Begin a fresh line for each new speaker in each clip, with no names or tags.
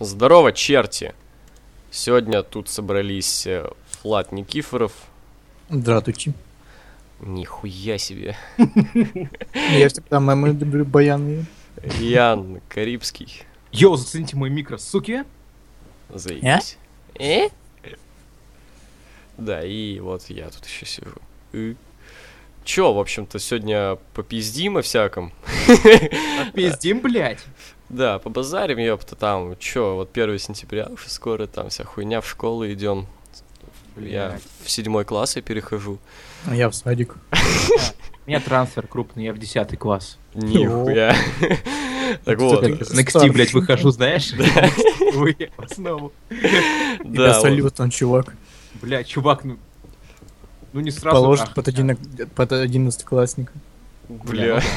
Здорово, черти! Сегодня тут собрались э, Влад Никифоров.
Здравствуйте.
Нихуя себе.
Я всегда мемы люблю баяны.
Ян Карибский.
Йоу, зацените мой микро, суки.
Заебись. Э? Да, и вот я тут еще сижу. И- Чё, в общем-то, сегодня попиздим о всяком.
Пиздим, блядь.
Да, побазарим, ёпта, там, чё, вот 1 сентября уже скоро, там вся хуйня, в школу идем. Я
Блядь.
в седьмой класс я перехожу.
А я в садик.
У меня трансфер крупный, я в 10 класс.
Нихуя. Так
Что
вот,
ты
На кти, блядь, выхожу, знаешь? Выехал снова.
Я
да, вот.
салют, там чувак.
Бля, чувак, ну... Ну не сразу.
Положит
ах,
под, одинок- под одиннадцатиклассника.
Бля.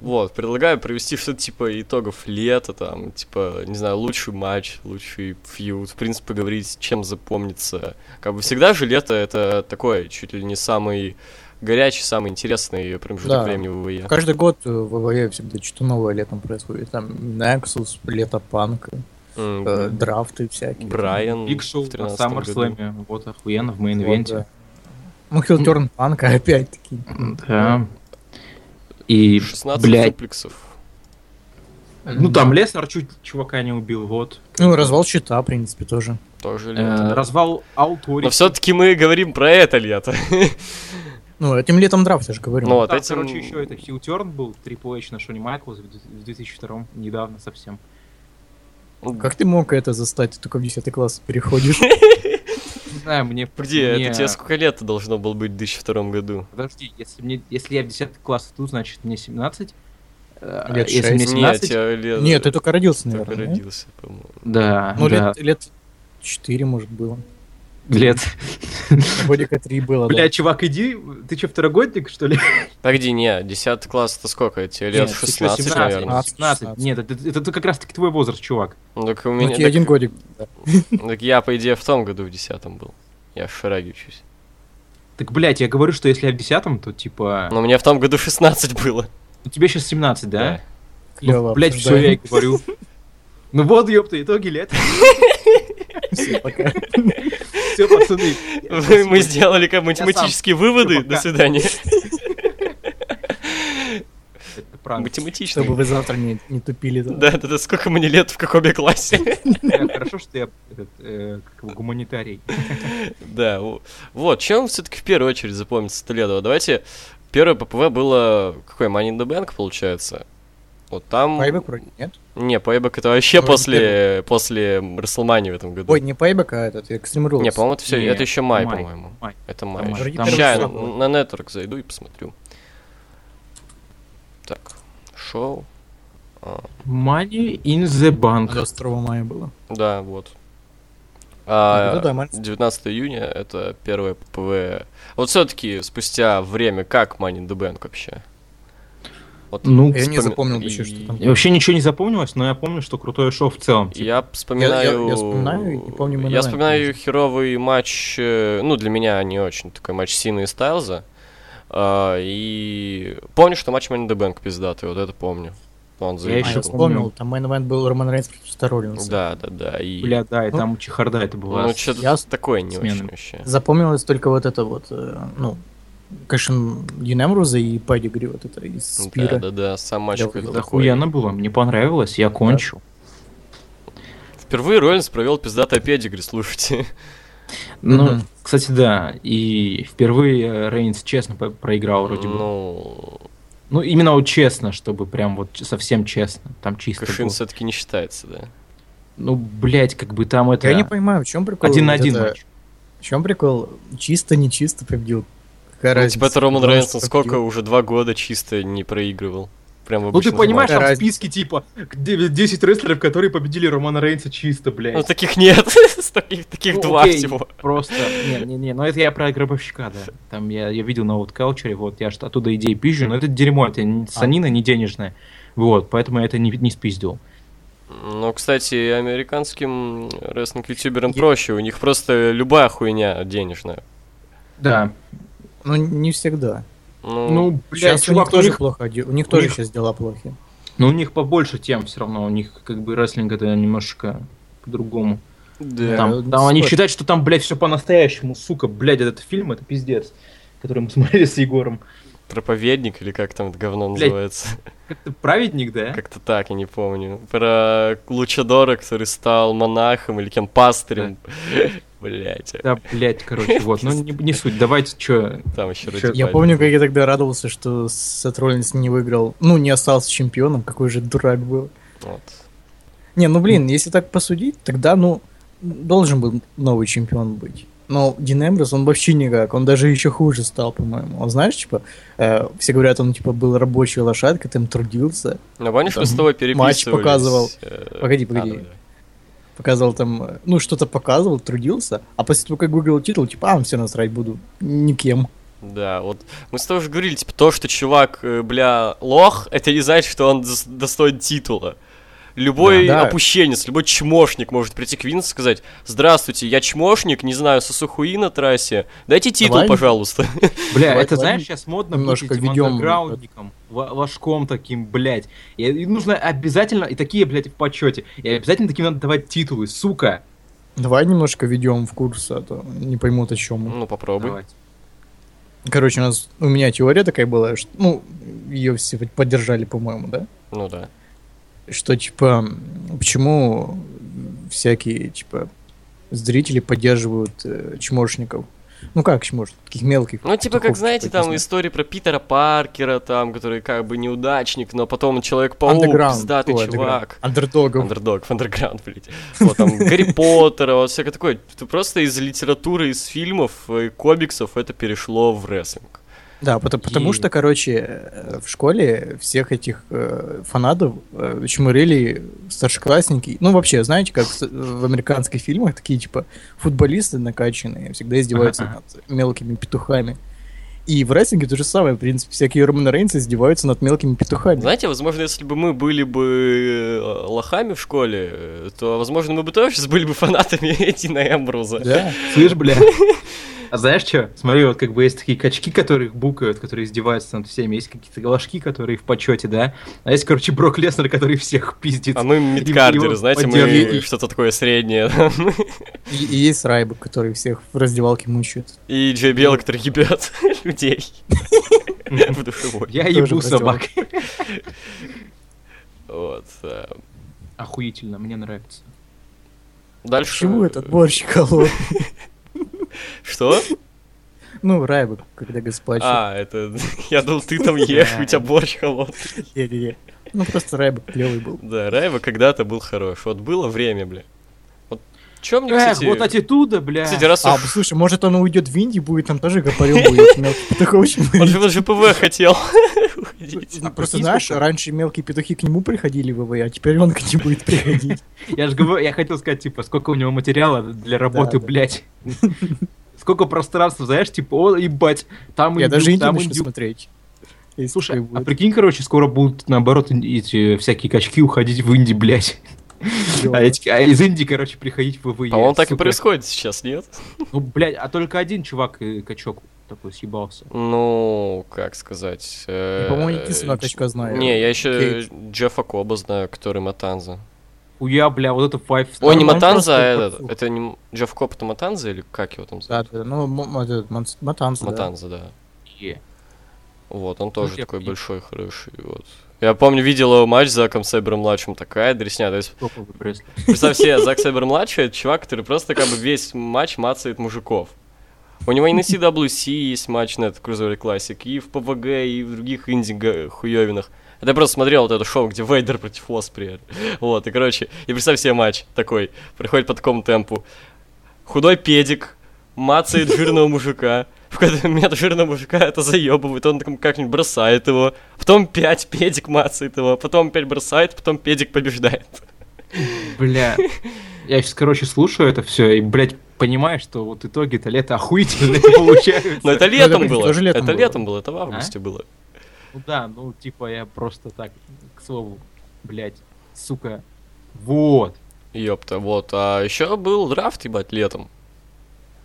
Вот, предлагаю провести что-то типа итогов лета, там, типа, не знаю, лучший матч, лучший фьюд, в принципе, поговорить, чем запомнится. Как бы всегда же лето это такое, чуть ли не самый горячий, самый интересный промежуток
Да.
времени в ВВЕ.
Каждый год э, в ВВЕ всегда что-то новое летом происходит. Там Nexus, Летопанк,
М,
э, драфты всякие.
Брайан
Биг Шоу
в
на
13 году.
Саммерслэме. Вот охуенно, в
Вот,
мейн-венте.
да. Ну, Хилтерн Панка опять-таки.
Да. И,
16
блядь,
суплексов.
ну там Леснар чуть чувака не убил, вот.
Ну, развал щита, в принципе, тоже.
Тоже лето.
Э, Развал Аутори.
Но все-таки мы говорим про это лето.
Ну, этим летом драфт, я же говорю.
Ну, вот
Там,
этим-
короче, еще это Хилтерн был, Трипл Эйч на Шоне Майклс в 2002 недавно совсем.
Как ты мог это застать? Ты только в 10 класс переходишь.
Не знаю, мне...
Где?
мне-
Это тебе сколько лет должно было быть в 2002 году?
Подожди, если, мне, если я в 10 класс иду, значит мне 17. Э,
Лет
если мне
шесть.
17,
Нет, я лет-
Нет, ты только родился,
только
наверное. да?
родился, по-моему.
да,
Ну,
да,
лет, лет 4, может, было.
лет.
Годика 3 было. да.
Бля, чувак, иди, ты че, второгодник, что ли?
Погоди, не, 10 класс это сколько? Тебе лет
Нет, ты чё,
16,
17,
наверное.
17.
17. Нет, это, это ты как раз-таки твой возраст, чувак.
Ну, Так у
Ну,
меня.
тебе
так-
один годик.
так я, по идее, в том году в 10 был. Я в шараге учусь.
Так, блядь, я говорю, что если я в 10 то типа...
Но мне в том году 16 было.
Ну, тебе сейчас 17, да? Ну,
Клево.
блядь, все, я и говорю. Ну вот, ёпта, итоги лет.
пока.
Все, пацаны.
Вы- Мы сделали как
сам.
математические выводы.
Всё,
До
пока.
свидания.
Это правда.
Математично.
Чтобы вы завтра не, не тупили.
Да, да, да, сколько мне лет, в каком я классе.
Э, Хорошо, что я этот, э, как его, гуманитарий.
Да, во- вот, чем все-таки в первую очередь запомнится это лето? Вот Давайте, первое ППВ было, какой, Money in the Bank, получается? Вот там...
Пайбек вроде нет.
Не, Payback это вообще
Ну, это
после, после Расселмании в этом году.
Ой, не Пайбек, а этот, Extreme Rules.
не, по-моему, это все,
не,
это еще май,
май.
по-моему.
Май.
Это май.
Там
еще.
май. Там
Ща я
же
на,
всё.
на Network зайду и посмотрю. Так, шоу. А,
Money in the
До
bank.
2 мая было.
да, вот. А,
Ну да, май.
19 июня это первое ППВ. Вот все-таки спустя время, как Money in the Bank вообще? Вот
Ну,
Я не
вспоми-
запомнил
и-
вообще, что там.
И Вообще ничего не запомнилось, но я помню, что крутое шоу в целом. типа.
Я вспоминаю...
Я- я- я вспоминаю и не помню
Я
момент,
вспоминаю
конечно.
херовый матч, э, ну, для меня не очень такой матч Сина и Стайлза. А, И помню, что матч Money in the Bank пиздатый, вот это помню. Он
Я
А,
заебал.
я
ещё
вспомнил,
помню.
там мейн ивент был Роман Рейнс против Старолинса.
Да, да, да. И...
Бля, да, и
Ну,
там чехарда это была.
ну, что-то
я с-
такое не
сменами.
очень вообще.
Запомнилось только вот это вот, э, ну, конечно, Юнемруза и Падигри вот это из
Да,
Спира.
Ну, да, да, сам матч
Я
какой-то
выглядел
Да
такой.
хуяно было, мне понравилось, я кончу.
Впервые Роллинс провел пиздатое педигри, слушайте.
Ну,
Мгм.
кстати, да, и впервые Рейнс честно по- проиграл А, вроде бы.
Ну,
Ну, именно вот честно, чтобы прям вот ч- совсем честно, там чисто
Кашин
было.
все-таки не считается, да.
Ну, блядь, как бы там это...
Я не понимаю, в чем прикол.
Один на
вот
один
это-
матч.
В чем прикол? Чисто, нечисто победил. Какая
Ну,
разница?
типа это Роман
Потому
Рейнс,
что
он сколько
победил.
уже два года чисто не проигрывал. Прям в
Ну, ты
обычных
понимаешь,
матчах.
там в
разница.
списке, типа, где- 10 рестлеров, которые победили Романа Рейнса чисто, блядь.
Ну таких нет, С таких, таких
Ну,
два
окей,
всего.
Просто, не, не, не, ну это я про гробовщика, да. Там я, я видел на вот Culture, вот я ж оттуда идеи пизжу, но это дерьмо, это не санина не денежная. Вот, поэтому я это не, не спиздил.
Ну, кстати, и американским рестлинг-ютуберам проще, у них просто любая хуйня денежная.
Да.
Ну, не всегда.
Ну,
Ну,
сейчас
блядь,
у них
чувак, у
тоже
них,
плохо. де- У них
у
тоже
них-
сейчас дела плохи.
ну у них побольше тем все равно, у них как бы рестлинг это немножечко по-другому.
Да.
Там,
ну,
там они
смотри.
считают, что там, блядь, все по-настоящему, сука, блядь, этот фильм, это пиздец, который мы смотрели с Егором.
Проповедник или как там это говно
Блядь.
называется?
Как-то праведник, да?
Как-то так, я не помню. Про Лучадора, который стал монахом или кем пастырем. Блять.
Да, блядь, короче, вот, ну не, не суть, давайте, чё,
Там еще
Чё,
Я помню, как я тогда радовался, что Сатроллинс не выиграл, ну, не остался чемпионом, какой же дурак был.
Вот.
Не, ну, блин, если так посудить, тогда, ну, должен был новый чемпион быть. Но Дин Эмброс, он вообще никак, он даже еще хуже стал, по-моему. Он, знаешь, типа, э, все говорят, он, типа, был рабочей лошадкой, там трудился,
Ну, помнишь, мы с
Там
тобой переписывались?
матч показывал.
э,
Погоди,
а,
погоди.
да-да.
показывал там, э, ну, что-то показывал, трудился, а после того, как выиграл титул, типа, а, все насрать буду, никем.
Да, вот мы с тобой уже говорили, типа, то, что чувак, э, бля, лох, это не значит, что он дос- достоин титула. Любой
Да, да.
опущенец, любой чмошник может прийти к Винсу и сказать, здравствуйте, я чмошник, не знаю, сосухуи на трассе, дайте титул,
Давай.
пожалуйста.
Бля,
Давай,
это
давай
знаешь, сейчас модно
немножко
быть этим
введем
андерграундником, ва- ложком таким, блядь. И, и нужно обязательно, и такие, блядь, в почете, и обязательно таким надо давать титулы, сука.
Давай немножко ведем в курс, а то не поймут, о чем мы.
Ну, попробуй.
Давай.
Короче, у нас у меня теория такая была, что, ну, ее все вот поддержали, по-моему, да?
Ну да.
Что типа, почему всякие типа зрители поддерживают э, чмошников? Ну как чмошников? Таких мелких.
Ну, типа, как,
петухов,
знаете,
типа, не
там
знаю.
истории про Питера Паркера, там, который как бы неудачник, но потом Человек-паук,
Underground.
пиздатый
Ой,
чувак.
underground. Андердогов.
Андердог, Underground, блядь. Вот там Гарри Поттера, вот всякое такое. Это просто из литературы, из фильмов, и комиксов это перешло в рестлинг.
Да, пото- потому
Е.
что, короче, э, в школе всех этих э, фанатов э, чмырили старшеклассники. Ну, вообще, знаете, как в, с- в американских фильмах такие, типа, футболисты накачанные всегда издеваются
Ага,
над мелкими петухами. И в рестлинге то же самое, в принципе, всякие Романы Рейнсы издеваются над мелкими петухами.
Знаете, возможно, если бы мы были бы э, лохами в школе, э, то, возможно, мы бы тоже сейчас были бы фанатами Эдина Эмбруза.
Да.
Слышь, бля. А знаешь что? Смотри, вот как бы есть такие качки, которых букают, которые издеваются над всеми. Есть какие-то ложки, которые в почете, да? А есть, короче, Брок Леснер, который всех пиздит.
А мы мидкардеры,
его
знаете, мы
поддерживают.
что-то такое среднее.
И, и есть Райбок, который всех в раздевалке мучает.
И Джей Белл, который ебет людей в душевой.
Я
Тоже
ебу
простил.
собак.
Вот. э,
Охуительно, мне нравится.
Дальше...
Почему этот борщ холодный?
Что?
Ну, Райбок, когда господь.
А, это... Я думал, ты там ешь, у тебя борщ холодный.
Не-не-не. Ну, просто Райбок клевый был.
Да, Райва когда-то был хорош. Вот было время, бля. Вот чё мне,
Эх,
Ну, кстати...
вот аттитуда, бля.
Кстати, раз
А,
уж-
слушай, может он уйдет в Индию, будет там тоже гопарем будет мелкий петух очень
Он же, он же ПВ хотел уходить.
Ну, Просто
прикинь,
знаешь,
сколько-
раньше мелкие петухи к нему приходили в ВВ, а теперь он к ним будет приходить.
Я же говорю, я хотел сказать, типа, сколько у него материала для работы,
да.
блядь. Сколько пространства, знаешь, типа, о, ебать, там
Я
индюк,
даже Индию
там
начну
индюк.
смотреть. Если
Слушай, а
будет
прикинь, короче, скоро будут, наоборот, ин- эти всякие качки уходить в Инди, блядь.
клёво.
А, эти- а из Индии, короче, приходить в ВВЕ.
По-моему, А так и
сука.
происходит сейчас, нет?
Ну, блядь, а только один чувак, э, качок, такой съебался.
Ну, как сказать... э,
Я, Ну, по-моему,
э,
а единственного качка знаю.
Не, я еще
Кейдж.
Джеффа Коба знаю, который Матанза.
Уя, бля, вот это Five
Ой, не
он
Матанза,
просто
а этот.
пацух.
Это не М- Джефф Коб, это Матанза или как его там
Да,
зовут?
да, ну, м- м- этот, Монс- Матанс, да.
Матанза, да.
Star.
Вот, он тоже
Слушай, я
такой
пи-
большой, хороший, вот. Я помню, видел его матч с Заком Сайбером младшим, такая дресня. То есть
Топовый рестлер.
Представь себе, Зак Сайбер младший это чувак, который просто как бы весь матч мацает мужиков. У него и на CWC есть матч на этот Cruiserweight Classic, и в ПВГ, и в других инди хуевинах. Я просто смотрел вот это шоу, где Вейдер против Оспри. Вот, и короче, и представь себе матч такой, проходит по такому темпу. Худой педик мацает жирного мужика, в какой-то момент жирного мужика это заебывает, он там как-нибудь бросает его, потом пять педик мацает его, потом опять бросает, потом педик побеждает.
Бля. Я сейчас, короче, слушаю это все и, блядь, понимаю, что вот итоги-то лето охуительные получаются.
Но Ну, это
это,
летом
блин,
было.
тоже летом
это
было.
летом было, это в августе было.
Ну да, ну типа я просто так, к слову, блядь, сука. Вот.
Ёпта, вот. А еще был драфт, ебать, летом.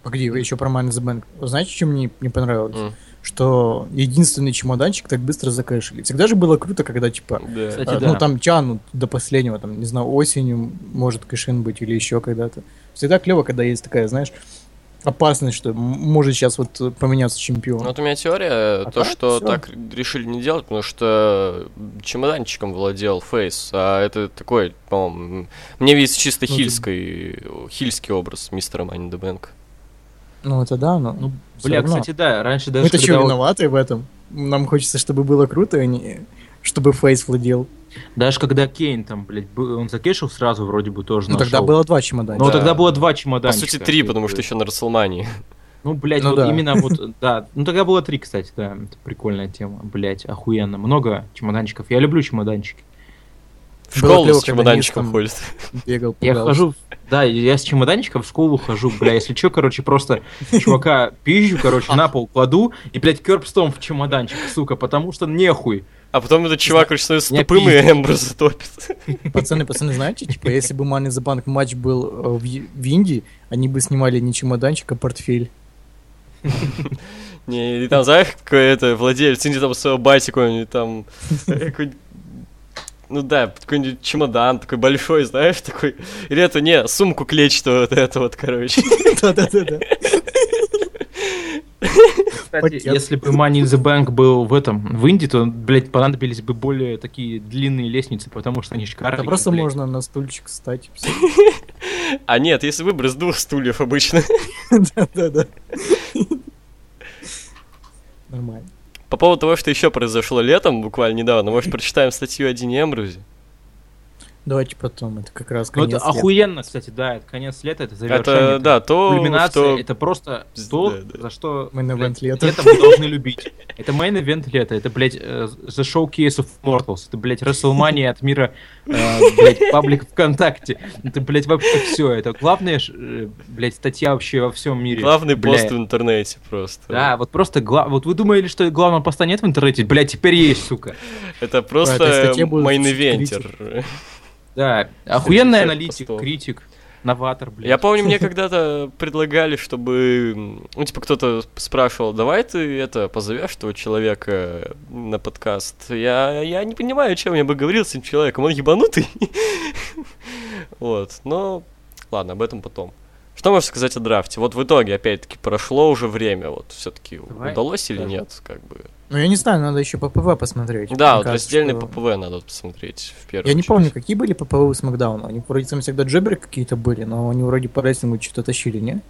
А Погоди, вы еще про Money in the Bank. Знаете, чем мне не понравилось?
М.
что единственный чемоданчик так быстро закэшили. Всегда же было круто, когда, типа,
Да.
Кстати,
э,
да.
ну, там тянут до последнего, там, не знаю, осенью может кэшин быть или еще когда-то. Всегда клево, когда есть такая, знаешь, опасность, что м- может сейчас вот э, поменяться чемпион.
Ну, Вот у меня теория,
А
то,
так
что
всё.
так решили не делать, потому что чемоданчиком владел Фейс, а это такой, по-моему, м, мне видится чисто
Ну, ты-
хильский, хильский образ мистера Мани де Бэнк.
Ну, это да, но...
Ну,
всё
Бля,
равно.
кстати, да, раньше даже...
Мы-то
когда
что,
вот-
виноваты в этом? Нам хочется, чтобы было круто, а не чтобы Фейс владел.
Даже когда Кейн там, блядь, был- он закешил сразу вроде бы тоже
Ну,
нашел.
тогда было два
Но
чемодана.
Да.
тогда было два
По
чемоданчика.
сути, три, потому что еще на Расселмании.
Ну, блядь,
Ну
вот
да.
именно вот, да. Ну, тогда было три, кстати, да. Это прикольная тема, блядь, охуенно. Много чемоданчиков. Я люблю чемоданчики.
В
Было
школу
клево,
с
когда
чемоданчиком
Нильс там-
ходит.
Бегал,
Я
пугал.
хожу, да, я с чемоданчиком в школу хожу, бля, если чё, короче, просто чувака пизжу, короче, на пол кладу, и, блядь, керпстом в чемоданчик, сука, потому что нехуй.
А потом этот чувак очень становится
меня
тупым, и
пиздит.
Эмбер затопит.
Пацаны, пацаны, знаете, типа, если бы Money за банк матч был э, в, Е- в Индии, они бы снимали не чемоданчик, а портфель.
Не, и там, знаешь, какой-то владелец, или там своего бати какой-нибудь там, э, какой-нибудь, ну да, какой-нибудь чемодан такой большой, знаешь, такой. Или это, не, сумку клетчатую вот это вот, короче.
Да-да-да.
Кстати,
Пакет.
если бы Money in the Bank был в этом, в Индии, то, блядь, понадобились бы более такие длинные лестницы, потому что они шикарные.
Да просто можно на стульчик встать.
А нет, если выбор из двух стульев обычно.
Да-да-да. Нормально.
По поводу того, что еще произошло летом, буквально недавно, может, прочитаем статью о Дине Эмбрузе?
Давайте потом, это как раз
Ну, это
конец. лета.
охуенно, кстати, да, это конец лета, это завершение.
Это, да, то,
Кульминация
что...
это просто
Пиз-
то,
да, да.
за что
Main
блядь,
event лета.
лето мы должны любить. Это мейн ивент лета, это, блядь, э, The Showcase of Mortals, это, блядь, WrestleMania от мира, э, блядь, паблик ВКонтакте. Это, блядь, вообще все. Это главная, ж, э, блядь, статья вообще во всем мире.
Главный
Блядь.
пост в интернете просто.
Да, вот просто гла... Вот вы думали, что главного поста нет в интернете? Блядь, теперь есть, сука.
Это
Про этой
просто
статье будут
мейн-ивентер.
Да, охуенный
всех
аналитик,
постов.
критик, новатор, блядь.
Я помню, мне когда-то предлагали, чтобы... м, Ну, типа, кто-то спрашивал, давай ты это, позовешь этого человека на подкаст. Я, я не понимаю, чем я бы говорил с этим человеком, он ебанутый. Вот, но... Ладно, об этом потом. Что можешь сказать о драфте? Вот в итоге, опять-таки, прошло уже время, вот все-таки
Давай
удалось или
скажем.
нет, как бы.
Ну, я не знаю, надо еще ППВ посмотреть.
Да,
Мне
вот
кажется,
раздельный
что-
ППВ надо посмотреть в первую
Я не
очередь.
помню, какие были ППВ у Смакдауна. Они вроде там всегда джеберы какие-то были, но они вроде по рейтингу что-то тащили, не?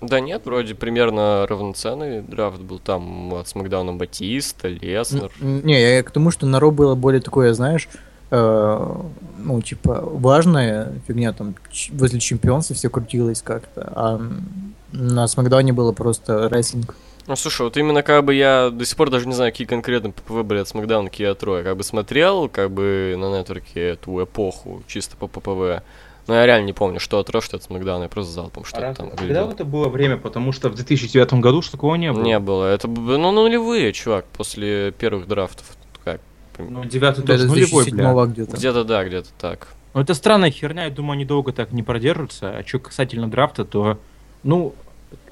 Да нет, вроде примерно равноценный драфт был там от Смакдауна Батиста, Леснер.
Н- Не, я к тому, что на Ро было более такое, знаешь, э, ну, типа, важная фигня, там, ч- возле чемпионства все крутилось как-то, а м, на Смакдауне было просто рейсинг.
Ну слушай, вот именно как бы я до сих пор даже не знаю, какие конкретно ППВ были от Смакдауна, какие от Роя. Как бы смотрел, как бы на нетворке эту эпоху чисто по ППВ. Но я реально не помню, что от Роя, что от Смакдауна. Я просто залпом
А
что-то
раз-
там
а
глядел.
Когда это было время? Потому что в 2009 году что такого не было.
Не было. Это б- ну нулевые, чувак, после первых драфтов. Как?
Ну, девятый
До
тоже нулевой,
2007 где-то.
Где-то да, где-то так.
Ну, это странная херня, я думаю, они долго так не продержатся. А что касательно драфта, то, ну,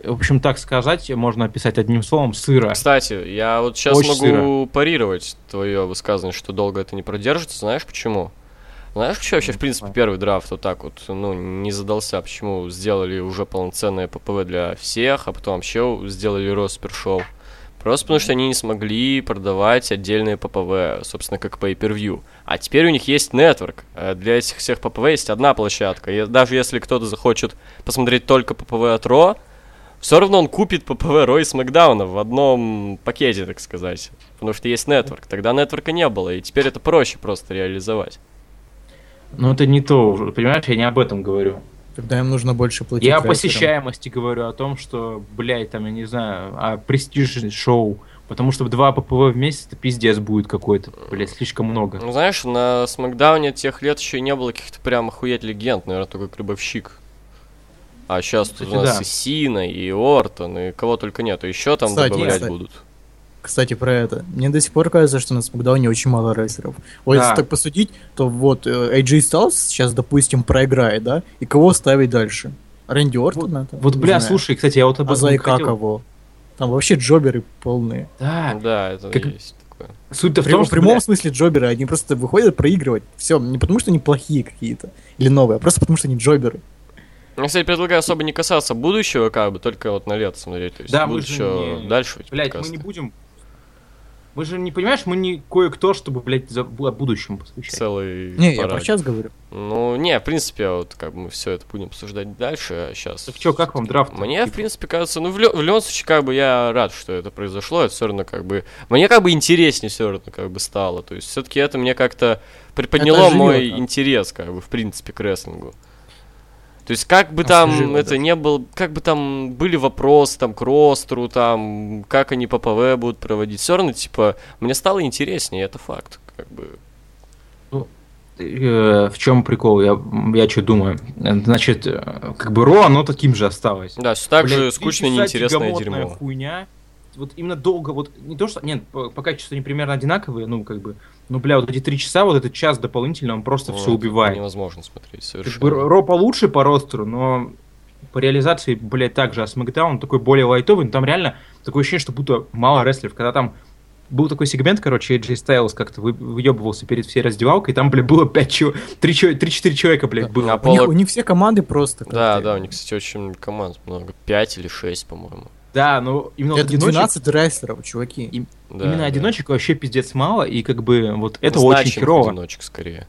в общем, так сказать, можно описать одним словом сыро.
Кстати, я вот сейчас
Очень
могу парировать твое высказывание, что долго это не продержится. Знаешь почему? Знаешь, почему вообще, в принципе,
Давай.
первый драфт вот так вот, ну, не задался, почему сделали уже полноценное ППВ для всех, а потом вообще сделали Роспершоу? Просто потому, что они не смогли продавать отдельные ППВ, собственно, как pay per view. А теперь у них есть нетворк. Э, Для этих всех ППВ есть одна площадка. И даже если кто-то захочет посмотреть только ППВ от Ро, все равно он купит ППВ Ро и Смакдауна в одном пакете, так сказать. Потому что есть нетворк. Тогда нетворка не было, и теперь это проще просто реализовать.
Но это не то уже, понимаешь, я не об этом говорю.
Когда им нужно больше платить.
я о
рейтерам.
посещаемости говорю, о том, что, блядь, там, я не знаю, о престижном шоу. Потому что два ППВ в месяц это пиздец будет какой-то, блядь, слишком много.
Ну, знаешь, на Смакдауне тех лет еще не было каких-то прям охуеть легенд, наверное, только Крыбовщик. А сейчас тут
Кстати,
у нас
да.
и Сина, и Ортон, и кого только нету. Еще там
Кстати,
добавлять
кстати.
будут.
Кстати, про это. Мне до сих пор кажется, что на Смакдауне очень мало рейсеров. Вот
Да.
если так посудить, то вот э, AJ Styles сейчас, допустим, проиграет, да? И кого ставить дальше? Рэнди Ортона? там?
Вот,
Не
бля,
знаю.
слушай, кстати, я вот об
А
этом
Зайка
хотел-
кого? Там вообще джоберы полные.
Да.
Да, это
А. Как-
есть такое.
Суть-то в
Прям
том,
в
что...
прямом
бля,
смысле джоберы, они просто выходят проигрывать. Все, не потому что они плохие какие-то или новые, а просто потому что они джоберы.
Я, кстати, предлагаю особо не касаться будущего, как бы, только вот на лето смотреть. То есть
Да, мы
будут
же
еще
не-
дальше эти
Блядь, мы
подкасты.
не будем... Мы же не, понимаешь, мы не кое-кто, чтобы, блядь, за- о будущем посвящать.
Целый
Не, я
парад.
про час говорю.
Ну, не, в принципе, вот как бы мы все это будем обсуждать дальше, а сейчас...
Так чё, как вам типа? драфт?
Мне, в принципе, кажется, ну, в, лё- в любом случае, как бы я рад, что это произошло, это все равно как бы... Мне как бы интереснее все равно как бы стало, то есть все-таки это мне как-то приподняло
Это живо,
мой
да.
интерес, как бы, в принципе, к рестлингу. То есть как
А
бы там
живо,
это
да.
не было, как бы там были вопросы там к ростеру, там, как они по ПВ будут проводить, все равно, типа, мне стало интереснее, это факт, как бы.
Э, в чем прикол? Я, я что думаю? Э, Значит, э, как бы Ро, оно таким же осталось.
Да, все Ну, так же
Блядь,
скучно и
три часа
неинтересное
тягомотная
дерьмо.
хуйня. Вот именно долго, вот не то, что... Нет, по, по качеству они примерно одинаковые, ну, как бы... Ну, бля, вот эти три часа, вот этот час дополнительно, он просто все
Вот,
убивает.
Невозможно смотреть
Как бы
совершенно.
Ро получше по ростеру, но по реализации, блядь, так же. А Смакдаун такой более лайтовый, но там реально такое ощущение, что будто мало рестлеров. Когда там был такой сегмент, короче, AJ Styles как-то вы- выебывался перед всей раздевалкой, и там, блядь, было 5 чё... 3-4 человека, блядь,
Да.
было.
А
У них,
Полок-
у них все команды просто. как
Да,
бы.
да, у них, кстати, очень команд много. Пять или шесть, по-моему.
Да, но именно вот
Это
одиночек,
12 рестлеров, чуваки.
И-
Да,
именно
да.
одиночек вообще пиздец мало, и как бы вот это
Ну,
очень
значимых
херово.
одиночек скорее.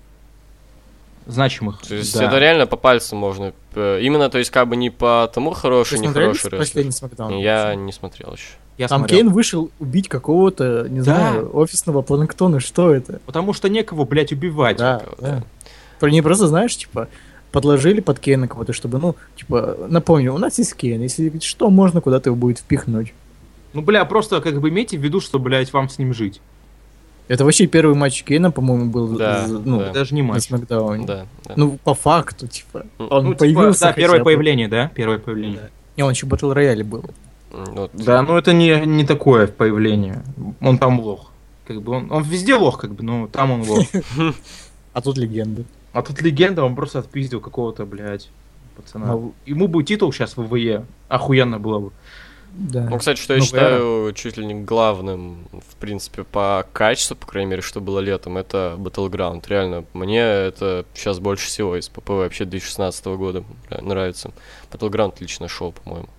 Значимых.
То есть
да.
это реально по пальцам можно. э, Именно, то есть как бы не по тому
Вы
хороший, не
смотрели
хороший рестлер.
последний смакдаун?
Я не смотрел еще.
Я
Там
смотрел.
Кейн вышел убить какого-то, не
Да.
знаю, офисного планктона. Что это?
Потому что некого, блядь, убивать.
Да,
такого, да.
да. Про- Не просто, знаешь, типа, подложили под Кейна кого-то, чтобы, ну, типа, напомню, у нас есть Кейн, если что, можно куда-то его будет впихнуть.
Ну, бля, просто как бы имейте в виду, что, блядь, вам с ним жить.
Это вообще первый матч Кейна, по-моему, был
Да,
з- ну,
да.
Даже не
на
матч.
Смакдауне.
Да, да.
Ну, по факту, типа,
Ну,
он
Ну, типа,
появился.
да, первое
хотя бы.
появление, да? Первое появление.
Не, он еще в Батл Рояле был.
М, вот.
Да, ну это не, не такое появление. Он там лох. Как бы он, он везде лох, как бы, но там он лох.
А тут легенда.
А тут легенда, он просто отпиздил какого-то, блядь, пацана.
Ну,
Ему бы титул сейчас в ВВЕ. Охуенно было бы.
Да.
Ну, кстати, что я
Ну,
считаю чуть ли не главным, в принципе, по качеству, по крайней мере, что было летом, это Battleground. Реально, мне это сейчас больше всего из ПП вообще 2016 года нра- нравится. Battleground лично шоу, по-моему.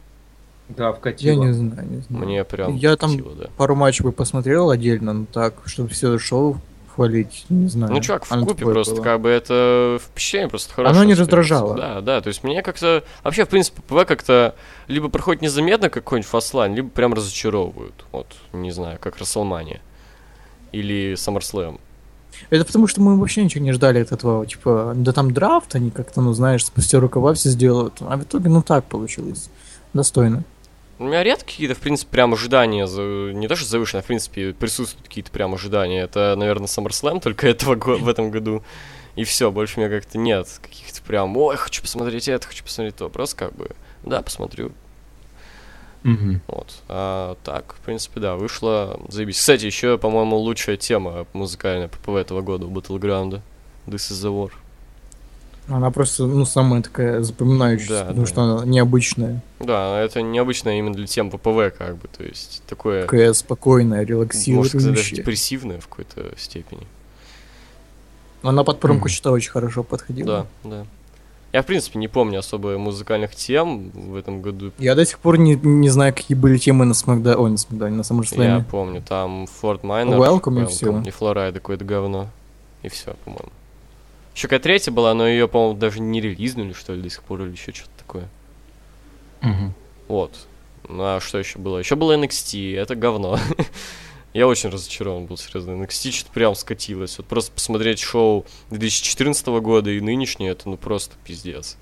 Да,
Я
вкатило.
не знаю, не знаю.
типа. Мне прям
Ну, Я там-
хватило, да.
Пару матчей бы посмотрел отдельно, но так, чтобы все шоу хвалить, не знаю.
Ну, чувак, в
А, Оно
купе
такое
просто
было.
как бы это впечатление просто хорошее.
не
остаётся.
раздражало.
Да, да, то есть мне как-то... Вообще, в принципе, ПВ как-то либо проходит незаметно как какой-нибудь фаслайн, либо прям разочаровывают. Вот, не знаю, как Расселмания. Или SummerSlam.
Это потому, что мы вообще ничего не ждали от этого. Типа, да там драфт, они как-то, ну, знаешь, спустя рукава все сделают. А в итоге, ну, так получилось. Достойно.
У меня редко какие-то, в принципе, прям ожидания, за- не то что завышенные, а, в принципе, присутствуют какие-то прям ожидания. Это, наверное, SummerSlam только этого го- в этом году. И все, больше у меня как-то нет каких-то прям, ой, хочу посмотреть это, хочу посмотреть то. Просто как бы, да, посмотрю,
Мгм.
Вот. А, так, в принципе, да, вышло. Заебись. Кстати, еще, по-моему, лучшая тема музыкальная ППВ этого года у Battleground. This is the war.
Она просто, ну, самая такая запоминающаяся,
Да,
потому
да.
что она необычная.
Да, это необычно именно для тем ППВ, как бы, то есть такое,
Такая спокойная,
можно сказать, даже
релаксирующая.
депрессивное в какой-то степени.
Она под промку
Мгм.
счета очень хорошо подходила.
Да, да. Я, в принципе, не помню особо музыкальных тем в этом году.
Я до сих пор не, не знаю, какие были темы на Смакда... Ой, на Смакдауне, на
Я
SummerSlam.
помню, там Ford Minor,
Welcome и всё.
и Florida какое-то говно. И все, по-моему. Еще какая третья была, но ее, по-моему, даже не релизнули, что ли, до сих пор, или еще что-то такое.
Мгм.
Вот. Ну а что еще было? Еще было NXT, это говно. Я очень разочарован был, серьезно. NXT что-то прям скатилось. Вот просто посмотреть шоу 2014 года и нынешнее, это ну просто пиздец.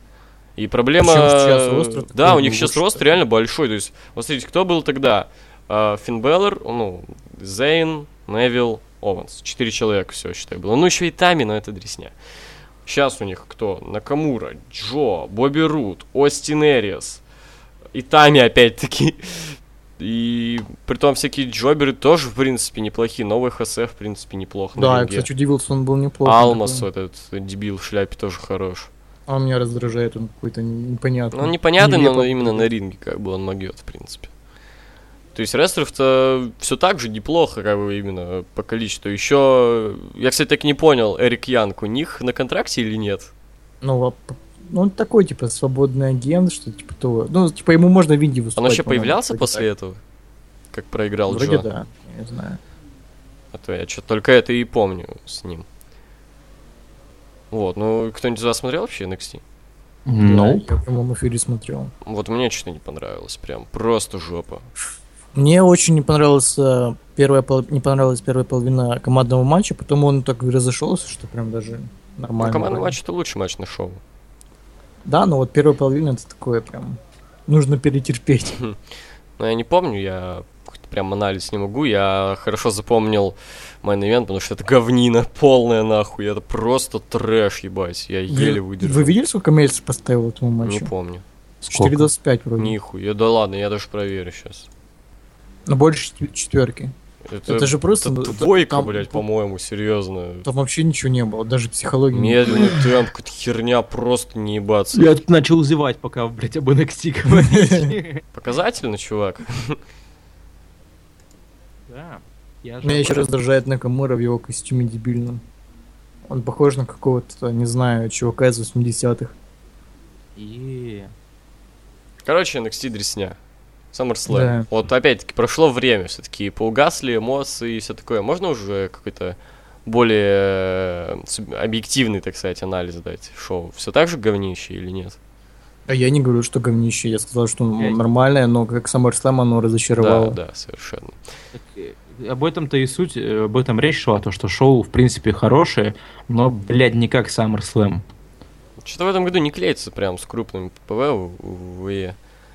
И проблема...
Причём сейчас ростер
да, у
такой
них
лучше,
сейчас рост
да.
реально большой. То есть, вот смотрите, кто был тогда? А, Финн Беллер, ну, Зейн, Невилл, Ованс. Четыре человека все, считай, было. Ну, еще и Тами, но это дресня. Сейчас у них кто? Накамура, Джо, Бобби Рут, Остин Эриас, и Тами опять-таки. И притом всякие джоберы тоже, в принципе, неплохие. Новый ХС, в принципе, неплохо. на
Да, я,
ринге.
кстати, удивился, он был неплох.
Алмас, вот этот дебил в шляпе, тоже хорош.
Он А меня раздражает, он какой-то непонятный.
Ну, он непонятный, но
Нелепо.
именно на ринге, как бы, он могет, в принципе. То есть рестлеров-то все так же неплохо, как бы именно по количеству. Еще, я, кстати, так и не понял, Эрик Янг у них на контракте или нет?
Ну, а п- ну, он такой, типа, свободный агент, что типа того. Ну, типа, ему можно в Индии выступать.
Он вообще
по-моему,
появлялся
вроде
после
так.
этого? Как проиграл
Вроде
Джо?
да, я не знаю.
А то я что только это и помню с ним. Вот, ну кто-нибудь из вас смотрел вообще NXT?
Ну.
Да, Я в прямом эфире смотрел.
Вот мне что-то не понравилось, прям просто жопа.
Мне очень не понравилась э, первая пол- не понравилась первая половина командного матча, потом он так разошелся, что прям даже нормально.
Ну, командный
было.
матч это лучший матч на шоу.
Да, но вот первая половина это такое прям нужно перетерпеть.
Но я не помню, я как-то прям анализ не могу. Я хорошо запомнил майн ивент, потому что это говнина полная нахуй. Это просто трэш, ебать. Я еле
Вы-
выдержал.
Вы видели, сколько месяцев поставил этому
Не
матчу?
помню.
4.25 вроде.
Нихуя, да ладно, я даже проверю сейчас.
Но Ну, больше чет- четверки.
Э, Это,
Это же просто,
это
ну,
двойка,
там-
блядь, по-моему, серьезно.
Там вообще ничего не было, даже психологии. не было.
Медленный темп, какая-то херня, просто не ебаться.
Я тут начал зевать, пока, блядь, об NXT говорите.
Показательно, чувак.
Да. Я
Меня еще
же...
раздражает Накамура в его костюме дебильном. Он похож на какого-то, не знаю, чувака из 80-х.
И-
Короче, NXT дресня. SummerSlam.
Да.
Вот опять-таки прошло время, все-таки поугасли эмоции и все такое. Можно уже какой-то более э, суб- объективный, так сказать, анализ дать шоу? Все так же говнище или нет?
А я не говорю, что говнище, я сказал, что оно
Я-
нормальное, но как SummerSlam оно разочаровало.
Да, да, совершенно.
Так, э, Об этом-то и суть, э, об этом речь шла, то, что шоу, в принципе, хорошее, но, блядь, не как SummerSlam.
Что-то в этом году не клеится прям с крупным ПВ у- у ВЕ.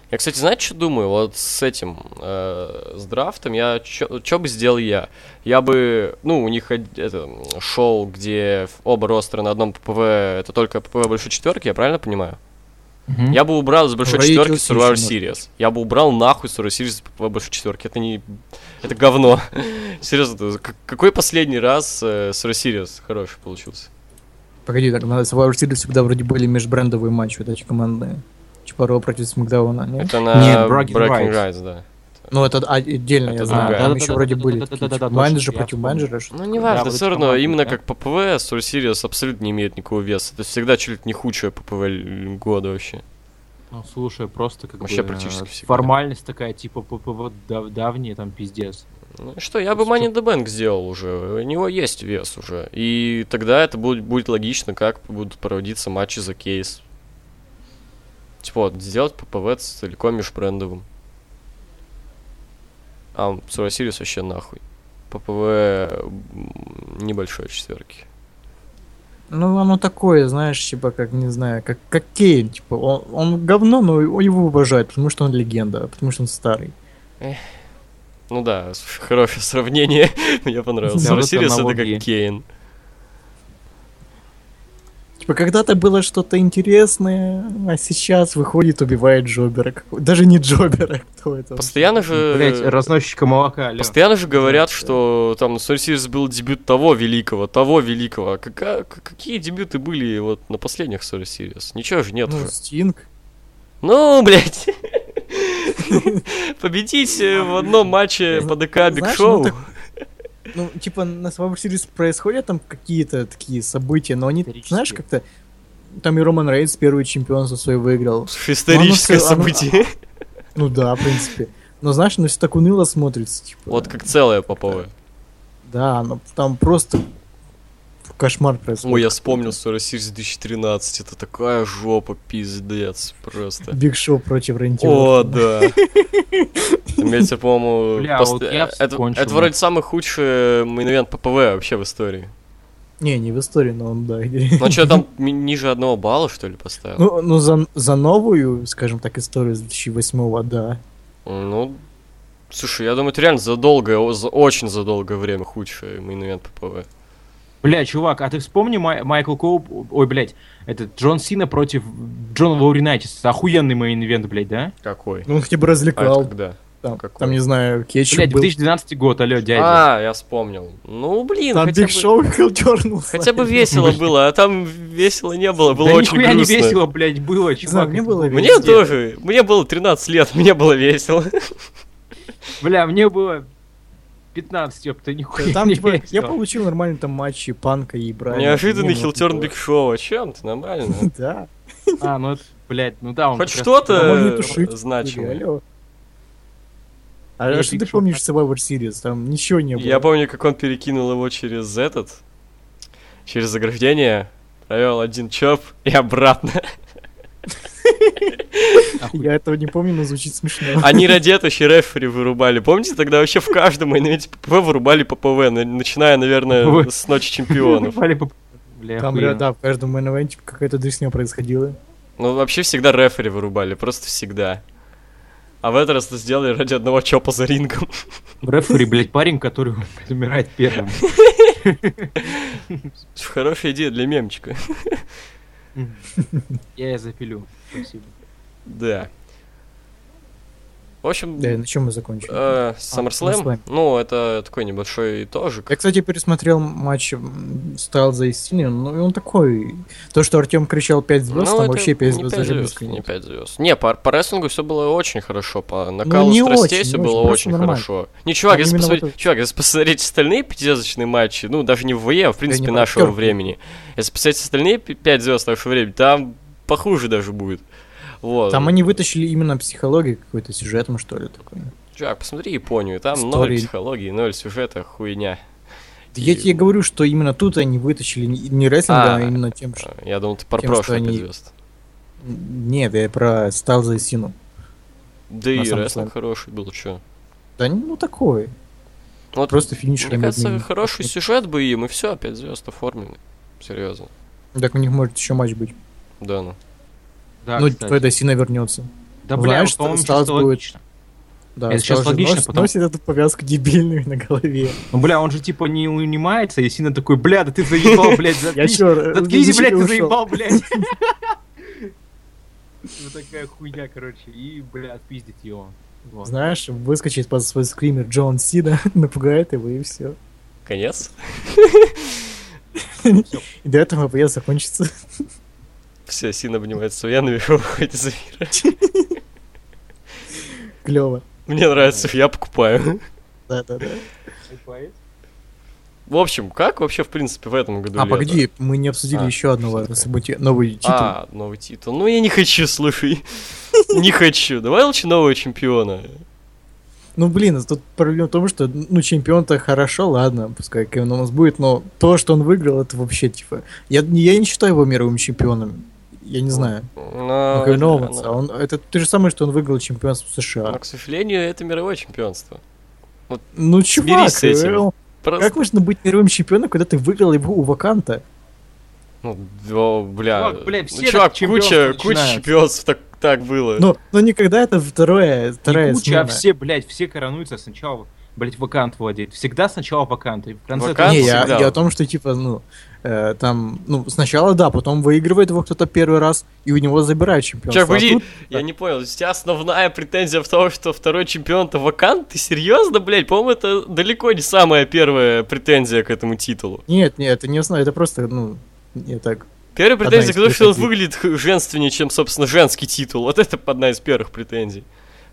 Я, кстати, знаете, что думаю? Вот с этим, э, с драфтом, я что бы сделал я? Я бы, ну, у них од- это, м, шоу, где ф- оба ростера на одном ППВ, это только ППВ большой четверки, я правильно понимаю?
Мгм.
Я бы убрал из большой
Вроде
четверки
Тилсича,
Survivor
может.
Series. Я бы убрал нахуй Survivor Series из ППВ большой четверки. Это не... Это говно. Серьезно, это к- какой последний раз э, Survivor Series хороший получился?
Погоди, так надо Survivor Series всегда вроде были межбрендовые матчи, вот эти командные. Типа Ро против Смакдауна, нет?
Это на
Нет, Bragging
Bragging
Rights.
Rights, да.
Ну, это а- отдельно,
Это
я знаю,
другая.
там
Да-да-да-да-да-да-да-да-да,
еще вроде были
точно,
такие,
я
типа, менеджер
помню.
против менеджера, что
Ну, неважно,
вот
все
это
равно,
командный,
именно
да.
как ППВ, Soul Series абсолютно не имеет никакого веса. Это всегда чуть ли не худшее ППВ л- года вообще.
Ну, слушай, просто как
Вообще
бы,
практически
э,
всегда.
формальность такая, типа ППВ дав- давние, там, пиздец.
Ну и что, я бы Money in the Bank сделал уже, у него есть вес уже. И тогда это будет, будет логично, как будут проводиться матчи за кейс. Типа вот, сделать ППВ целиком межбрендовым. А Soul Series вообще нахуй. ППВ м, небольшой четверки.
Ну, оно такое, знаешь, типа, как, не знаю, как, как Кейн, типа, он, он говно, но его- его уважают, потому что он легенда, потому что он старый.
Ну да, с- хорошее сравнение. Мне понравилось.
Да,
Soul
вот это
Series это
аналогии.
как Кейн.
Типа, когда-то было что-то интересное, а сейчас выходит, убивает Джобера. какого- Даже не Джобера, кто это?
Постоянно же...
Блять, разносчика молока, алло.
Постоянно же говорят, что там на Soul Series был дебют того великого, того великого. А кака- к- какие дебюты были вот на последних Soul Series? Ничего же нет
Ну,
уже.
Стинг.
Ну, блядь. Победить э, в одном матче по ДК Биг
Знаешь,
Шоу.
ну, Ну, типа, на Survivor Series происходят там какие-то такие события, но они,
Исторические.
знаешь, как-то... Там и Роман Рейнс первый чемпионство свое выиграл.
Слушай, Историческое
Ну, оно всё-
событие.
Ну да, в принципе. Но знаешь, ну все так уныло смотрится, типа.
Вот как целое поповое.
Да, но там просто кошмар происходит.
Ой, я вспомнил Soul Series 2013. Это такая жопа, пиздец. Просто.
Биг Шоу против Рэнди
О,
Ортона.
да. Мельцер, по-моему,
Бля,
пост-
вот я
э, это,
вспомнил.
это вроде самый худший мейн-ивент ППВ вообще в истории.
Не, не в истории, но он, да.
Ну а что, я там ми- ниже одного балла, что ли, поставил? Ну,
Ну, ну за, за новую, скажем так, историю с 2008-го, да.
Ну, слушай, я думаю, это реально за долгое, о- за очень за долгое время худший мейн-ивент ППВ.
Бля, чувак, а ты вспомни Май- Майкл Коуп, ой, блядь, это Джон Сина против Джона Лауринайтис, охуенный мейн-ивент, блядь, да?
Какой?
Ну, он хотя бы
А это
развлекал.
когда?
там,
какой?
там, не знаю, кетчуп
Блядь,
был.
2012 год, алло, дядя.
А, я вспомнил. Ну, блин,
Там
хотя
Биг
бы...
Шоу дернулся.
Хотя бы весело было, а там весело не было, было
Да
очень
нихуя не
грустно.
весело, блядь, было,
знаю,
чувак.
мне
это
было
был
весело.
Мне тоже, мне было 13 лет, мне было весело.
Бля, мне было 15, ёб, ты нихуя
Там,
не
типа, я
весил.
получил нормальные там матчи Панка и Брайана.
Неожиданный
Мимо,
хилтерн
типа.
Биг Шоу. Чем ты? Нормально.
Да.
А, ну это, блядь, ну да, он...
Хоть
как раз-
Да можно
что-то
тушить. Или,
значимое.
алло. А
Не,
что ты
Биг Шоу
помнишь Survivor Series? Там ничего не было.
Я помню, как он перекинул его через этот, через ограждение, провел один чоп и обратно.
Я этого не помню, но звучит смешно.
Они ради этого еще рефери вырубали. Помните, тогда вообще в каждом моменте ППВ вырубали по ПВ, на- начиная, наверное,
Ой.
с Ночи Чемпионов.
Попали по- Бля,
Там,
охуенно.
ря- да, в каждом мейн какая-то дресня происходила.
Ну, вообще всегда рефери вырубали, просто всегда. А в этот раз это сделали ради одного чопа за рингом.
Рефери, блядь, парень, который умирает первым.
Хорошая идея для мемчика.
Я ее запилю. Спасибо.
Да. В общем,
Да, и на чем мы закончили?
э,
SummerSlam.
SummerSlam, ну, это такой небольшой итожик.
Я, кстати, пересмотрел матч стал за Истине, ну и он такой. То, что Артем кричал 5 звезд,
Ну,
там
это
вообще 5
не
звезд
пять
даже
звезд,
близко
Не
нет. Ну,
5 звезд. Не, по, по рестлингу все было очень хорошо. По накалу
не
страстей
очень,
все
не
было
очень,
очень
просто нормально.
хорошо. Не, чувак,
Там
если
именно
посмотреть,
вот это-
чувак, если посмотреть остальные пятизвездочные матчи, ну, даже не в ВЕ, а в принципе
про
нашего
пятерку.
времени. Если посмотреть остальные 5 звезд нашего времени, там похуже даже будет. Вот.
Там они вытащили именно психологию какой-то сюжетом, что ли, такой.
Чувак, посмотри Японию, там ноль
Истории.
психологии, ноль сюжета, хуйня.
Да Я
И-
тебе говорю, что именно тут они вытащили не- не рестлинга,
А.
а именно тем, что...
Я думал, ты про
Тем, что
прошлые
они-
5 звезд.
Нет, я про стал за Истину.
Да
на
и
самом
рестлинг
деле.
хороший был, чё.
Да ну такой.
Вот,
Просто финишер.
мне кажется, хороший сюжет бы им, и все, 5 звезд оформлены. Серьезно.
Так у них может еще матч быть.
Да ну.
Да,
ну,
кстати.
то это Сина вернется.
Да, бля,
знаешь,
вот, по-моему,
Стас
чисто
будет-
логично.
Да,
Это сейчас
Стас же
логично,
носит-
потому-
носит эту повязку дебильную на голове.
Ну, бля, он же типа не унимается, и Сина такой, бля, да ты заебал, блядь,
Я
заткнись.
чё,
Заткнись,
зачем
блядь,
я
ты
ушёл?
заебал, блядь. Вот такая хуйня, короче, и, бля, отпиздить его. Вот.
Знаешь, выскочит под свой скример Джон Сина, напугает его и все.
Конец?
И до этого поезд закончится.
Все, Син обнимает Суяну и выходит из мира.
Клево.
Мне нравится, я покупаю.
Да-да-да.
В общем, как вообще, в принципе, в этом году
А,
лето?
погоди, мы не обсудили
А,
еще одного
что такое?
события, новый титул.
А, новый титул. Ну, я не хочу, слушай. Не хочу. Давай лучше нового чемпиона.
Ну, блин, тут проблема в том, что, ну, чемпион-то хорошо, ладно, пускай Кевин Омас будет, но то, что он выиграл, это вообще, типа... Я, я не считаю его мировым чемпионом, я не знаю.
Но...
Ну, Кевин
да,
Омас,
но-
а он, это то же самое, что он выиграл чемпионство
но,
США.
к сожалению, это мировое чемпионство.
Ну, чувак,
Смирись с этим.
э,
Просто...
как можно быть мировым чемпионом, когда ты выиграл его у Ваканта?
Ну, о, бля.
Чувак, бля, все
ну, чувак,
так
куча,
чемпионства
куча
начинают.
чемпионств так, так было.
Но, но Ну, никогда это второе, вторая
Не куча,
смена.
а все, блядь, все коронуются а сначала, блядь, вакант владеет. Всегда сначала вакант. И в конце
Вакант?
Не,
Кант
я,
всегда.
я о том, что типа, ну, э, там, ну, сначала да, потом выигрывает его кто-то первый раз, и у него забирают чемпионство.
Чувак,
А
погоди,
тут-
я не понял, у тебя основная претензия в том, что второй чемпион-то вакант? Ты серьезно, блядь? По-моему, это далеко не самая первая претензия к этому титулу.
Нет, нет, это не основа, это просто, ну, я так.
Первая
Одна
претензия
из
к тому, что он
претензий.
выглядит х- женственнее, чем, собственно, женский титул. Вот это одна из первых претензий.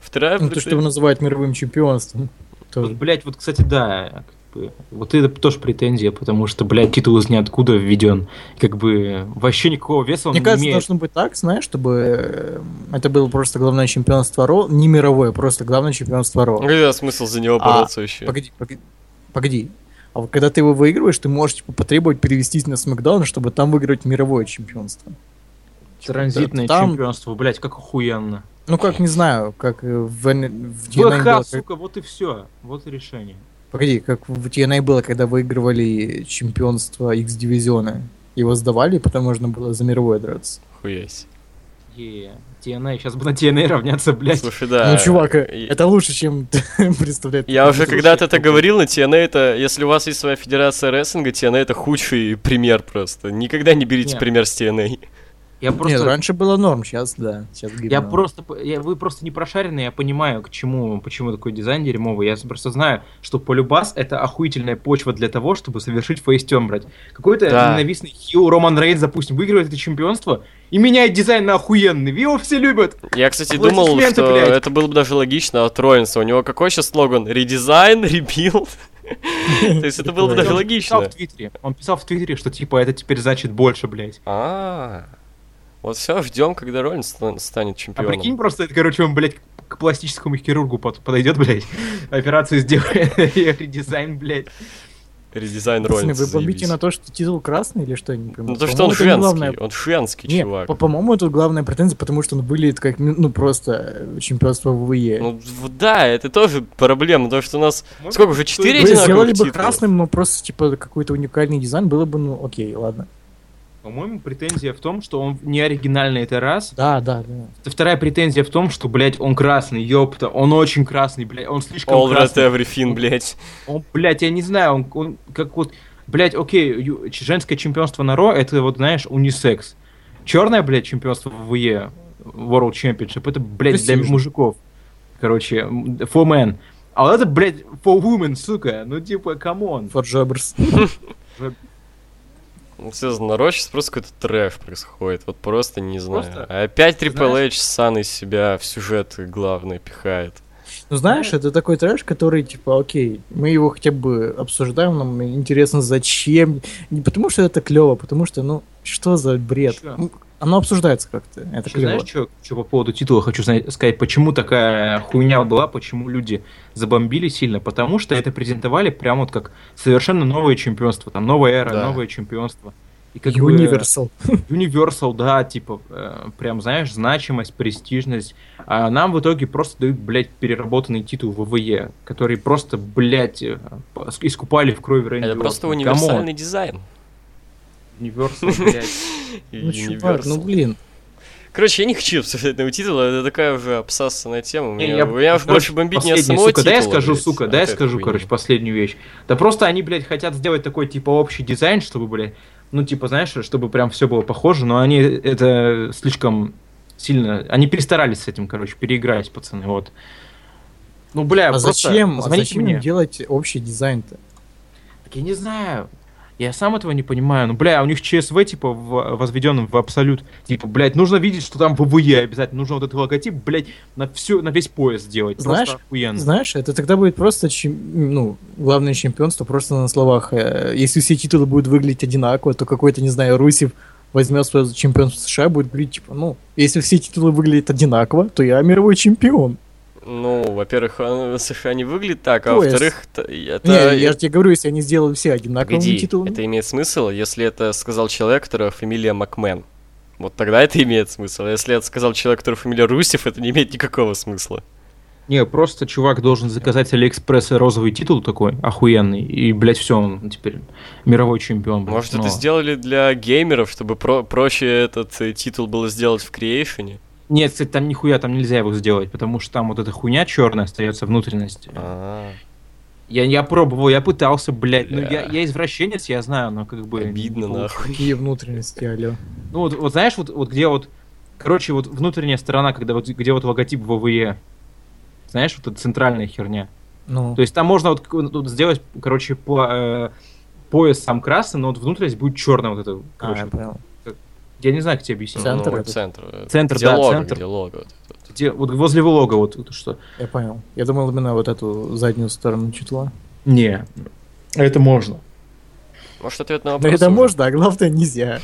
Вторая
Ну, то, что его
претензия...
называют мировым чемпионством.
Вот,
Тоже.
блядь, вот, кстати, да, как бы, вот это тоже претензия, потому что, блядь, титул из ниоткуда введен. Как бы вообще никакого веса он
Мне
не
кажется,
имеет.
должно быть так, знаешь, чтобы э, это было просто главное чемпионство Ро, не мировое, просто главное чемпионство Ро.
Какой смысл за него
А,
бороться вообще?
Погоди, погоди, погоди. А вот когда ты его выигрываешь, ты можешь типа, потребовать перевестись на Смакдаун, чтобы там выиграть мировое чемпионство.
Транзитное
Там-
чемпионство, блядь, как охуенно.
Ну, как, не знаю, как э, в, Н- в TNA было,
ВХ,
как-
сука, вот и все. Вот и решение.
Погоди, как в TNA было, когда выигрывали чемпионство X-дивизиона. Его сдавали, и потом можно было за мировое драться.
Хуясь.
Е, TNA, сейчас бы на TNA равняться, блядь.
Слушай, да.
ну, чувак, э,
и-
это лучше, чем ты представляет.
Я уже когда-то это
такой.
говорил, на TNA это... Если у вас есть своя федерация рестлинга, TNA это худший пример просто. Никогда не берите
Не.
пример с TNA.
Я просто...
Нет, раньше было норм, сейчас да. Сейчас
Я
гибно.
просто, п- я, вы просто не прошаренные, я понимаю, к чему, почему такой дизайн дерьмовый. Я просто знаю, что полюбас это охуительная почва для того, чтобы совершить фейстем, брать. Какой-то
Да.
ненавистный хил Роман Рейнс, допустим, выигрывает это чемпионство и меняет дизайн на охуенный. Его все любят.
Я, кстати,
Аплодисменты,
думал, что
блядь.
это было бы даже логично от Роинса. У него какой сейчас слоган? Редизайн, ребилд. То есть это было бы даже
Он Писал
логично.
в Твиттере. Он писал в Твиттере, что типа это теперь значит больше, блядь.
А, вот все, ждем, когда Роллинс ста- станет
А прикинь,
чемпионом.
просто это, короче, он, блядь, к пластическому хирургу под- подойдет, блядь, операцию сделает, редизайн, блядь.
Редизайн
Пацаны,
Роллинса.
вы бомбите
заебись.
на то, что титул красный или что? Я не пойму.
Ну то, что
По-моему,
он
это не главная
швенский, он швенский
Не,
чувак.
по- по-моему, тут главная претензия, потому что он выглядит как, ну, ну, просто э, чемпионство в ВЕ.
Ну в- да, это тоже проблема, потому что у нас
Ну,
сколько уже, четыре
Вы
одинаковых
сделали бы
титула?
красным, но просто, типа, какой-то уникальный дизайн, было бы, ну, окей, ладно.
По-моему, претензия в том, что он не оригинальный, это раз.
Да, да, да.
Вторая претензия в том, что, блядь, он красный, ёпта, он очень красный, блядь, он слишком
All Red
красный.
Everything, блядь.
Он, блядь, я не знаю, он, он как вот, блядь, окей, ю- ч- женское чемпионство на Ро, это вот, знаешь, унисекс. Черное, блядь, чемпионство в ВЕ, World Championship, это, блядь, для
Престижно.
мужиков. Короче, м, for men. А вот это, блядь, for women, сука, ну типа, камон.
For Jobbers.
Серьезно, на Ро сейчас просто какой-то трэш происходит, вот просто не знаю.
Просто,
А опять
ты
Triple H сам из себя в сюжет главный пихает.
Ну, знаешь, это такой трэш, который, типа, окей, мы его хотя бы обсуждаем, нам интересно, зачем. Не потому что это клево, потому что, ну, что за бред?
Чё?
Ну, Оно обсуждается как-то, это
Ещё знаешь,
клево.
что, по поводу титула хочу зна- сказать? Почему такая хуйня была, почему люди забомбили сильно? Потому что это презентовали прям вот как совершенно новое чемпионство. Там новая эра,
Да.
новое чемпионство. И как бы-
Universal.
Universal, да, типа, э, прям, знаешь, значимость, престижность. А нам в итоге просто дают, блядь, переработанный титул ВВЕ, который просто, блядь, э, по- искупали в крови Рэнди
Это просто
Ортона.
универсальный дизайн.
Камон, Universal, блядь.
Ну, чувак, ну,
Universal.
блин.
Короче, я не хочу обсуждать новый титул, это такая уже обсасанная тема.
Не,
Меня,
я-
меня уж
короче,
больше бомбит не от
последняя,
самого
сука,
титула.
Да я скажу,
блядь,
сука,
а
да я
от этой
скажу,
хуйни.
короче, последнюю вещь. Да просто они, блядь, хотят сделать такой, типа, общий дизайн, чтобы, блядь, ну, типа, знаешь, чтобы прям все было похоже, но они это слишком сильно... Они перестарались с этим, короче, переигрались, пацаны, вот. Ну, бля,
А
просто
зачем, а
позвоните
зачем
мне.
им делать общий дизайн-то?
Так я не знаю. Я сам этого не понимаю. Ну, бля, у них ЧСВ, типа, в, возведен в абсолют. Типа, блядь, нужно видеть, что там ВВЕ обязательно. Нужно вот этот логотип, блядь, на, всю, на весь пояс сделать.
Знаешь,
Просто охуенно.
Знаешь, это тогда будет просто, чем- ну, главное чемпионство просто на словах. Э, Если все титулы будут выглядеть одинаково, то какой-то, не знаю, Русев возьмет свое чемпионство США и будет говорить, типа, ну, если все титулы выглядят одинаково, то я мировой чемпион.
Ну, во-первых, он- США не выглядит так, а
Пояс.
во-вторых, т- это...
Не, я же тебе говорю, если они сделают все одинаковыми
Погоди,
титулами.
это имеет смысл, если это сказал человек, которого фамилия Макмен. Вот тогда это имеет смысл. А Если это сказал человек, который фамилия Русев, это не имеет никакого смысла.
Не, просто чувак должен заказать с Алиэкспресса розовый титул такой, охуенный, и, блядь, все, он теперь мировой чемпион. блядь,
Может, это
снова.
сделали для геймеров, чтобы про- проще этот э, титул было сделать в креейшене?
Нет, кстати, там нихуя, там нельзя его сделать, потому что там вот эта хуйня черная остается внутренность.
А,
Я, я пробовал, я пытался, блядь, ну я,
Бля.
я извращенец, я знаю, но как бы...
обидно,
ну,
нахуй.
Какие внутренности, алё.
Ну вот, вот знаешь, вот, вот где вот, короче, вот внутренняя сторона, когда вот, где вот логотип ВВЕ, знаешь, вот эта центральная херня.
Ну,
То есть там можно вот, к- вот сделать, короче, по- э, пояс сам красный, но вот внутренность будет черная вот это,
а, я
короче.
понял.
я не знаю, как тебе объяснить.
Центр
Ну,
этот.
центр. э,
Центр,
где
да,
лого,
центр.
где лого, вот это.
Где, вот возле влога вот это что.
Я понял. Я думал именно вот эту заднюю сторону титула.
Не, это можно.
Может, ответ на
Но
вопрос?
это
уже?
можно, а главное нельзя.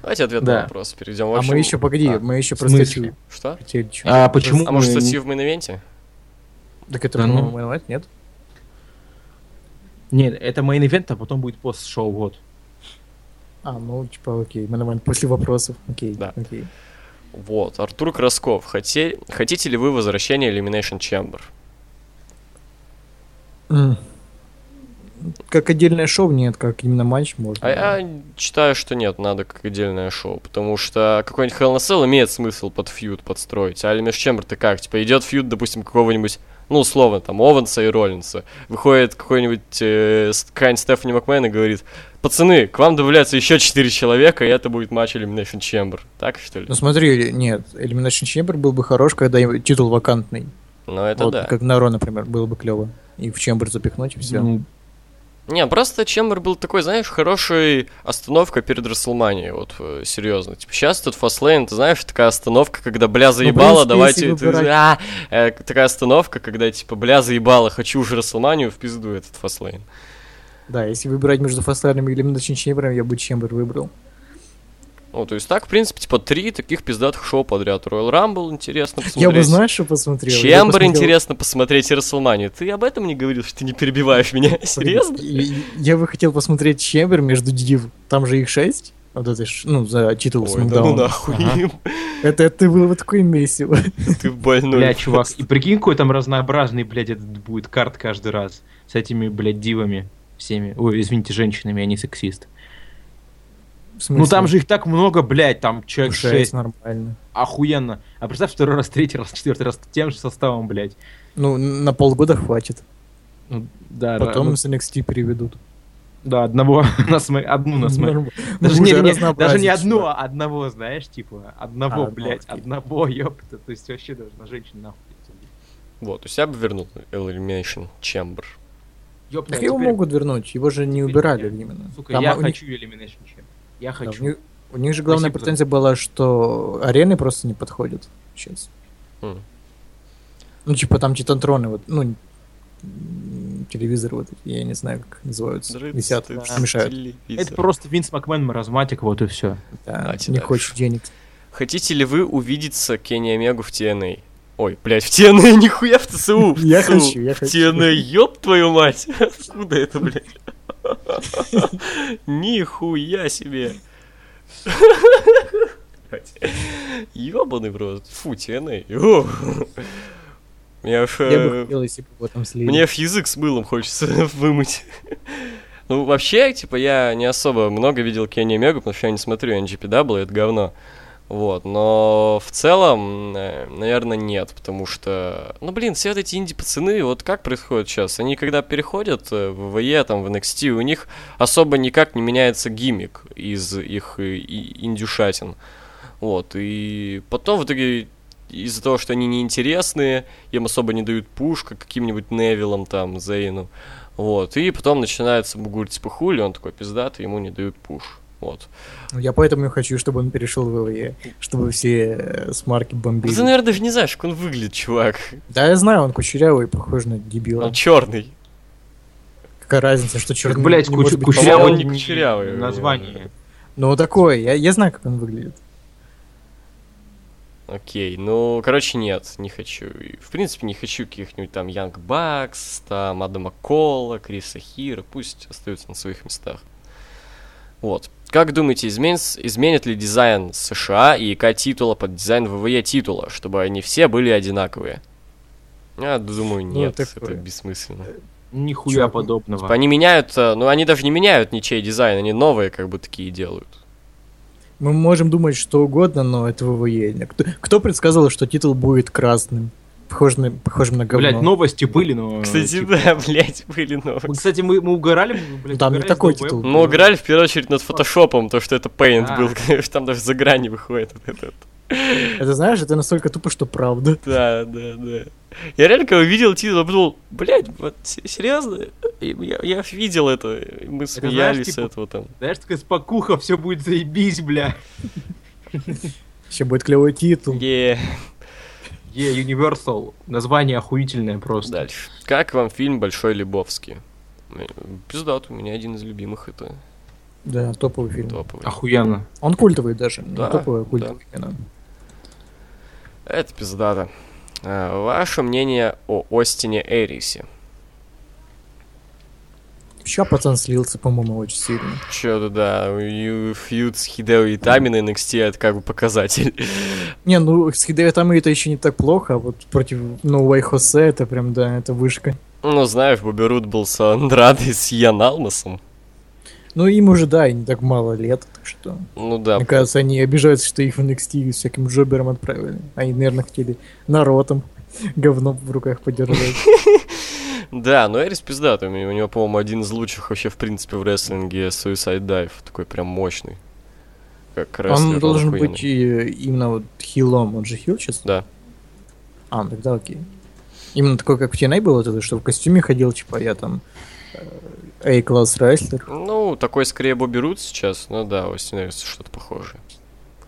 Давайте ответ
Ну, Да.
на вопрос перейдем. В
А
общем,
мы еще, погоди,
а,
мы еще
в
про
смысле?
статью
Что?
хотели чуть.
А почему?
А может,
мы не-
статью в мейн-ивенте?
Так это,
А
Да ну.
по-моему, мейн-эвент, нет?
Нет, это мейн-ивент, а потом будет пост-шоу, вот.
А, ну, типа, окей, Мэнэмэн, после вопросов, окей,
Да.
окей.
Вот, Артур Красков, хоте- хотите ли вы возвращение Elimination Chamber?
М. Как отдельное шоу, нет, как именно матч можно.
А я считаю, что нет, надо как отдельное шоу, потому что какой-нибудь Hell in a Cell имеет смысл под фьюд подстроить, а Elimination Chamber ты как, типа идет фьюд, допустим, какого-нибудь, ну, условно, там, Ованса и Роллинса. Выходит какой-нибудь э, Кайн Стефани Макмен и говорит, пацаны, к вам добавляются еще 4 человека, и это будет матч Elimination Chamber. Так, что ли?
Ну смотри, нет, Elimination Chamber был бы хорош, когда им титул вакантный.
Ну, это
вот
да.
как на Ро, например, было бы клево. И в Чембер запихнуть, и все.
Ну,
Не, просто Чембер был такой, знаешь, хорошей остановка перед Расселманией, вот, э, серьезно. Типа, сейчас тут Фастлейн, ты знаешь, такая остановка, когда, бля, заебала,
принципе,
давайте...
Ну, если
ты-
выбирать.
а, э, такая остановка, когда, типа, бля, заебала, хочу уже Расселманию, в пизду этот Фастлейн.
Да, если выбирать между Фастлайном и Elimination Chamber, я бы Чембер выбрал.
Ну, то есть так, в принципе, типа, три таких пиздатых шоу подряд. Royal Rumble интересно посмотреть.
Я бы, знаешь, что посмотрел? Я
Чембер
посмотрел-
интересно посмотреть и Расселманию. Ты об этом не говорил, что ты не перебиваешь меня? Серьезно?
Я, я бы хотел посмотреть Чембер между Див. Там же их шесть. Вот это, ж, ну, за титул
Ой, да ну
Смакдауна.
нахуй,
Ага.
это, это было бы такое месиво.
ты больной.
Бля, чувак, и прикинь, какой там разнообразный, блядь, этот будет карт каждый раз. С этими, блядь, дивами всеми. Ой, извините, женщинами, я не сексист.
В
Ну
смысле?
там же их так много, блядь, там человек
шесть,
6.
нормально.
Охуенно. А представь, второй раз, третий раз, четвертый раз тем же составом, блядь.
Ну, на полгода хватит.
Ну, да,
Потом
ра-
с NXT переведут.
ну, да, одного на сме- одну на сме-
Норм-
Даже
Ну,
не,
уже
не- даже
разнообразие,
не одну,
чувак.
а одного, знаешь, типа, одного,
А,
блядь,
окей.
одного, ёпта. То есть вообще даже на женщин нахуй.
Вот, то есть я бы вернул Elimination Chamber.
Ёпта,
Так
а
его
теперь,
могут вернуть, его же не
теперь
убирали
я-
именно.
Сука,
Там
я
у них-
хочу Elimination Chamber. Я
да, у
хочу.
них- У них же главная
Спасибо за-
претензия была, что арены просто не подходят сейчас.
Хм.
М.
Ну, типа там титантроны, вот, ну, м, телевизоры вот, эти, я не знаю, как они называются, висят,
Дрыц,
мешают.
телевизор.
Это просто Винс Макмен маразматик, вот и все.
Да,
Давайте
не
дальше.
хочет денег.
Хотите ли вы увидеться Кенни Омегу в TNA? Ой, блядь, в TNA нихуя в ТСУ! в
Я
ТСУ.
хочу, я
в
хочу.
TNA, ёб твою мать! Откуда это, блядь? Нихуя себе! Ёбаный в рот. Фу, А. TNA. О. Меня аж,
Я бы
э,
хотел, если бы его там слили.
Мне в язык с мылом хочется вымыть. Ну, вообще, типа, я не особо много видел Кенни Мегу, потому что я не смотрю NGPW, это говно. Вот, но в целом, э, наверное, нет, потому что, ну, блин, все вот эти инди-пацаны, вот как происходит сейчас? Они когда переходят э, в ВВЕ, там, в NXT, у них особо никак не меняется гиммик из их э, и- индюшатин. Вот, и потом в итоге из-за того, что они неинтересные, им особо не дают пуш, как каким-нибудь Невилом там, Зейну. Вот, и потом начинается бугурь типа хули, он такой пиздатый, ему не дают пуш. Вот.
Ну, Я поэтому и хочу, чтобы он перешел в ВВЕ, чтобы все э, смарки
Да
бомбили.
ты, наверное, даже не знаешь, как он выглядит, чувак.
Да, я знаю, он кучерявый, похож на дебила.
Он черный.
Какая разница, что черный.
Блять,
не может быть
кучерявый
похож.
не кучерявый.
Название.
Ну, такой, я, я знаю, как он выглядит.
Окей, ну, короче, нет, не хочу. И, В принципе, не хочу каких-нибудь там Янг Бакс, там Адама Кола, Криса Хира, пусть остаются на своих местах. Вот. Как думаете, изменится- изменит ли дизайн США и ИК титула под дизайн ВВЕ титула, чтобы они все были одинаковые? Я думаю,
Ну,
нет, это
такое.
безсмысленно.
Нихуя
Чувак,
Типа,
подобного.
Они меняют, э, ну они даже не меняют ничей дизайн, они новые как бы такие делают.
Мы можем думать что угодно, но это ВВЕ. Кто, кто предсказал, что титул будет красным? Похожим на, похожим на говно.
Блять, новости были, но...
Кстати,
типа,
да, блядь, были новые.
мы, Кстати, мы, мы угорали, мы, блядь,
Там не
угорали с
такой
долбоёбом.
титул.
Ну, играли в первую очередь над фотошопом, то, что это Paint
Да.
был, конечно, там даже за грани выходит. вот это вот. ну-
Это знаешь, это настолько тупо, что правда.
Да, да, да. Я реально, когда увидел титул, подумал, блядь, вот се- серьезно? И Я, я видел это, и мы смеялись с
типа-
этого там.
Знаешь, такая спокуха, все будет заебись, бля.
Еще будет клевый титул.
Е.
Е, Universal. Название охуительное просто.
Дальше. Как вам фильм «Большой Лебовский»? М, Пиздат, у меня один из любимых это
Да, топовый фильм.
топовый.
Охуенно.
Он культовый даже. не
Да,
топовый, а культовый именно.
Это пиздата. А, Ваше мнение о Остине Эрисе?
Ща пацан слился, по-моему, очень сильно.
Чё-то да, ю- фьюд с Хидео и Таминой NXT это как бы показатель.
Не, ну с Хидео Тамой это еще не так плохо, а вот против No Way Jose это прям, да, это вышка.
Ну, знаешь, Бобби Рут был с Андрадой, с Ян Алмасом.
Ну им уже, да, и не так мало лет, так что...
Ну да,
Мне кажется, они обижаются, что их в NXT всяким джобером отправили. Они, наверное, хотели народом. говно в руках подержать.
Да, но Эрис пиздатый. У него, по-моему, один из лучших вообще, в принципе, в рестлинге Suicide Dive. Такой прям мощный. Как рестлер,
Он должен
охуенный.
быть э, именно вот хилом. Он же хил сейчас?
Да.
А, ну тогда окей. Именно такой, как в TNA был, вот это, что в костюме ходил, типа, я там э, A-класс рестлер.
Ну, такой скорее Бобби Рут сейчас. Ну да, Остин Эрис что-то похожее.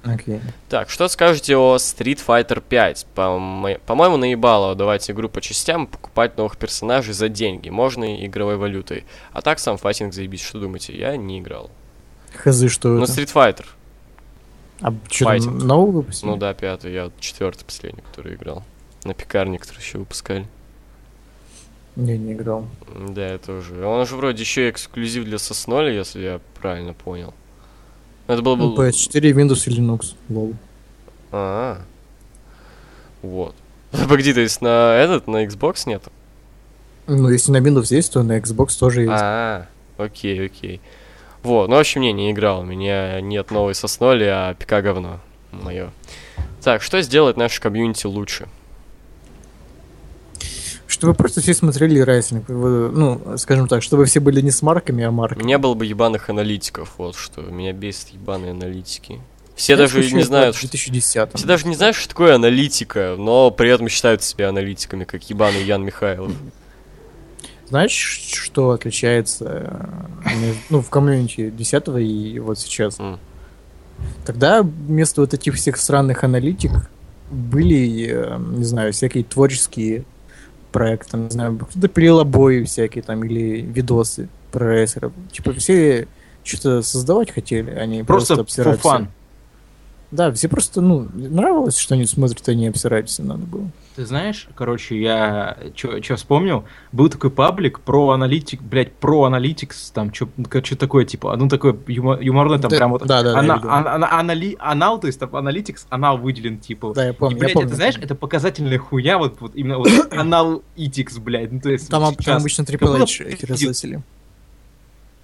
Окей.
Так, что скажете о Street Fighter 5? По-мо- По-моему, наебало давать игру по частям, покупать новых персонажей за деньги, можно и игровой валютой. А так сам файтинг заебись, что думаете? Я не играл.
Хз, что
Ну,
это?
Street Fighter.
А что,
файтинг.
нового выпустили?
Ну да, пятый, я четвертый последний, который играл. На пекарне, который еще выпускали.
Не, не играл.
М, Да, я тоже. Он же вроде еще и эксклюзив для Сосноли, если я правильно понял. Это был
Ну,
был...
PS4, Windows и Linux. Лол.
А. Вот. Погоди, то есть на этот, на Xbox нет?
Ну, если на Windows есть, то на Xbox тоже есть.
А, окей, окей. Вот, ну, в общем, не, не играл. У меня нет новой сосноли, а пика говно. Мое. Так, что сделать наше комьюнити лучше?
Чтобы просто все смотрели рестлинг. Вы, Ну, скажем так, чтобы все были не с марками, а марками.
Не было бы ебаных аналитиков, вот что. Меня бесит ебаные аналитики. Все
Я
даже
ощущаю,
не
это
знают,
в
что...
2010
Все даже не знают, что такое аналитика, но при этом считают себя аналитиками, как ебаный Ян Михайлов.
Знаешь, что отличается э, между- ну, в комьюнити 10 и вот сейчас?
М.
Тогда вместо вот этих всех сраных аналитик были, э, не знаю, всякие творческие проекты, не знаю, кто-то пилил обои всякие там или видосы про рейсеров. Типа все что-то создавать хотели, они просто,
Просто for
обсирать всё.
fun.
Да, все просто, ну, нравилось, что они смотрят, они обсираются, надо было.
Ты знаешь, короче, я что вспомнил, был такой паблик про аналитик, блядь, про аналитикс, там, что такое, типа, ну, такое юмо- юморное, там,
Да,
прям вот...
да, да, да,
ана-
я видел.
ана- ана- анали- анал, то есть, там, аналитикс, анал выделен, типа.
Да, я помню,
И,
я
блядь,
помню.
это, знаешь, это показательная хуйня, вот, вот именно вот аналитикс, блядь, ну, то есть...
Там,
вот
об- там
сейчас.
обычно Triple
было
H эти
пиздец.
разносили.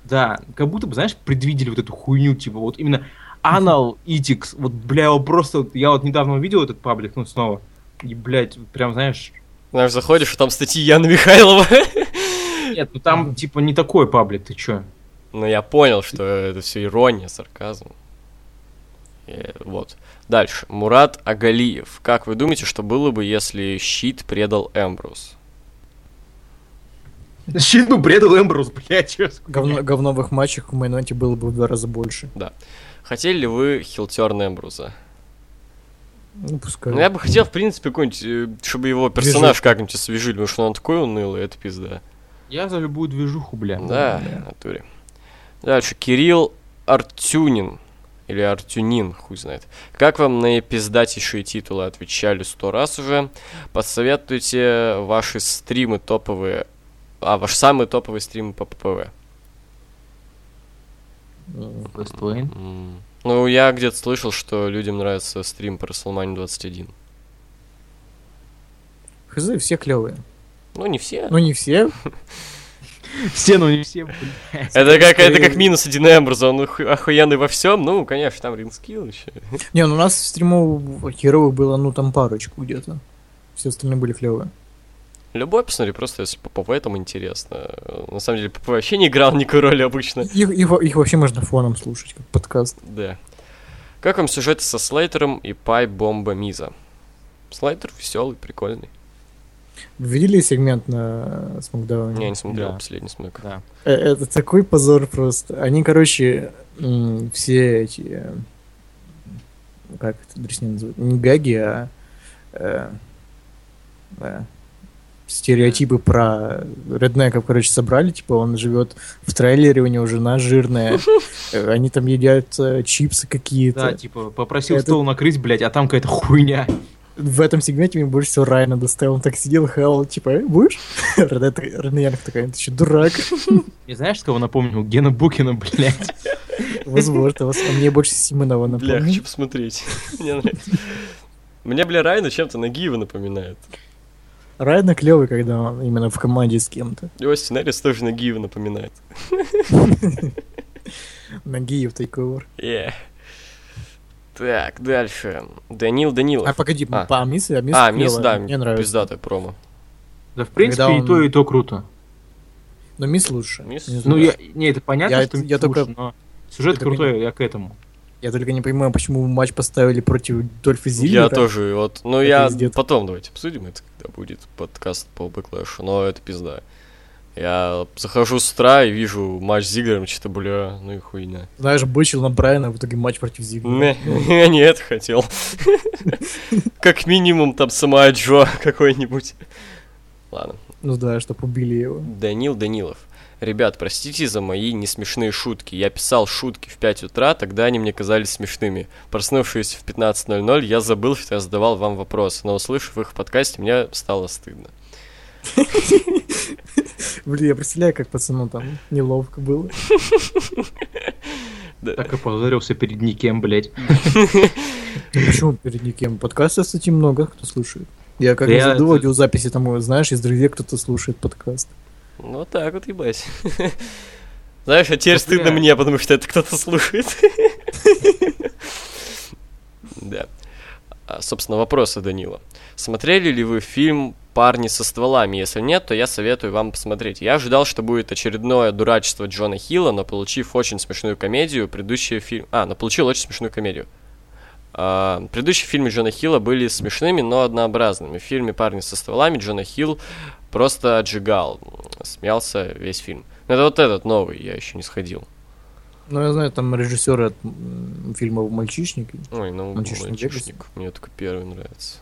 Да, как будто бы, знаешь, предвидели вот эту хуйню, типа, вот именно Anal Ethics, вот, бля, вот просто, вот я вот недавно увидел этот паблик, ну, снова, и, блядь, вот прям, знаешь,
Знаешь, заходишь, а там статьи Яна Михайлова.
нет, ну там, типа, не такой паблик, ты чё?
Но я понял, что это все ирония, сарказм. Э, вот. Дальше. Мурат Агалиев. Как вы думаете, что было бы, если щит предал Эмбрус?
Щит, ну, бредал Эмбрус, блядь, чё? за хуйня?
Говно, говно в их матчах в Майнвенте было бы в два раза больше.
Хотели ли вы хилтерн Эмбруза?
Ну, пускай.
Ну, я бы хотел, в принципе, какой-нибудь, э, чтобы его персонаж как-нибудь освежили, потому что он такой унылый, это пизда.
Я за любую движуху, бля.
Да, в натуре. Дальше. Кирилл Артюнин. Или Артюнин, хуй знает. Как вам на пиздатейшие титулы отвечали сто раз уже? Посоветуйте ваши стримы топовые. А, ваш самый топовый стрим по ППВ.
М,
Вестлейн.
М. Ну, я где-то слышал, что людям нравится стрим по WrestleMania 21.
Хз, все клевые.
Ну, не все.
Ну, не все.
Все, ну, не все, блядь.
это, как, это
скорее-
как минус один Эмбрза, он оху- охуенный во всем. Ну, конечно, там ринскил еще.
Не, ну у нас стримов херовых было, ну, там парочку где-то. Все остальные были клевые.
Любой, посмотри, просто если ППВ там интересно. На самом деле, ППВ вообще не играл никакой роли обычно.
Их, их, во- их вообще можно фоном слушать, как подкаст.
Да. Как вам сюжет со Слейтером и Пай Бомба Миза? Слейтер веселый, прикольный.
Вы видели сегмент на
Не, Я
Смакдауне?
не смотрел
Да.
последний смог.
Да.
Э, Это такой позор просто. Они, короче, м, все эти... э, Как это дреснин называют? Не гаги, а... э, э, стереотипы про реднеков, короче, собрали. Типа он живет в трейлере, у него жена жирная. э, Они там едят э, чипсы
Да,
какие-то.
типа, попросил
это-
стол накрыть, блядь, а там какая-то хуйня.
В этом сегменте мне больше всего Райна доставил. Он так сидел, хавал, типа, «Э, будешь? Рене так- Рене Янг такая, ты что, дурак?
Не знаешь, кого напомнил? Гена Букина, блядь.
Возможно, вас- а мне больше Симонова
Бля,
напомнил.
хочу посмотреть. Мне нравится. Мне, бля, Райна чем-то Нагиева напоминает.
Райна клевый, когда он именно в команде с кем-то.
Его сценарис тоже Нагиева напоминает.
Нагиев тейковер.
Е. Э. Так, дальше. Данил Данилов.
А погоди,
А.
по Амису, Амис
А,
клёво,
мисс, да,
мне нравится.
пиздатая промо.
Да, в принципе,
Когда
и то,
он-
и то круто.
Но Мисс лучше.
Мисс?
Не
Ну,
знаю.
я, не, это понятно,
Я-
что
я
слушай,
только-
но сюжет
только
крутой, я к этому.
Я только не понимаю, почему матч поставили против Дольфа Зиллера.
Я тоже, вот, ну
Это
я
пиздец.
потом давайте обсудим, это когда будет подкаст по бэклэшу, но это пизда. Я захожу с утра и вижу матч с Зиглером, что-то, бля, ну и хуйня.
Знаешь, бычил на Брайана, в итоге матч против Ну, Зиглера.
Не, Я не это хотел. Как минимум там сама Джо какой-нибудь. Ладно.
Ну да, чтоб убили его.
Данил Данилов. Ребят, простите за мои несмешные шутки. Я писал шутки в 5 утра, тогда они мне казались смешными. Проснувшись в 15.00, я забыл, что я задавал вам вопрос, но услышав их в подкасте, мне стало стыдно.
Блин, я представляю, как пацану там неловко было.
Так и позорился перед никем, блядь.
Ну Почему перед никем? Подкасты, кстати, много кто слушает. Я как
Да я-
заведу аудиозаписи, там, вот, знаешь, из друзей кто-то слушает подкаст.
Ну вот так вот, ебать. Знаешь, а теперь
Ну,
стыдно
бля.
мне, потому что это кто-то слушает. Да. А, Собственно, вопрос от Данила. Смотрели ли вы фильм «Парни со стволами»? Если нет, то я советую вам посмотреть. Я ожидал, что будет очередное дурачество Джона Хилла, но получив очень смешную комедию, предыдущие фильм... А, но получил очень смешную комедию. А, Предыдущие фильмы Джона Хилла были смешными, но однообразными. В фильме «Парни со стволами» Джона Хилл просто отжигал. Смеялся весь фильм. Ну, это вот этот новый, я еще не сходил.
Ну, я знаю, там режиссеры от м, фильма «Мальчишники».
Ой, ну,
А «Мальчишник в
мальчишник. Мне только первый нравится.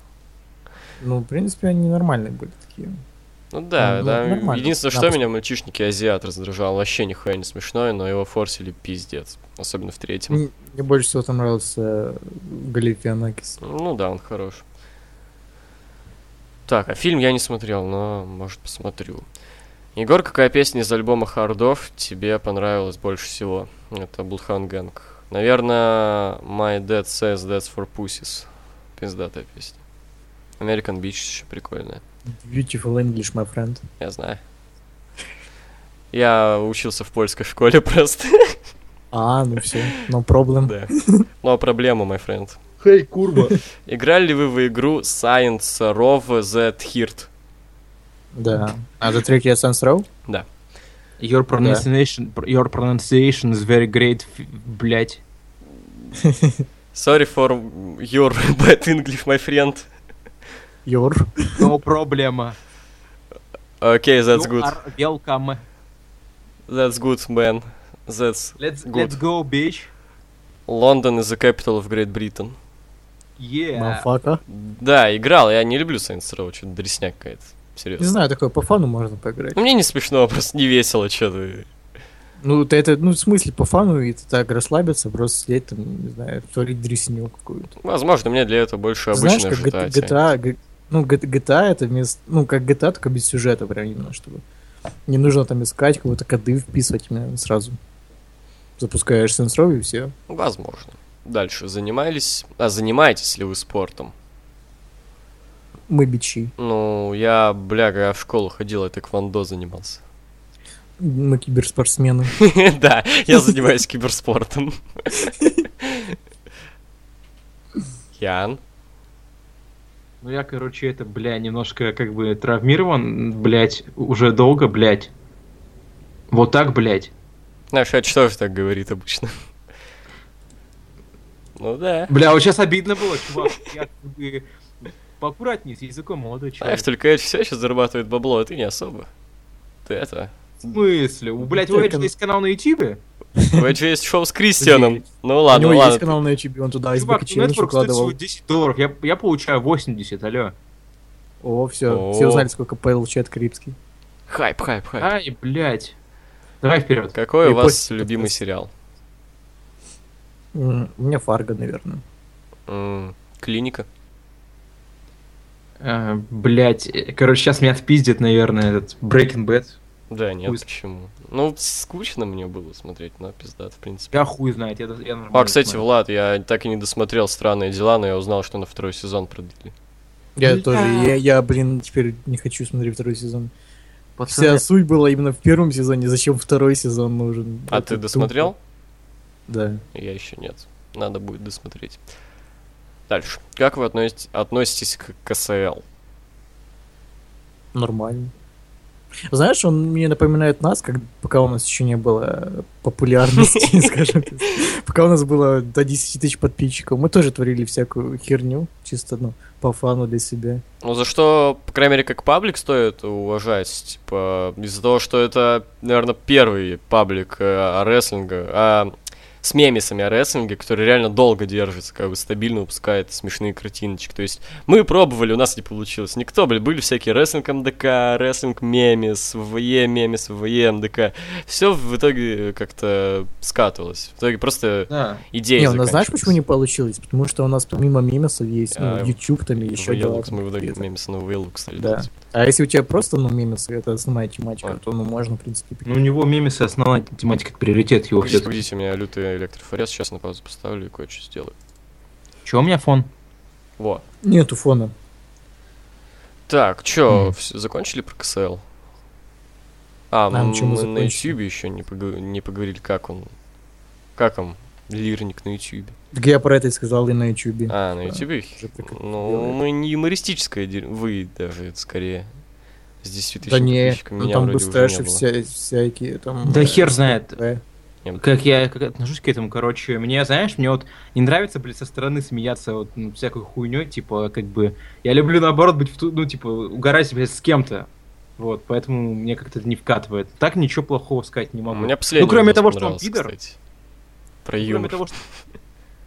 Ну, в принципе, они нормальные были такие.
Ну да,
Ну,
да.
нормально.
Единственное, что
Напуск.
меня мальчишники азиат раздражал, вообще нихуя не смешной, но его форсили пиздец. Особенно в третьем.
Мне, мне больше всего там нравился Галифианакис.
Ну да, он хорош. Так, а фильм я не смотрел, но, может, посмотрю. Егор, какая песня из альбома Хардов тебе понравилась больше всего? Это Bloodhound Gang. Наверное, My Dad Says That's for Pussies. Пиздатая песня. American Beach еще прикольная.
Beautiful English, my friend.
Я знаю. Я учился в польской школе просто.
А, ну все, no problem.
Да. Но проблема, мой френд.
Хей, курба.
Играли ли вы в игру Science Rov The Thirt?
Да. А за третий Essence Row?
Your pronunciation, your pronunciation is very great, ф- блядь.
Sorry for your bad English, my friend.
Your.
No проблема.
Okay, that's
You
good.
are welcome.
That's good, man. That's
Let's,
Good.
let's go, bitch.
London is the capital of Great Britain.
Yeah.
Мафака.
Да, играл. Я не люблю Science Row, что-то дресняк какая-то.
Не
Серьезно.
знаю, такое по фану можно поиграть.
Ну, мне не смешно, просто не весело, что-то.
Ну, ты это, ну, в смысле, по фану, и ты так расслабиться, просто сидеть там, не знаю, творить дресню какую-то.
Возможно, мне для этого больше а
Знаешь,
обычная
как
GTA.
GTA,
тянет.
г- ну, г- GTA это вместо, ну, как GTA, только без сюжета прям именно, чтобы не нужно там искать, какого-то коды вписывать именно сразу. Запускаешь сенсоров и все.
Возможно. Дальше. Занимались... А занимаетесь ли вы спортом?
Мы бичи.
Ну, я, бля, когда в школу ходил, я тэквондо занимался.
Мы киберспортсмены.
Да, я занимаюсь киберспортом. Ян?
Ну я, короче, это, бля, немножко как бы травмирован, блядь, уже долго, блядь. Вот так, блядь.
Знаешь, а что же так говорит обычно? Ну да.
Бля, вот сейчас обидно было, чувак. Я как бы поаккуратнее с языком, молодой человек.
Знаешь, только Эдж все еще зарабатывает бабло, а ты не особо. Ты это...
В смысле? У, блядь, у
Только-
Эджи есть канал на ютубе?
У Эджи есть шоу с Кристианом. Ну ладно,
У него
ладно.
есть канал на YouTube, он туда из
Чувак, ну
челлендж
Network стоит всего
выкладывал.
10 долларов, я, я получаю 80, алё.
О, все,
О.
все узнали, сколько получает Крипский.
Хайп, хайп,
А?
хайп.
Ай, блядь. Давай вперед.
Какой у вас
Репостит этот
любимый
пост.
сериал?
М, У меня Фарго, наверное.
М, Клиника?
Э, блядь, э, короче, сейчас меня отпиздит, наверное, этот Breaking Bad.
Да, нет,
Хуй-
почему? Ну, скучно мне было смотреть, но пиздат, в принципе.
Я хуй знает, я, я нормально
А, кстати,
смотрю.
Влад, я так и не досмотрел «Странные дела», но я узнал, что на второй сезон продлили.
Я
Бля.
тоже, я, я, блин, теперь не хочу смотреть второй сезон.
Пацаны,
Вся суть была именно в первом сезоне, зачем второй сезон нужен?
А
Это
ты
тупо.
досмотрел?
Да.
Я еще нет. Надо будет досмотреть. Дальше. Как вы относитесь, относитесь к КСЛ?
Нормально. Знаешь, он мне напоминает нас, как, пока у нас еще не было популярности, скажем так. Пока у нас было до 10 тысяч подписчиков, мы тоже творили всякую херню, чисто, ну, по фану для себя.
Ну, за что, по крайней мере, как паблик стоит уважать, типа, из-за того, что это, наверное, первый паблик э, о рестлинге, а с мемисами о рестлинге, который реально долго держится, как бы стабильно выпускает смешные картиночки. То есть мы пробовали, у нас не получилось. Никто, блин, были всякие рестлинг МДК, рестлинг мемис, ВВЕ мемис, ВВЕ МДК. Все в итоге как-то скатывалось. В итоге просто
Да.
идеи
не, у нас знаешь, почему не
заканчивались. получилось?
получилось? Потому что у нас помимо мемесов есть,
А,
ну, YouTube там и еще
Вейлукс,
два
мы в итоге
конкретно.
мемисы на Вейлукс стали
Да.
делать.
А если у тебя просто, ну, мемесы, это основная тематика,
Ой.
то, ну, можно, в принципе,
Ну, у него мемесы основная тематика, это приоритет его
Погодите,
все-таки.
погодите, у меня лютый электрофорез, сейчас на паузу поставлю и кое-что сделаю.
Че у меня фон?
Во.
Нету фона.
Так, чё,
Мгм.
всё, закончили про КСЛ? А,
Нам
мы
чему
на
закончили?
Ютьюбе еще не, пог- не поговорили, как он, как он, лирник на Ютьюбе.
Так я про это и сказал и на YouTube.
А, на
Да,
Ютьюбе? их-
уже прикольно
Ну,
делает.
мы не юмористическое, дерь- вы даже, это скорее, с 10 тысяч
Да не,
подписчиками
ну
меня
там
вроде уже
быстраши
не было.
вся, всякие там...
Да
э,
хер знает.
э,
Как я как отношусь к этому, короче, мне, знаешь, мне вот не нравится, блин, со стороны смеяться вот ну, всякой хуйней, типа, как бы, я люблю, наоборот, быть, в ту- ну, типа, угорать, блядь, с кем-то, вот, поэтому мне как-то это не вкатывает. Так ничего плохого сказать не
У
могу.
меня последний
кроме
видос
того, что он
понравился,
пидор.
кстати, Про
Ну,
юмор.
Кроме того, что...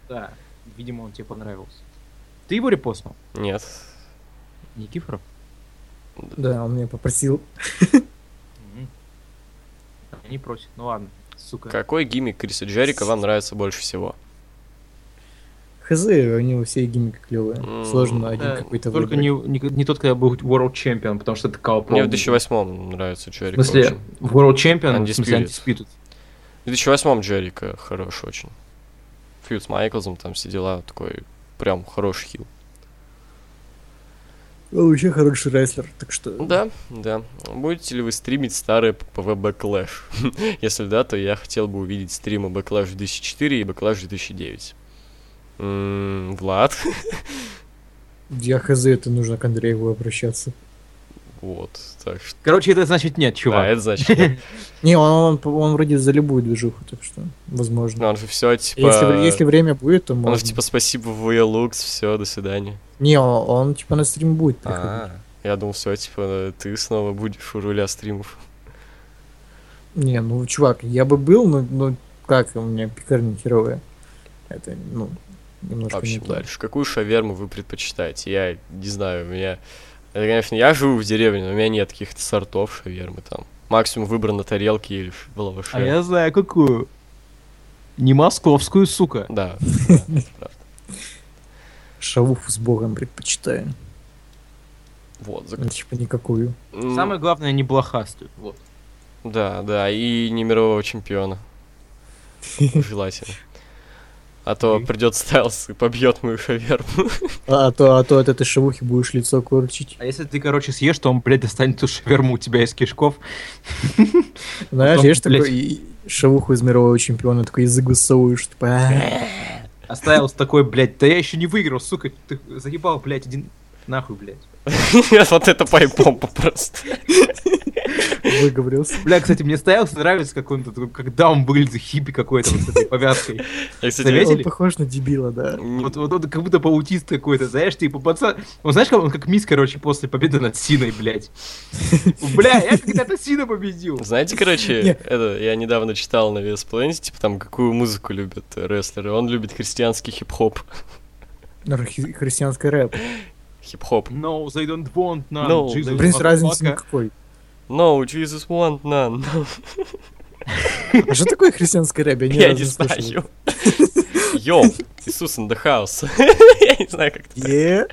Да, видимо, он тебе понравился. Ты его репостнул,
Нет.
Никифоров?
Да, он меня попросил.
Мгм. Не просит, ну ладно, сука.
Какой гиммик Криса Джерика вам нравится больше всего?
Хз, у него все гиммики клевые.
М,
Сложно один
Да,
какой-то
Только
выбрать.
не, не, не тот, когда был World Champion, потому что это кал
Мне в 2008 нравится
В
Джерика
смысле,
очень.
World Champion, в смысле,
Undisputed.
Undisputed.
В 2008 Джерика хорош очень. Фьюд с Майклзом там все дела, такой прям хороший хил.
Он вообще хороший рестлер, так что...
Да, да. Будете ли вы стримить старые ПВ Backlash? Если да, то я хотел бы увидеть стримы Backlash 2004 и Backlash 2009. М, М-м, Влад,
Я хз, это нужно к Андрееву обращаться.
вот, так что...
Короче, это значит нет,
Да,
чувак.
это значит...
Не, он, он, он вроде за любую движуху, так что, возможно.
Ну, он же все,
Если,
типа...
если время будет, то
Он
можно.
же, типа, спасибо, Вейлукс, все, до свидания.
Не, он, он, типа на стрим будет приходить.
А, Я думал, все, типа, ты снова будешь у руля стримов.
Не, ну, чувак, я бы был, но, ну, как, у меня пекарня херовая. Это, ну, немножко
В общем,
не то.
дальше. Какую шаверму вы предпочитаете? Я не знаю, у меня... Это, конечно, я живу в деревне, но у меня нет каких-то сортов шавермы там. Максимум выбор на тарелке или в лаваше.
А я знаю какую. Не московскую, сука.
Да, да, это правда.
Шавуху с богом предпочитаю.
Вот, зак-
Ну, Типа никакую.
М,
Самое главное, не блохастую. Вот.
Да, да, и не мирового чемпиона. Желательно. А то
Мгм.
придет Стайлс и побьет мою шаверму.
А, то, а то от этой шавухи будешь лицо корчить.
А если ты, короче, съешь, то он, блядь, достанет ту шаверму у тебя из кишков.
Знаешь,
Потом,
ешь такой
блядь.
и- и шавуху из мирового чемпиона, такой язык высовываешь, типа... «А,
Оставился такой, блядь, да я еще не выиграл, сука. Ты заебал, блядь, один... Нахуй, блядь.
Нет, вот это пайпомпа просто.
Выговорился.
Бля, кстати, мне Стайлс нравится, как он тут, когда он выглядит хиппи какой-то вот с этой повязкой.
Я, кстати,
Заметили?
Он похож на дебила, да.
не-
Вот, вот он как будто паутист какой-то, знаешь, типа пацан... Он знаешь, как он как мисс, короче, после победы над Синой, блядь. Бля, я когда-то Сина победил.
Знаете, короче,
Не.
это я недавно читал на Вес типа там какую музыку любят рестлеры. Он любит христианский хип-хоп.
Ну, хри- Христианский рэп.
Хип-хоп.
No, they don't want none.
No,
Jesus,
they-
Блин, разницы
motherfucker.
никакой.
No, Jesus want none.
А что такое христианский рэп? Я ни
я
разу
не
слышал.
знаю. Йоу, Иисус in the house. я не знаю, как это.
Е,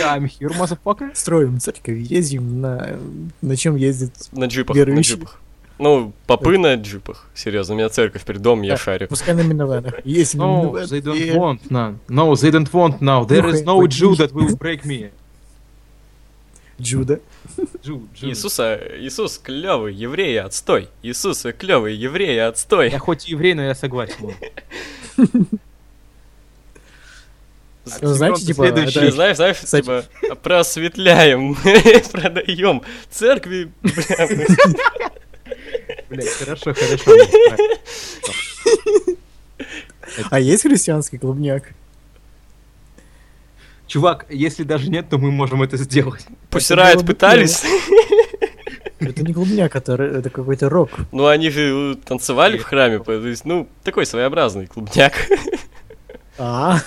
Yeah, I'm here, motherfucker.
строим церковь, ездим на... На чем ездит?
На джипах, на
Верующий.
джипах. Ну, попы на джипах. Серьезно, у меня церковь перед домом, я
Да.
шарю.
Пускай на минованах. Есть
No,
миновэн,
they don't
е.
want none. No, they don't want now. There is no
Нюхай,
Jew
поднюхай.
that will break me.
Джуда.
Jew, Jew.
Иисуса, Иисус клевый, евреи, отстой. Иисус клевый, евреи, отстой.
Я хоть и еврей, но я согласен.
Вы знаете, типа,
Следующий.
Ты
это-
знаешь, знаешь,
Кстати.
типа, просветляем, продаем церкви. бля,
Блять, хорошо, хорошо. Давай.
А есть христианский клубняк?
Чувак, если даже нет, то мы можем это сделать.
было
Пусирает
бы
пытались,
Это не клубняк, это, р- это какой-то рок.
но они же э, танцевали в храме, то есть, ну, такой своеобразный клубняк.
А,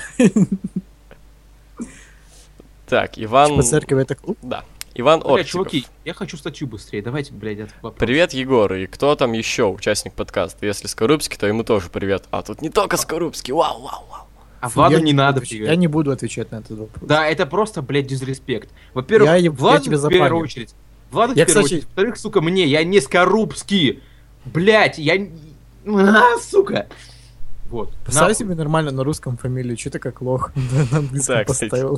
Так,
А
Иван...
ну.
типа церковь это клуб?
Да, Иван
Бля,
Ортиков.
чуваки, я хочу статью быстрее. Давайте, блядь, этот вопрос.
Привет, Егор, и кто там еще участник подкаста? Если Скорубский, то ему тоже привет. А тут не только Скорубский, вау, вау, вау.
А Владу
Я
не
буду
надо
отвечать-
привет.
Я не буду отвечать на этот вопрос.
Да, это просто, блядь, дизреспект. Во-первых,
Я- я
Владу
тебя
в первую
запамятовал.
очередь. Владу
Я,
в первую
кстати-
очередь. Во-вторых, сука, мне, я не Скорубский. Блядь, я... н- А, сука. Вот.
Поставь
нахуй.
себе нормально на русском фамилию, что ты как лох на английском
Да, кстати.
поставил.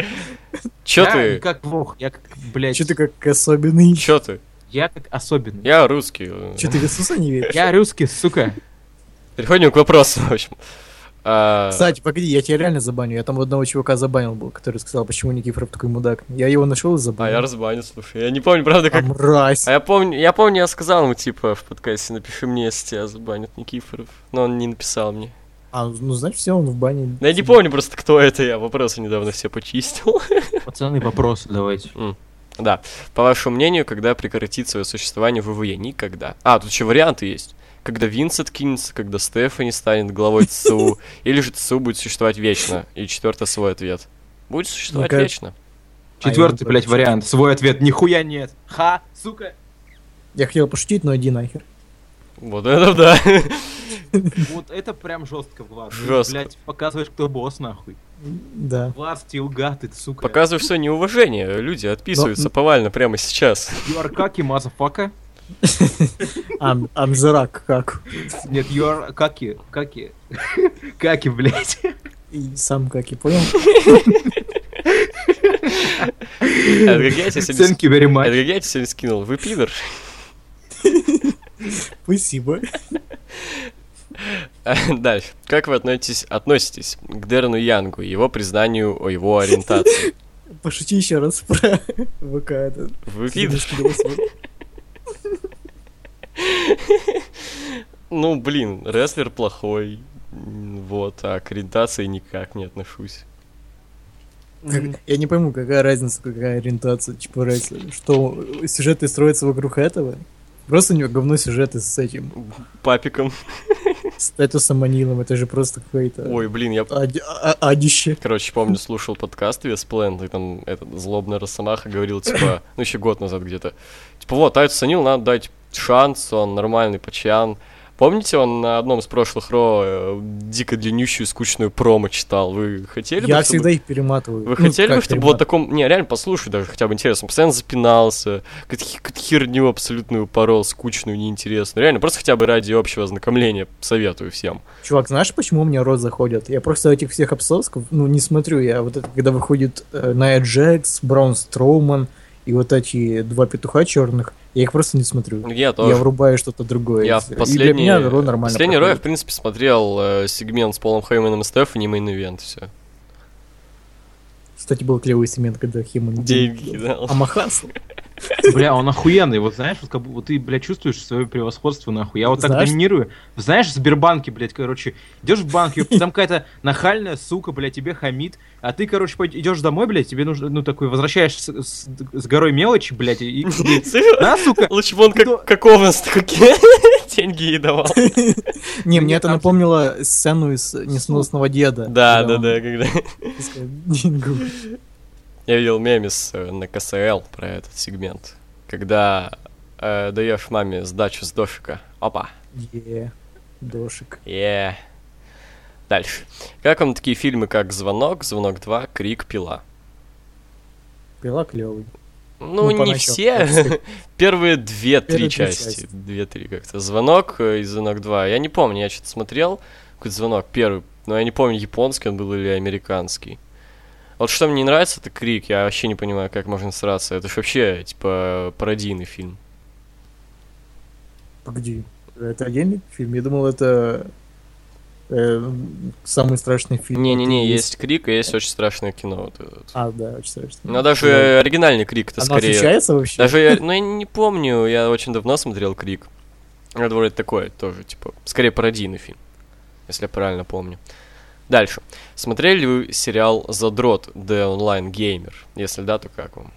Чё
я
ты?
как лох, я как, блядь,
Че ты как особенный?
Чё ты?
я как особенный.
Я русский.
Че ты в Иисуса не веришь?
Я русский, сука.
Переходим к вопросу, в общем. А,
Кстати, погоди, я тебя реально забаню. Я там у одного чувака забанил был, который сказал, почему Никифоров такой мудак. Я его
А
нашел и
я
забанил.
разбанил, слушай. Я не помню, правда,
А
как...
мразь.
А я помню, я помню, я сказал ему, типа, в подкасте, напиши мне, если тебя забанят Никифоров. Но он не написал мне.
А, ну значит, все, он в бане.
Но я не помню просто, кто это я. Вопросы недавно все почистил.
Пацаны, вопросы давайте.
Да. По вашему мнению, когда прекратит свое существование ВВЕ? Никогда. А, тут еще варианты есть. Когда Винс откинется, когда Стефани станет главой ЦУ, или же ЦУ будет существовать вечно. И четвертый свой ответ. Будет существовать
кажется,
вечно.
Четвертый,
А я
блядь,
вот-
вариант. Свой ответ. Нихуя нет. Ха, сука.
Я хотел пошутить, но иди нахер.
Вот это да.
Вот это прям жестко, Влад. Ты,
Жестко.
блядь, показываешь, кто босс, нахуй.
Да.
Влад, стилга, ты, сука.
Показываю все неуважение. Люди отписываются повально прямо сейчас.
You are cocky, motherfucker.
Ам- Амзерак А, как?
Нет, you are cocky, cocky. Каки, блядь.
И сам как, и понял?
А, как я тебя сегодня
Thank you very
Это
much.
как я тебе сегодня скинул? Вы пидор?
Спасибо.
А, Дальше. Как вы относитесь, относитесь к Дерну Янгу и его признанию о его ориентации?
Пошути еще раз про ВК. этот.
Вы
Ты мне
пидор?
скидывал свой.
Ну, блин, рестлер плохой. М, Вот, а к ориентации никак не отношусь.
М,
Как- Я не пойму, какая разница, какая ориентация, типа рестлера. Что сюжеты строятся вокруг этого? Просто у него говно сюжеты с этим,
Папиком.
с Тетусом Анилом, это же просто какой-то
Ой, блин, я...
ади- а- а- адище.
Короче, помню, слушал подкаст Весплен, и там этот злобный Росомаха говорил, типа, ну еще год назад где-то, типа, вот, Тайту Санил надо дать шанс, он нормальный пачан. Помните, он на одном из прошлых Ро э, дико длиннющую скучную промо читал? Вы хотели бы,
Я
чтобы-
всегда их перематываю.
Вы
Ну,
хотели
как
бы, чтобы вот таком... Не, реально послушай даже, хотя бы интересно. Он постоянно запинался, какую-то хи- какую-то херню абсолютную порол, скучную, неинтересную. Реально, просто хотя бы ради общего ознакомления советую всем.
Чувак, знаешь, почему у меня рот заходят? Я просто этих всех обсосков, ну, не смотрю. Я вот это, когда выходит э, Ная Джекс, Браун Строуман и вот эти два петуха черных, я их просто не смотрю.
Ну, Я
Я
тоже.
врубаю что-то другое.
Я
И
в
для
последний...
меня Ро нормально
последний Ро я, в
проходит.
принципе, смотрел э, сегмент с Полом Хейманом и Стефани, мейн ивент, все.
Кстати, был клевый сегмент, когда Химон...
Деньги кидал.
А Махасл?
Бля, он охуенный, вот знаешь, вот, как бы, вот ты, бля, чувствуешь свое превосходство, нахуй. Я вот так
Знаешь-
доминирую. Знаешь, в Сбербанке, блядь, короче, идешь в банк, ёпта, там какая-то нахальная сука, блядь, тебе хамит, а ты, короче, пой- идешь домой, блядь, тебе нужно, ну, такой, возвращаешься с, с- с горой мелочи, блядь, и... и- На, сука!
Лучше бы он
Ну-
как, как Ованс такие деньги ей давал.
Не, мне
Нет,
это
там-
напомнило сцену из «Несносного деда».
Да, да,
когда
да,
он
когда...
искает деньгу.
Я видел мемис э, на КСЛ про этот сегмент, когда э, даешь маме сдачу с дошика. Опа,
Е, Дошик.
е. Дальше. Как вам такие фильмы, как «Звонок», «Звонок 2», «Крик», «Пила»?
Пила клевый.
Ну, не
поначалу,
все. Первые
Первые
две-три
две
части.
части.
Две-три как-то. «Звонок» э, и «Звонок 2». Я не помню, я что-то смотрел. Какой-то «Звонок» первый, но я не помню, японский он был или американский. Вот что мне не нравится, это «Крик». Я вообще не понимаю, как можно сраться. Это же вообще, типа, пародийный фильм.
Погоди, это отдельный фильм? Я думал, это э, самый страшный фильм.
Не-не-не, есть крик и есть очень страшное кино. Вот это.
А, да, очень страшно.
Но даже э, оригинальный крик это
Оно
скорее.
отличается вообще?
Даже я, ну я не помню, я очень давно смотрел крик. Это вроде такое тоже, типа, скорее пародийный фильм, если я правильно помню. Дальше. Смотрели ли вы сериал Задрот, The Online Gamer? Если да, то как вам?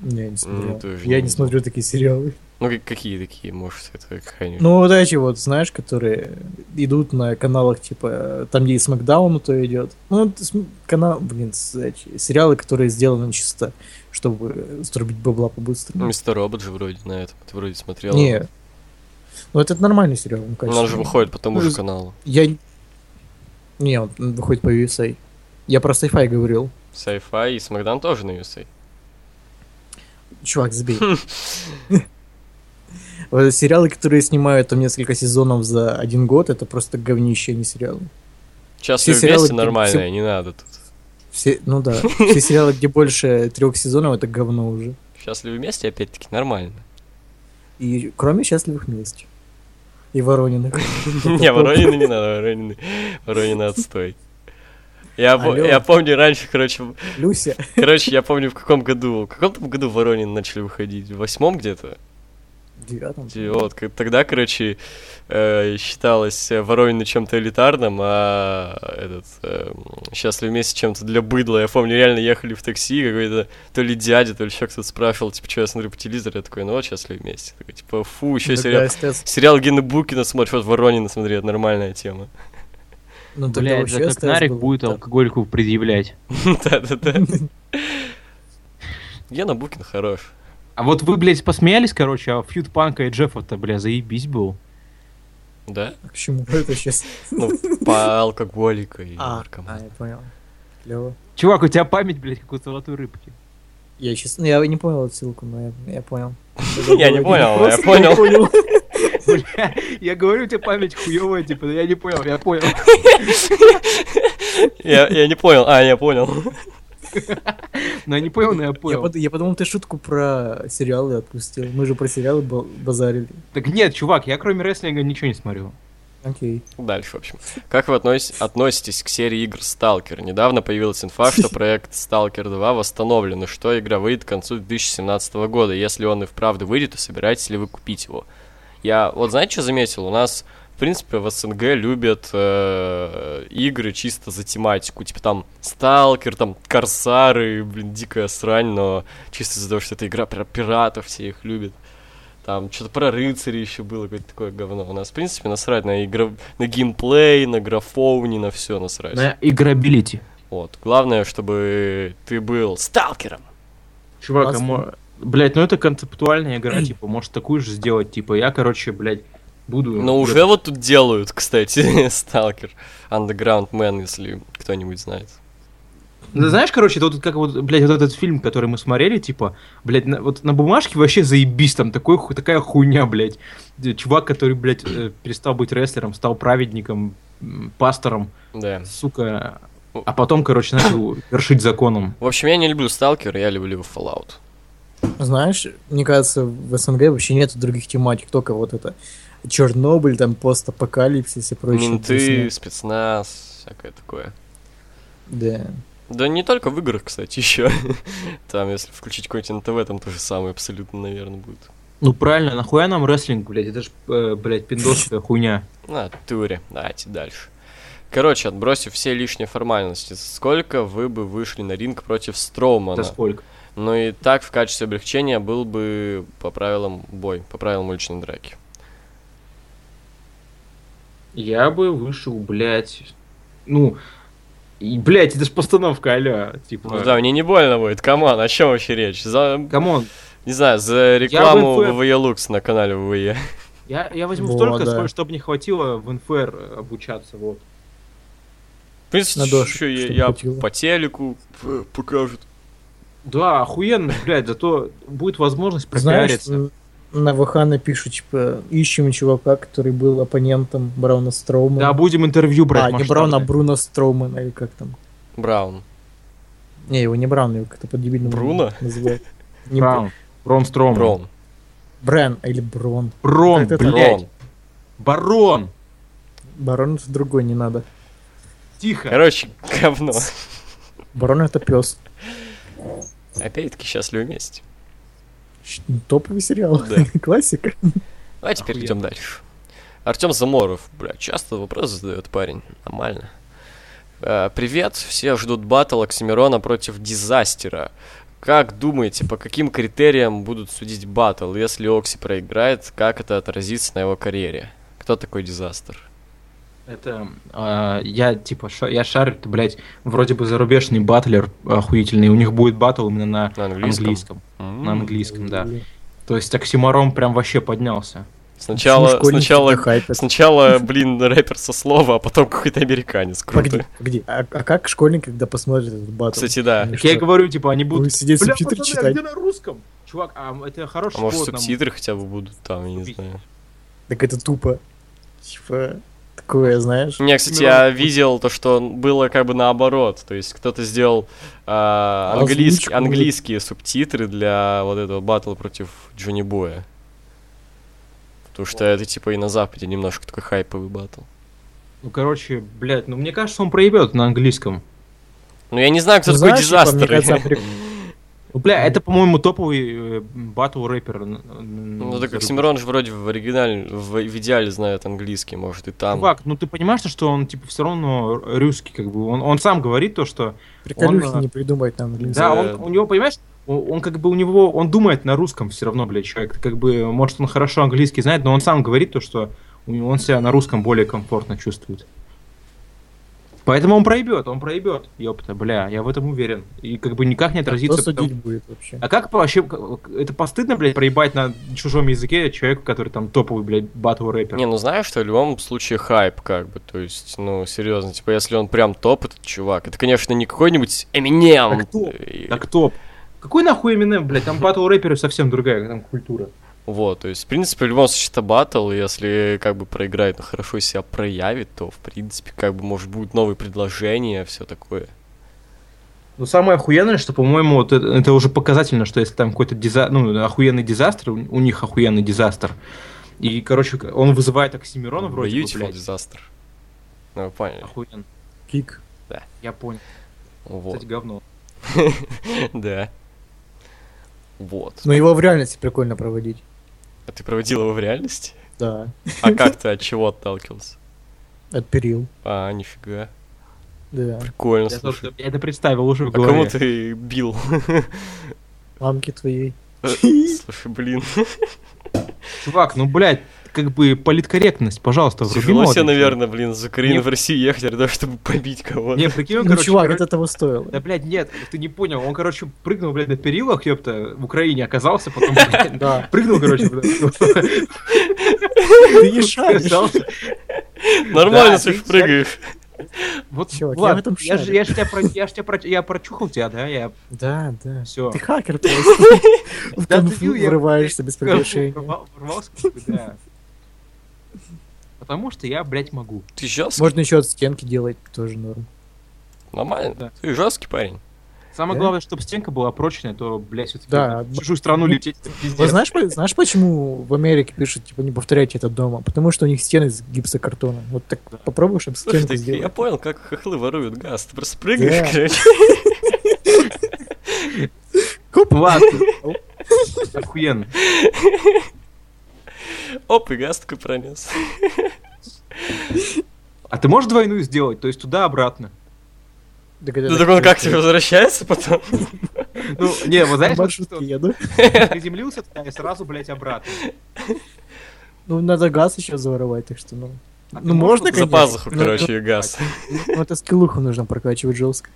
Не, не
Ну,
смотрел.
тоже
Я
не
не
видел.
смотрю такие сериалы.
Ну, к- какие такие, может, это какая-нибудь...
Ну, вот эти вот, знаешь, которые идут на каналах, типа, э, там, где и Смакдаун, то идет. Ну, это см- канал, блин, с- эти сериалы, которые сделаны чисто, чтобы срубить бабла по-быстрому.
Мистер Робот же вроде на этом, ты вроде смотрел.
Ну, Не. Ну, это нормальный сериал, он
Ну, Он же выходит по тому
Ну,
же
из-
каналу.
Я... Не, он выходит по USA. Я про sci говорил.
Sci-Fi и Смакдан тоже на USA.
Чувак, забей. Вот Сериалы, которые снимают там несколько сезонов за один год, это просто говнище, а не сериалы.
Сейчас
Все
и
сериалы,
вместе
где-
нормальные,
все-
не надо тут.
Все, ну да, все сериалы, где больше трех сезонов, это говно уже.
Сейчас ли вместе, опять-таки, нормально.
И кроме счастливых вместе. И Воронина.
Не, Воронины не надо, Воронины. Воронины отстой. Я, по-
Алло.
я помню раньше, короче, в-
Люся.
короче, я помню в каком году, в каком там году Воронин начали выходить, в восьмом где-то?
В девятом.
Где- Вот, к- тогда, короче, э, считалось э, Воронины чем-то элитарным, а этот, э, счастлив вместе чем-то для быдла. Я помню, реально ехали в такси, какой-то то ли дядя, то ли еще кто-то спрашивал, типа, что я смотрю по телевизору, я такой, ну вот, счастлив вместе. Такой, типа, фу, еще
Тогда
сериал,
СТС.
сериал Гены Букина смотришь, вот Воронина смотри, это нормальная тема.
Ну, тогда
Блядь,
вообще
да как
СТС
Нарик
был.
будет
Да.
алкоголику предъявлять.
Да-да-да. Гена Букин хорош.
А вот вы, блядь, посмеялись, короче, а Фьюд Панка и Джеффа-то, бля, заебись был.
Да?
Почему это сейчас?
Ну, по алкоголика и
А, а,
наркоману.
я понял. Клево.
Чувак, у тебя память, блядь, как у золотой рыбки.
Я сейчас, ну, я не понял отсылку, но я, я понял.
Я не понял, но я
Просто
понял.
Бля, я говорю, у тебя память хуевая, типа, я не понял, я понял.
Я я не понял. А, я понял.
Но я не понял, но я
Я,
понял.
под- я подумал, ты шутку про сериалы отпустил. Мы же про сериалы ба- базарили.
Так нет, чувак, я кроме рестлинга ничего не смотрю.
Окей.
Дальше, в общем. Как вы относ- относитесь к серии игр Stalker? Недавно появилась инфа, что проект Stalker 2 восстановлен, и что игра выйдет к концу 2017 года. Если он и вправду выйдет, то собираетесь ли вы купить его? Я вот знаете, что заметил? У нас, в принципе, в СНГ любят э, игры чисто за тематику. Типа там Сталкер, там Корсары, блин, дикая срань, но чисто из-за того, что это игра про пиратов, все их любят. Там что-то про рыцарей еще было, какое-то такое говно. У нас, в принципе, насрать на, игра... на геймплей, на графоуни, на все насрать.
На играбилити.
Вот. Главное, чтобы ты был сталкером.
Чувак, а
Классно.
мо- блядь, ну это концептуальная игра, типа, может такую же сделать, типа, я, короче, блядь, буду...
Но уже вот тут делают, кстати, сталкер. Underground Man, если кто-нибудь знает.
Ну, знаешь, короче, это вот как вот, блядь, вот этот фильм, который мы смотрели, типа, блядь, на- вот на бумажке вообще заебись, там такой, ху- такая хуйня, блядь. Э, Чувак, который, блядь, э, перестал быть рестлером, стал праведником, м, пастором,
Да.
сука. А потом, короче, начал вершить законом.
В общем, я не люблю сталкер, я люблю Fallout.
Знаешь, мне кажется, в СНГ вообще нету других тематик, только вот это Чернобыль, там постапокалипсис и прочее.
Менты,
дерьмо.
спецназ, всякое такое.
ну, Да.
Да не только в играх, кстати, еще. Там, если включить какой-нибудь НТВ, там то же самое абсолютно, наверное, будет.
Ну правильно, нахуя нам рестлинг, блядь, это ж, э, блядь, пиндосская хуйня.
На Ну, а туре. Давайте дальше. Короче, отбросив все лишние формальности, сколько вы бы вышли на ринг против
Это
Строумана?
сколько?
Ну и так в качестве облегчения был бы по правилам бой, по правилам уличной драки.
Я бы вышел, блядь, ну... И, блядь, это ж постановка, аля,
Ну
типа...
да, мне не больно будет, камон, о чем вообще речь? За,
Камон,
не знаю, за рекламу
бы-
ВВЕ Лукс на канале ВВЕ.
Я, я возьму
Во,
столько,
Ну, да.
сколько, чтобы не хватило в НФР обучаться, вот.
В принципе,
На дождь,
ещё я,
чтоб
я
хватило.
по телеку э, покажут.
Да, охуенно, блядь, зато будет возможность
Знаешь,
пропиариться.
на ВХ напишут, типа, ищем чувака, который был оппонентом Брауна Строумана.
Да, будем интервью
а,
брать
не Брауна, а
масштабное.
Бруно Строумана, или как там.
Браун.
Не, его не Браун, его как-то по-дебильному
Бруно?
называют. Не Бр-
Браун. Брон Стром.
Брон.
Брэн или Брон.
Брон,
Это- это-
блядь.
Брон.
Барон.
Барон это другой, не надо.
Тихо.
Короче, говно.
Барон это пес.
Опять-таки счастливы вместе.
Щ- Топовый сериал.
Да.
Классика.
А теперь
Охуенно.
идем дальше. Артем Заморов, бля, часто вопрос задает парень, нормально. Э, Привет, все ждут баттл Оксимирона против Дизастера. Как думаете, по каким критериям будут судить баттл? Если Окси проиграет, как это отразится на его карьере? Кто такой Дизастер?
Это а, я типа ша- я шарю, это, блядь, вроде бы зарубежный батлер охуительный. У них будет батл именно на
На английском?
английском.
М.
На английском, да. То есть оксиморон прям вообще поднялся.
Сначала,
Почему школьники
сначала,
так хайпят?
сначала, блин, рэпер со слова, а потом какой-то американец. Круто.
Погоди, погоди. А, а как школьник, когда посмотрит этот батл?
Кстати, да.
Они
Так
что,
я и говорю, типа, они
будут
будут.
сидеть
«Бля,
субтитры
пацаны, а
читать.
где на русском? Чувак, а это хороший
А может,
повод нам-
субтитры хотя бы будут там, я не
Купить.
знаю.
Так это тупо. Типа, такое, знаешь.
Не, кстати,
Мирон.
я видел то, что было как бы наоборот. То есть кто-то сделал а, английск-
Озвучку.
английские субтитры для вот этого батла против Джонни Боя. Потому что это типа и на Западе немножко такой хайповый батл.
Ну, короче, блядь, ну мне кажется, он проебет на английском.
Ну я не знаю, кто
Ну,
такой
знаешь, типа, мне
дизастер.
кажется, прик-
Ну, бля, это, по-моему, топовый э, батл рэпер. н- н-
Ну так
зарубежный.
как Симирон же вроде в оригинале, в, в идеале знает английский, может и там.
Чувак, ну ты понимаешь, что он типа все равно р- русский, как бы. Он, он сам говорит то, что.
Приколюхи
Он, а,
не придумать нам. блин.
Да, он, у него, понимаешь, он, он как бы у него. Он думает на русском все равно, блядь, человек. Как бы, может, он хорошо английский знает, но он сам говорит то, что у него- он себя на русском более комфортно чувствует. Поэтому он проебет, он проебет. Ёпта, бля, я в этом уверен. И как бы никак не
Кто
отразится. потом-
судить будет вообще?
А как по- вообще, к- это постыдно, блядь, проебать на чужом языке человеку, который там топовый, блядь, батл рэпер?
Не, ну знаешь, что в любом случае хайп, как бы, то есть, ну, серьезно, типа, если он прям топ, этот чувак, это, конечно, не какой-нибудь Эминем.
Так топ,
И-
Так топ. Какой нахуй Eminem, блядь, там батл рэперы совсем другая там культура.
Вот, то есть, в принципе, в любом случае, это баттл, и если, как бы, проиграет, но хорошо себя проявит, то, в принципе, как бы, может, будут новые предложения, все такое.
Ну, самое охуенное, что, по-моему, вот это, это уже показательно, что если там какой-то диза... ну, охуенный дизастр, у, у них охуенный дизастр. И, короче, к- Ну, он вызывает Оксимирона вроде бы,
Beautiful
блядь.
disaster. Ну, вы поняли.
Охуенно.
Кик.
Я понял.
Вот,
Кстати, говно.
да. Вот.
Но Ну, его в реальности прикольно проводить.
А ты проводил его в реальности?
Да.
А как ты от чего отталкивался?
От перил.
А, нифига.
Да.
Прикольно,
Я,
слушай.
тоже- я это представил уже в
А кому
голове.
ты бил?
Мамки твоей.
Слушай, блин,
Чувак, ну, блядь, как бы политкорректность, пожалуйста, вруби
тяжело
молодым
себе,
человеком.
наверное, блин, за Украины
Нет.
в Россию ехать, для того, чтобы побить кого-то.
Не, прикинь, он,
Ну,
короче,
чувак,
короче-
это того стоило.
Да, блядь, нет, ты не понял. Он, короче, прыгнул, блядь, на перилах, ёпта, в Украине оказался, потом, блядь,
Да.
прыгнул, короче, блядь,
Ты не шаришь.
оказался.
Нормально,
да,
слушай,
ты
прыгаешь.
Вот,
Чувак, я в
Влад,
этом
я же
шарю.
я ж тебя, про- я ж тебя, про- я прочухал тебя, да, я
Да, да.
все.
Ты хакер просто. В
Да, ты
конфу
видел, я-
врываешься без приглашения.
Ворвался, как бы, да. Потому что я, блядь, могу.
Ты жесткий?
Можно еще от стенки делать, тоже норм.
Нормально.
Да.
Ты жесткий парень.
Самое
Да?
главное, чтобы стенка была прочная, то, блядь, все-таки
Да.
в чужую страну лететь, это
Вот
пиздец.
знаешь, по- знаешь, почему в Америке пишут, типа, не повторяйте это дома? Потому что у них стены из гипсокартона. Вот так попробуешь им
Слушай,
стенку
ты- я
сделать.
понял, как хохлы воруют газ. Ты просто
Да.
прыгаешь, короче.
Хоп,
Влад, охуенно.
Оп, и газ такой пронес.
А ты можешь двойную сделать? То есть туда-обратно?
Так это
Ну
так
так он
просто.
как тебе возвращается потом?
Ну, не, вот
На
знаешь, вот что-
маршрутке еду.
приземлился туда и сразу, блядь, обратно.
Ну, надо газ еще заворовать, так что, ну...
А ты
Ну, можно,
можешь
За
конечно.
пазуху,
Ну,
короче, и газ.
Ну, это скиллуху нужно прокачивать жестко.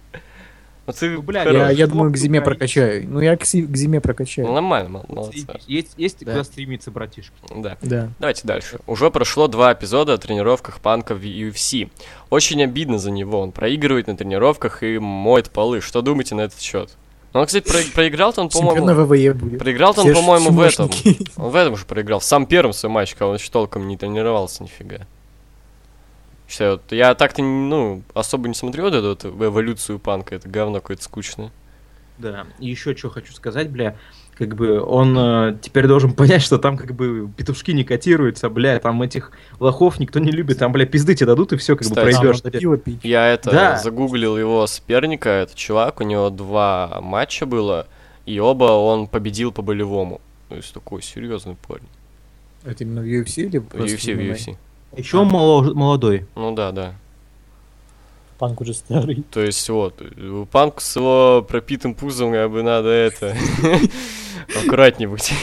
Ну ты,
Ну, бля,
хорош.
Я,
Короче,
я думаю, к
хлопнул
зиме
границу.
прокачаю. Ну, я к, си- к зиме
Ну,
прокачаю.
Нормально, мол- молодцы.
Есть, есть
Да.
куда стремиться, братишка.
Да.
Да.
Давайте дальше. Уже прошло два эпизода о тренировках Панка в UFC. Очень обидно за него. Он проигрывает на тренировках и моет полы. Что думаете на этот счет? Ну, Он, кстати, про- проиграл-то он,
Чемпион на
по-моему...
ВВЕ будет.
Проиграл-то он,
Все ж
по-моему, в этом.
чмошники.
Он в этом же проиграл. В самом первом своем матче, когда он еще толком не тренировался нифига. Что, вот я так-то, ну, особо не смотрю вот эту вот эволюцию панка. Это говно какое-то скучное.
Да, и еще что хочу сказать, бля, как бы он э, теперь должен понять, что там как бы петушки не котируются, бля, там этих лохов никто не любит, там, бля, пизды тебе дадут и все, как бы
Кстати,
пройдешь.
надо пиво пить.
Я это
Да.
загуглил его соперника, это чувак, у него два матча было, и оба он победил по болевому. То есть такой серьезный парень.
Это именно в UFC или
В UFC, в UFC.
Еще он мало- молодой.
Ну да, да.
Панк уже старый.
То есть вот, у Панку с его пропитым пузом как бы надо это... Аккуратнее быть.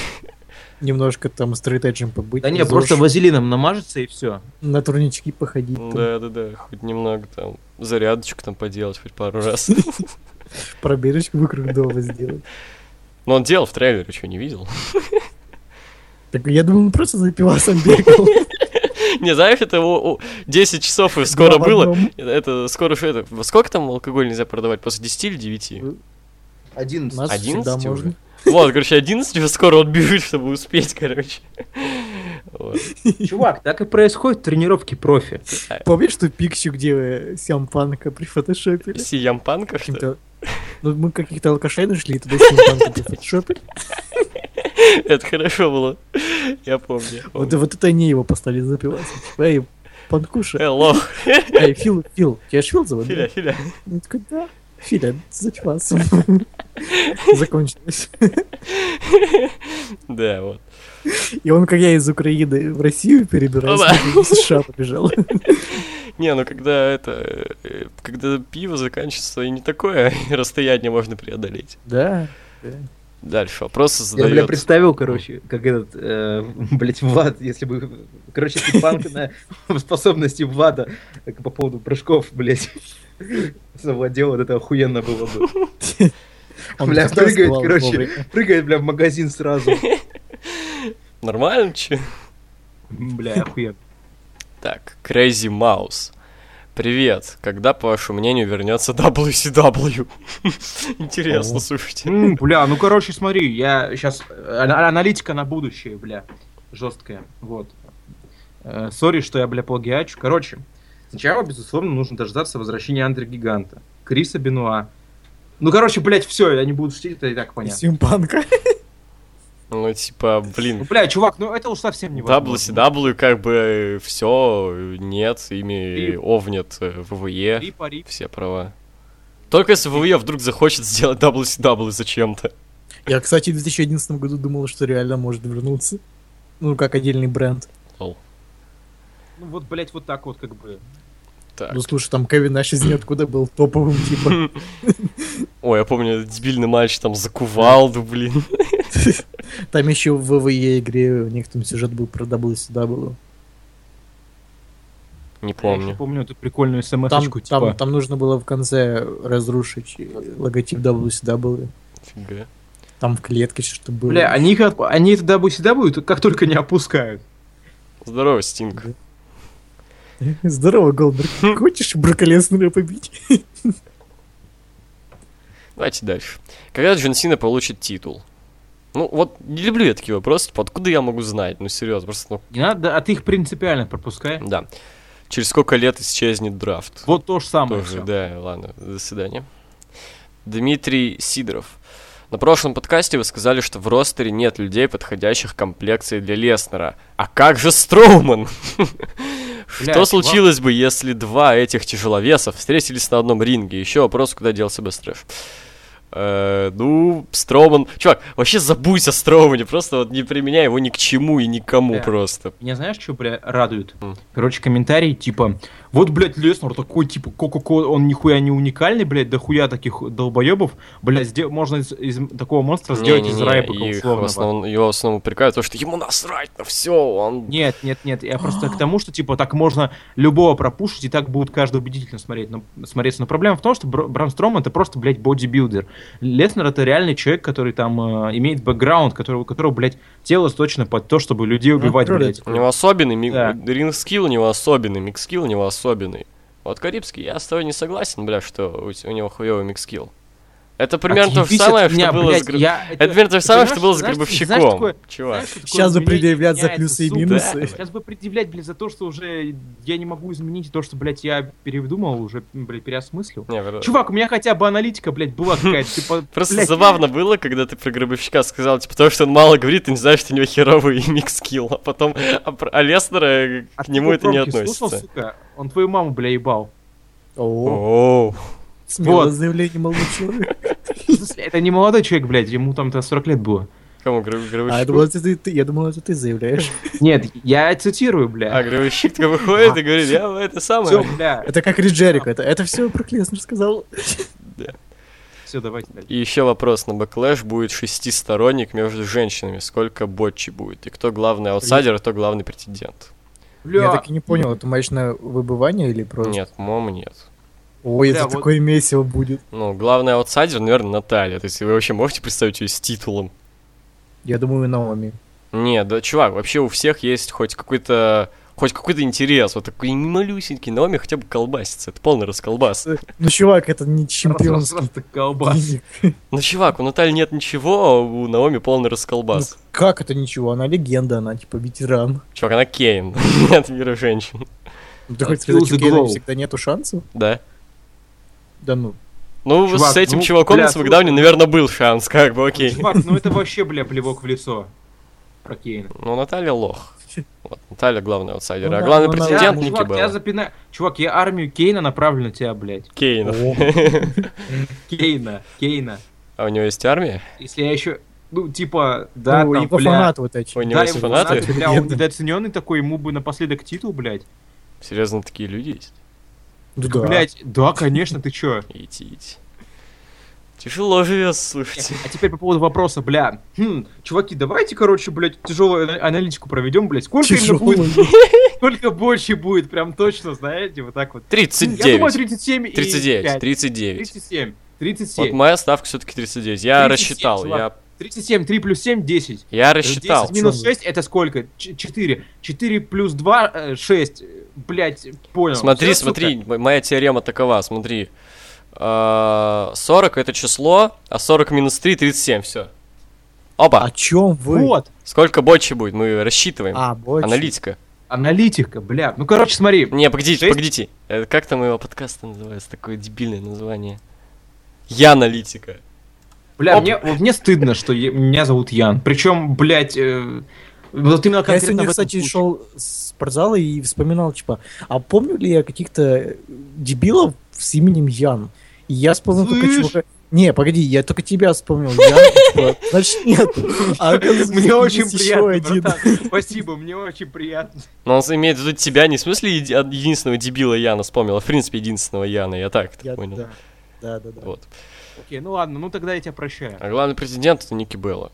Немножко там стрейтэджем побыть.
Да не,
из
просто
уш-
вазелином намажется и все.
На турнички походить. там,
Да, да, да. Хоть немного там зарядочку там поделать, хоть пару раз.
Пробежечку вокруг дома сделать.
Но он делал в трейлере, что не видел.
Так я думал, он просто за пивасом бегал.
Не, знаешь, это о- о, 10 часов и скоро
в
было.
одном.
Это скоро же это. во Сколько там алкоголь нельзя продавать? После 10 или 9?
Один.
У нас всегда
11
можно.
уже. Вот, короче, 11 уже скоро он бежит, чтобы успеть, короче. Вот.
Чувак, так и происходит тренировки профи.
Помнишь ту пикчу, где э, сямпанка при фотошопе?
Сиямпанка, что ли?
Ну, мы каких-то алкашей нашли, и туда симпанка прифотошопили.
Это хорошо было. Я помню.
Вот, вот это они его поставили за пивасом. Типа, Эй, панкуша.
Э, лох.
Эй, Фил, Фил, тебя ж Фил зовут? да?»
Филя, филя.
Он такой, да, Филя, за пивасом. Закончилось.
Да, вот.
И он, как я из Украины в Россию перебирался, в США побежал.
Не, ну когда это... э, Когда пиво заканчивается, и не такое расстояние можно преодолеть.
Да.
Дальше вопросы
Я, бля,
задает...
представил, короче, как этот, э, блядь, Влад, если бы, короче, если Панк на способности Влада э, по поводу прыжков, блядь, завладел, вот это охуенно было бы.
Он
Бля,
всегда
прыгает,
успевал
короче.
вовремя.
Прыгает, бля, в магазин сразу.
Нормально, че?
Бля, охуенно.
Так, Crazy Mouse. Привет. Когда, по вашему мнению, вернется WCW? Интересно,
О.
слушайте.
М, Бля, ну, короче, смотри, я сейчас... Аналитика на будущее, бля, жесткая, вот. Э, Сори, что я, бля, плагиачу. Короче, сначала, безусловно, нужно дождаться возвращения Андре Гиганта, Криса Бенуа. Ну, короче, блядь, все, я не буду шутить, это и так
И
понятно.
Симпанка.
Ну, типа,
Ну,
блин,
бля, чувак, ну это уж совсем не
WCW как бы все, нет, ими
И-
овнят э,
Три
ВВЕ,
пари.
все права. Только если ВВЕ вдруг захочет сделать WCW зачем-то.
Я, кстати, в 2011 году думал, что реально может вернуться. Ну, как отдельный бренд.
Ну вот, блядь, вот так вот как бы.
Так.
Ну, слушай, там Кевин Наш из ниоткуда был топовым, типа.
Ой, я помню этот дебильный матч там за кувалду, блин.
Там еще в ВВЕ игре у них там сюжет был про WCW.
Не
Я ещё
помню.
помню эту прикольную смс
Там,
типа.
там, там нужно было в конце разрушить э, логотип WCW.
Фига.
Там в клетке что-то было.
Бля, а они, их отп- они это WCW как только не опускают.
Здорово, Стинг.
Здорово, Голдберг. Хочешь Брокко Леснера побить?
Давайте дальше. Когда Джон Сина получит титул? Ну, вот не люблю я такие вопросы, типа, откуда я могу знать? Ну, серьезно, просто,
Не надо, а ты их принципиально пропускай.
ну, да. Через сколько лет исчезнет драфт?
Вот то же самое.
Тоже,
всё.
да, ладно, до свидания. Дмитрий Сидоров. На прошлом подкасте вы сказали, что в ростере нет людей, подходящих комплекции для Леснера. А как же Строуман?
Бля,
Что
чувак.
случилось бы, если два этих тяжеловесов встретились на одном ринге? Еще вопрос, куда делся бы Стрэш? Э, ну, Строуман... Чувак, вообще забудь о Строумане, просто вот не применяй его ни к чему и никому
Да.
просто.
Меня знаешь, что, бля, радует?
М.
Короче, комментарий, типа, вот, блядь, Леснер такой, типа, ко-ко-ко, он нихуя не уникальный, блядь, да хуя таких долбоебов. Блядь, сдел- можно из, из такого монстра сделать из
Не-не-не,
Райбека
их в
условного.
основном- его в основном упрекают, то, что ему насрать на все, он
Нет, нет, нет, я просто к тому, что, типа, так можно любого пропушить, и так будет каждый убедительно смотреть, но, смотреться. Но проблема в том, что Бр- Брам Стром это просто, блядь, бодибилдер. Леснер это реальный человек, который там э, имеет бэкграунд, который, у которого, блядь, тело точно под то, чтобы людей убивать,
троллит.
блядь.
У него особенный ми-
Да.
ринг скилл, у него особенный микс скилл, у него особенный. Вот Карибский, я с тобой не согласен, бля, что у, т- у него хуёвый микс скилл. Это примерно то же
Отъебись
самое,
от меня,
что было с
блядь,
Гр-
я-
Это примерно то же самое, что
понимаешь,
было с
знаешь,
Гробовщиком.
знаешь, такое-
Чувак.
Знаешь, что такое
Сейчас бы
изменение
предъявлять за
меняется,
плюсы и
сука?
минусы.
Сейчас бы предъявлять, блядь, за то, что уже я не могу изменить то, что, блядь, я передумал, уже, блядь, переосмыслил.
Не, вер-
Чувак, у меня хотя бы аналитика, блядь, была какая-то. ты по-
типа, Просто
блядь,
забавно было, когда ты про гробовщика сказал, типа, потому что он мало говорит, ты не знаешь, что у него херовый микс скилл, а потом а, про- а Леснера
а
к
ты
нему это не
пробки слушал,
относится.
сука? Он твою маму, бля, ебал.
О,
Оу.
Смелое
Вот.
заявление Молчуна.
В смысле, Это не молодой человек, блядь, ему там-то 40 лет было.
Кому Гроб-
А я
гробовщику?
думал, это ты, ты- я думал, это ты заявляешь.
Нет, я цитирую, бля.
А гробовщик такой выходит и говорит, я это
Все,
самое.
бля.
Это как Риджерик, это, это все про Клеснер сказал.
Все, давайте дальше.
И еще вопрос, на Бэклэш будет шестисторонник между женщинами, сколько ботчи будет, и кто главный аутсайдер, а кто главный претендент.
Я
Бля,
так и не понял, это матч на выбывание или просто?
Нет, по-моему, нет.
Ой,
Бля,
это
вот-
такое месиво будет.
Ну, главный аутсайдер, наверное, Наталья. То есть вы вообще можете представить ее с титулом?
Я думаю, Наоми.
Не, да, чувак, вообще у всех есть хоть какой-то хоть какой-то интерес, вот такой малюсенький, Наоми хотя бы колбасится, это полный расколбас.
Ну, чувак, это не
раз-
чемпионский.
раз ты колбас.
гиммик.
Ну, чувак, у Натальи нет ничего, а у Наоми полный расколбас.
Ну, как это ничего? Она легенда, она типа ветеран.
Чувак, она Кейн от мира женщин,
Ну, Ты хочешь
Feel
сказать,
the
у Кейна
glow.
всегда нету шансов?
да.
Да ну.
Ну,
Чувак,
с этим
ну,
чуваком
бля,
на Смакдауне,
слушай.
наверное, был шанс, как бы, окей.
Чувак, ну это вообще, бля, плевок в лицо. Про Кейна.
Ну, Наталья лох. Вот, Наталья главный аутсайдер,
Ну
а
да,
главный
ну она-
претендент
Чувак,
Ники
я
был.
запинаю. Чувак, я армию Кейна направлю на тебя, блядь.
Кейн.
Кейна, Кейна.
А у него есть армия?
Если я еще, ну, типа, да,
ну,
там,
его
бля,
фанаты вот эти.
У него
да,
есть
его
фанаты?
фанаты, бля, он
Легенда.
недооцененный такой, ему бы напоследок титул, блядь.
Серьезно, такие люди есть?
Ну да.
Блядь, да, конечно, ты чё?
Идти, идти. Тяжело живется, слушайте.
А теперь по поводу вопроса, бля. Хм, чуваки, давайте, короче, блядь, тяжелую ана- аналитику проведем, блядь. Сколько именно
Тяжело.
будет? Сколько больше будет, прям точно, знаете, вот так вот. Я
39.
думаю, 37 и
39,
5.
39.
37.
Вот
37.
моя ставка все-таки 39. Я
37,
рассчитал, я,
чувак. 37, 3 плюс 7, 10.
я
Э,
рассчитал.
10 минус
Чё вы?
6 это сколько? 4. 4 плюс 2, 6. Блять, понял.
Смотри,
Всё, сука?
смотри, м- моя теорема такова, смотри. А, 40 это число, а 40 минус 3 37, все.
О
А
Опа,
чем вы?
Вот.
сколько больше будет, мы рассчитываем.
А, больше.
Аналитика.
Аналитика, бля. Ну, короче, смотри.
Не, погодите,
Шесть?
погодите. Э, Как там его подкаст называется? Такое дебильное название. Я аналитика.
Бля,
Оп.
мне, вот мне стыдно, что я- меня зовут Ян. Причем, блядь, э, вот именно
Я
конкретно
сегодня,
в этом
кстати,
случае.
шел с спортзала и вспоминал, типа, а помню ли я каких-то дебилов с именем Ян? И я вспомнил только
Слышь?
чувака... Не, погоди, я только тебя вспомнил, Ян, типа, значит, нет. А оказывается,
Мне
есть
очень
еще
приятно,
один.
братан. Спасибо, мне очень приятно.
Но он имеет в виду тебя не в смысле еди- од- единственного дебила Яна вспомнил, а в принципе единственного Яна, я так это
Я-
понял.
да. Да, да, да.
Вот.
Окей, ну ладно, ну тогда я тебя прощаю.
А главный президент это Ники Белла.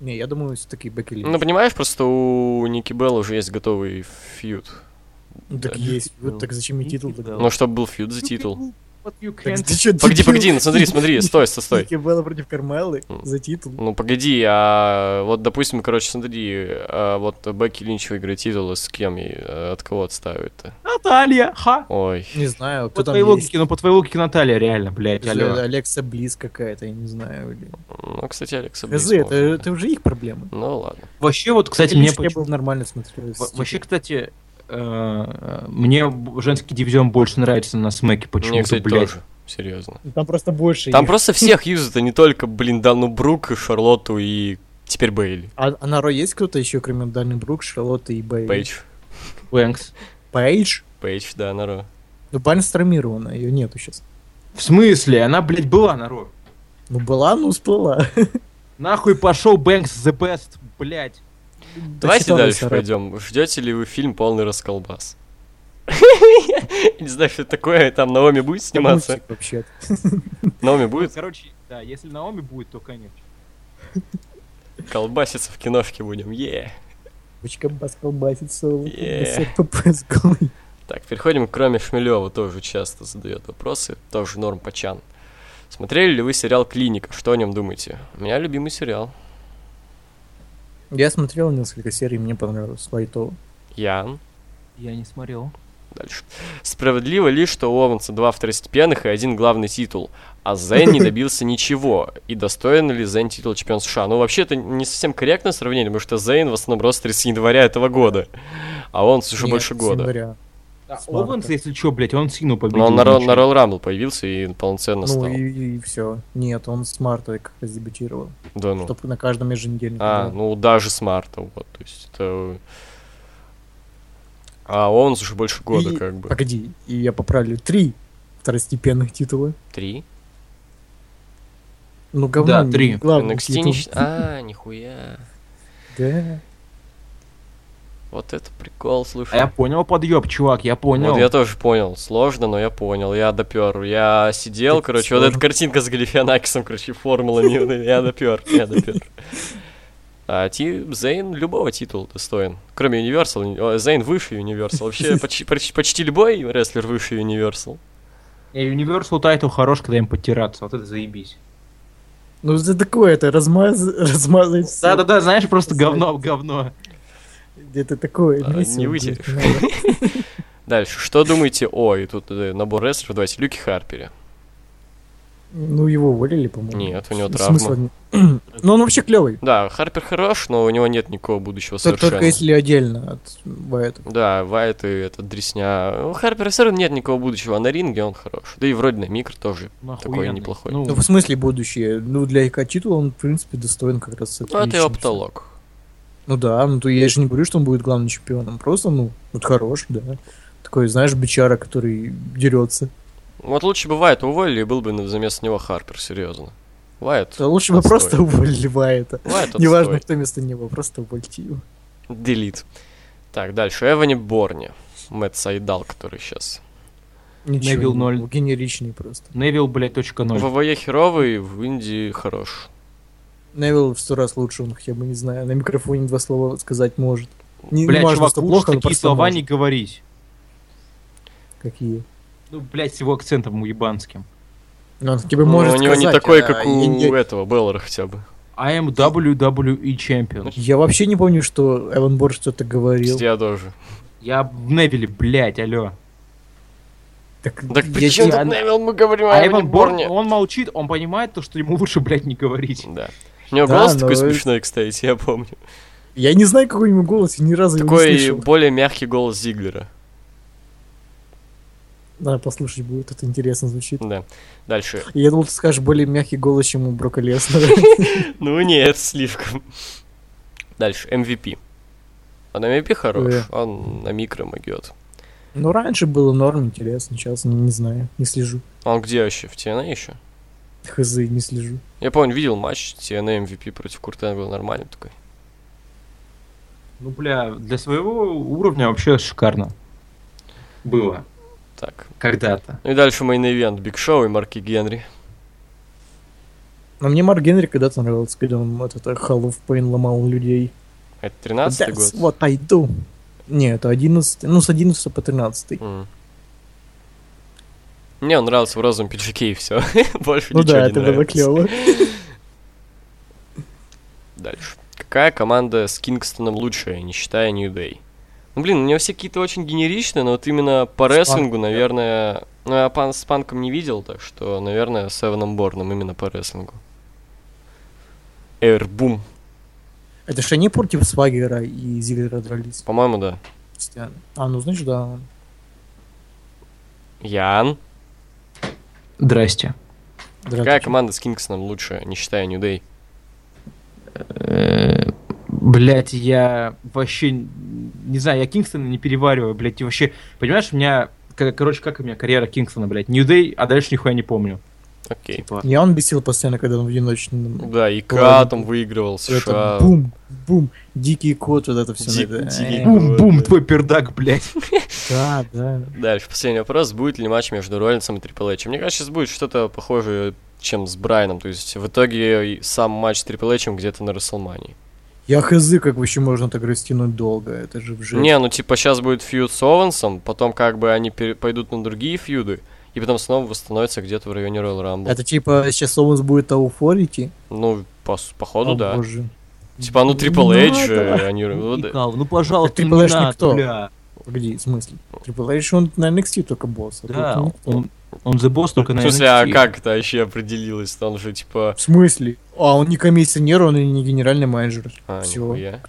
Не, я думаю, все-таки Бекки Линч.
Ну, понимаешь, просто у Ники Белла уже есть готовый фьюд.
Ну, так
да.
есть. Вот так зачем и титул тогда?
Ну, чтобы был фьюд за титул.
What you
Так
can't
ты чё,
Погоди,
дебил?
погоди, ну, смотри, смотри, стой, стой, стой.
Ники Белла против Кармелы
М.
за титул.
Ну, погоди, а вот, допустим, короче, смотри, а вот Бекки Линч выиграет титул, с кем и э, от кого отставит-то?
Наталья, ха!
Ой.
Не знаю,
По
кто там
твоей
есть. Э,
логике, ну по твоей логике Наталья реально, блядь, алло.
Алекса Близ какая-то, я не знаю. или-
Ну, кстати, Алекса Близ,
Хз, Э, это,
может.
это уже их проблемы.
Ну, ладно.
Вообще вот, кстати,
Бекки
мне
Линч не
поч-
было нормально смотрелось.
Во- Вообще, кстати, э, мне б- женский дивизион больше нравится на смеке
Мне,
почему-то,
Ну, кстати,
блядь.
тоже. Серьезно.
Там просто больше
Там
их.
просто всех юзают, а не только, блин, Дану Брук, Шарлотту и теперь Бейли.
А, а на Ро есть кто-то еще, кроме Дани Брук, Шарлотты и Бэй?
Пейдж.
Бэнкс.
Пейдж?
Пейдж, да, Наро.
Ну, Бань стромирована, ее нету сейчас.
В смысле? Она, блядь, была на Ро.
Ну, была, ну, всплыла.
Нахуй пошел Бэнкс the best, блядь.
Давайте
Дочитала
дальше
Сара.
пойдем. Ждете ли вы фильм «Полный расколбас»? Не знаю, что это такое, там Наоми будет сниматься?
Мультик вообще-то.
Наоми будет?
Короче, да, если Наоми будет, то конечно.
Колбаситься в киношке будем, е
Бочка бас колбасится.
Е.
басок попас голый.
Так, переходим к Роме Шмелева, тоже часто задает вопросы, тоже Норм Пачан. Смотрели ли вы сериал «Клиника»? Что о нем думаете? У меня любимый сериал.
Я смотрел несколько серий, мне понравилось. Лайтово.
Ян.
Я не смотрел.
Дальше. Справедливо ли, что у Оуэнса два второстепенных и один главный титул, а Зен не добился ничего? И достоин ли Зен титул чемпион США? Ну, вообще, это не совсем корректное сравнение, потому что Зейн в основном ростере с января этого года, а Оуэнс уже
Нет,
больше
с
года.
января.
А
С марта.
Оуэнс, если что, блядь, он Сину победил.
Но он на, Ро-
ничего.
на Royal Rumble появился и полноценно
Ну
стал.
и, все. Нет, он с марта как раз дебютировал.
Да ну.
Чтоб на каждом еженедельнике.
А,
было.
ну даже с марта, вот, то есть это... А он уже больше года,
И-
как бы.
Погоди, и я поправлю три второстепенных титула.
Три?
Ну, говно.
Да, три.
Главный
NXT не
титул.
щ- А, нихуя.
Да.
Вот это прикол,
А
слушай.
я понял подъеб, чувак, я понял.
Вот я тоже понял. Сложно, но я понял. Я допер. Я сидел,
Это
короче, вот
сложно.
эта картинка с Галифианакисом, короче, формулами. Я допер, я допер. А Ти Зейн любого титула достоин. Кроме Universal. О, Зейн выше Universal. Вообще почти- почти почти любой рестлер выше Universal.
И Universal Title хорош, когда им подтираться, вот это заебись.
Ну, это такое, это размаз... размазать всё.
Да-да-да, знаешь, просто говно, говно.
Это такое.
А,
месиво,
не
блядь,
вытерпишь.
надо.
Дальше, что думаете о, и тут э, набор рестлеров, давайте, Люки Харпере.
Ну, его уволили, по-моему.
Нет, у него
В
травма.
смысле, он- Ну, он вообще клевый.
Да, Харпер хорош, но у него нет никакого будущего совершенно.
Только если отдельно от Вайта.
Да, Вайт и этот Дресня. У Харпера все равно нет никакого будущего, а на ринге он хорош. Да и вроде на микро тоже.
Ну,
Такой
охуенный.
неплохой.
Ну,
Ну, в смысле будущее. Ну, для их титула он, в принципе, достоин как раз
Ну, это его
отличным.
потолок.
Ну да, ну то я же не говорю, что он будет главным чемпионом. Просто, ну, вот хорош, да. Такой, знаешь, бичара, который дерется.
Вот лучше бы Вайта уволили, и был бы на- заместо него Харпер, серьезно. Вайт.
Да Э, лучше бы
Отстой.
просто уволили Вайта.
Вайт
Неважно,
отстой.
кто вместо него, просто увольте его.
Делит. Так, дальше. Эвани Борни. Мэтт Сайдал, который сейчас.
Ничего,
Невил
не
ноль.
было, генеричный просто.
Невил, блядь, точка
В
ноль.
ВВЕ херовый, в Индии хорош.
Невил в сто раз лучше, он хотя бы, не знаю, на микрофоне два слова сказать может. Не,
Блядь,
важно,
чувак,
что
лучше
плохо, но
такие
просто
слова
может.
не говорить.
Какие?
Ну, блядь, с его акцентом уебанским.
Ну, он хотя бы
Ну,
может
у него не
сказать,
такой,
а
как
я
у
не-
этого Беллера хотя бы.
I am WWE Champion.
Я вообще не помню, что Эван Борж что-то говорил.
Я тоже.
Я в Невиле, блядь, алё.
Так,
Так
Ну, я
при чем
тебе-
тут Невилл? Мы говорим о
А
Эване
Эван Борн,
Борне.
он молчит, он понимает то, что ему лучше, блядь, не говорить.
Да. У него
Да,
голос
но
такой
вы-
смешной, кстати, я помню.
Я не знаю, какой у него голос, я ни разу его не
Такой
слышал.
более мягкий голос Зиглера.
Надо послушать будет, это интересно звучит.
Да. Дальше.
Я думал, ты скажешь более мягкий голос, чем у Брока Леснера.
Ну нет, слишком. Дальше. MVP. Он MVP
Э.
хорош, он на микро могет.
Ну, раньше было норм, интересно, сейчас не, не знаю, не слежу.
Он где вообще? В TNA еще?
Хз, не слежу.
Я помню, видел матч TNA MVP против Курта был нормальный такой.
Ну, бля, для своего уровня вообще шикарно. Было.
Так.
Когда-то.
Ну и дальше мейн-ивент. Биг Шоу и Марки Генри.
Но А мне Марк Генри когда-то нравился, когда он вот это Hall of Pain ломал людей.
Это
That's
13 год.
what I do. Не, это 11, ну, с 11 по 13.
М. Мне он нравился в розовом пиджаке и все. Больше
Ну
ничего
да,
не
это было
нравилось.
клево.
Дальше. Какая команда с Кингстоном лучшая, не считая New Day? Ну, блин, у него все какие-то очень генеричные, но вот именно по
С
рестлингу,
Панком, да.
наверное... Ну, я пан, с Панком не видел, так что, наверное, с Эваном Борном именно по рестлингу. Эйрбум,
Это же они против Свагера и Зиглера дрались.
по-моему, да.
постоянно. А, ну, значит, да. он.
Ян.
Здрасте.
Какая
Здравствуйте.
команда с Кингстоном лучшая, не считая New Day?
Блять, я вообще не знаю, я Кингстона не перевариваю, блять, и вообще, понимаешь, у меня, к- короче, как у меня карьера Кингстона, блять, New Day, а дальше нихуя не помню.
Окей.
Типа,
Меня он бесил постоянно, когда он в одиночном...
Да, и
Ладно.
там выигрывал А,
Это
США.
бум, бум, дикий кот, вот это все.
Ди- дикий кот.
Да,
бум-бум,
да.
твой пердак, блять.
да, да.
Дальше, последний вопрос. Будет ли матч между Роллинсом и Triple H? Мне кажется, сейчас будет что-то похожее, чем с Брайаном. То есть в итоге и сам матч с Triple H где-то на Расселмании.
Я хз, как вообще можно так растянуть долго, это же в жизни.
Не, ну типа сейчас будет фьюд с Оуэнсом, потом как бы они пере- пойдут на другие фьюды, и потом снова восстановятся где-то в районе Royal Rumble.
Это типа сейчас Оуэнс будет ауфорити?
Ну, по, с- походу,
О,
да.
боже.
Типа, ну
Не
Triple H,
надо.
э, они... ну, да.
Икал, ну пожалуйста,
Ты
не
понимаешь,
надо,
никто.
бля.
Погоди, в смысле? Triple H, он на NXT только босс. а
Да,
тут
он,
никто.
он, the boss только
В
на
смысле, а
NXT.
как это вообще определилось? Там же, типа...
В смысле? А он не комиссионер, он и не генеральный менеджер.
А,
Всё.
нихуя.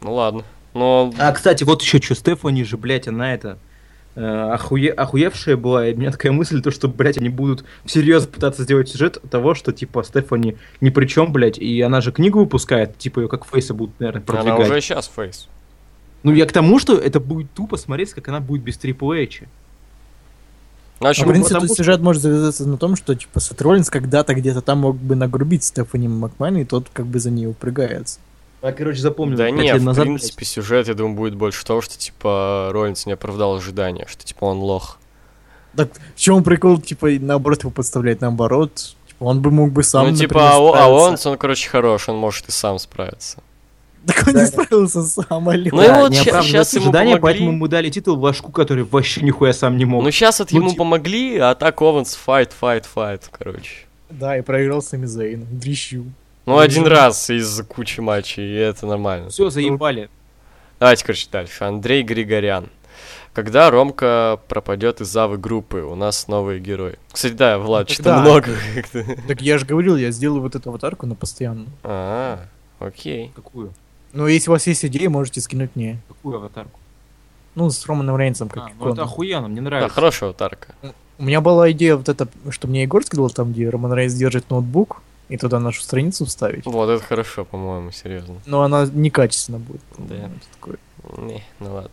Ну ладно. Но...
А, кстати, вот еще что, Стефани же, блядь, она это э, охуе- охуевшая была, и у меня такая мысль, то, что, блядь, они будут всерьез пытаться сделать сюжет того, что, типа, Стефани ни при чем, блядь, и она же книгу выпускает, типа, ее как фейса будут, наверное,
Она
продвигать.
уже сейчас фейс.
Ну, я к тому, что это будет тупо смотреть, как она будет без Трипл Эйча.
Ну, в
А,
общем,
в принципе,
Потому
тут
что-
сюжет может завязаться на том, что, типа, Сет Роллинс когда-то где-то там мог бы нагрубить Стефани Макмана, и тот как бы за ней упрягается.
Я, короче, запомнил.
Да
пять
не,
лет
в
назад,
принципе, сюжет, я думаю, будет больше того, что, типа, Роллинс не оправдал ожидания, что, типа, он лох.
Так в чем прикол, типа, и наоборот его подставлять наоборот? Типа, он бы мог бы сам,
ну,
например,
типа, а, о- а
справиться.
он, он, короче, хорош, он может и сам справиться.
Так он
Да.
не справился сам, алё.
Ну, и вот
не
ща-
оправдывает
щас ему
ожидания,
помогли.
поэтому ему дали титул Лашку, который вообще нихуя сам не мог.
Ну, сейчас вот
Ну,
ему
типа-
помогли, а так Ованс файт, файт, файт, короче.
Да, и проиграл Сами Зейн, дрищу.
Ну, один раз из кучи матчей, и это нормально.
Все, заебали.
Давайте, короче, дальше. Андрей Григорян. Когда Ромка пропадет из авы группы, у нас новые герои. Кстати, да, Влад,
Так
что-то
да.
много. как-то.
Так я же говорил, я сделаю вот эту аватарку на постоянно.
А, окей.
Какую?
Ну, если у вас есть идеи, можете скинуть мне.
Какую аватарку?
Ну, с Романом Рейнсом,
А,
как
ну это
икону.
охуенно, мне
Да,
нравится.
хорошая аватарка.
У меня была идея вот эта, что мне Егор скидывал, там, где Роман Рейнс держит ноутбук, и туда нашу страницу вставить.
Вот это хорошо, по-моему, серьезно.
Но она некачественно будет.
Да.
Ну, это такое.
Не, ну ладно.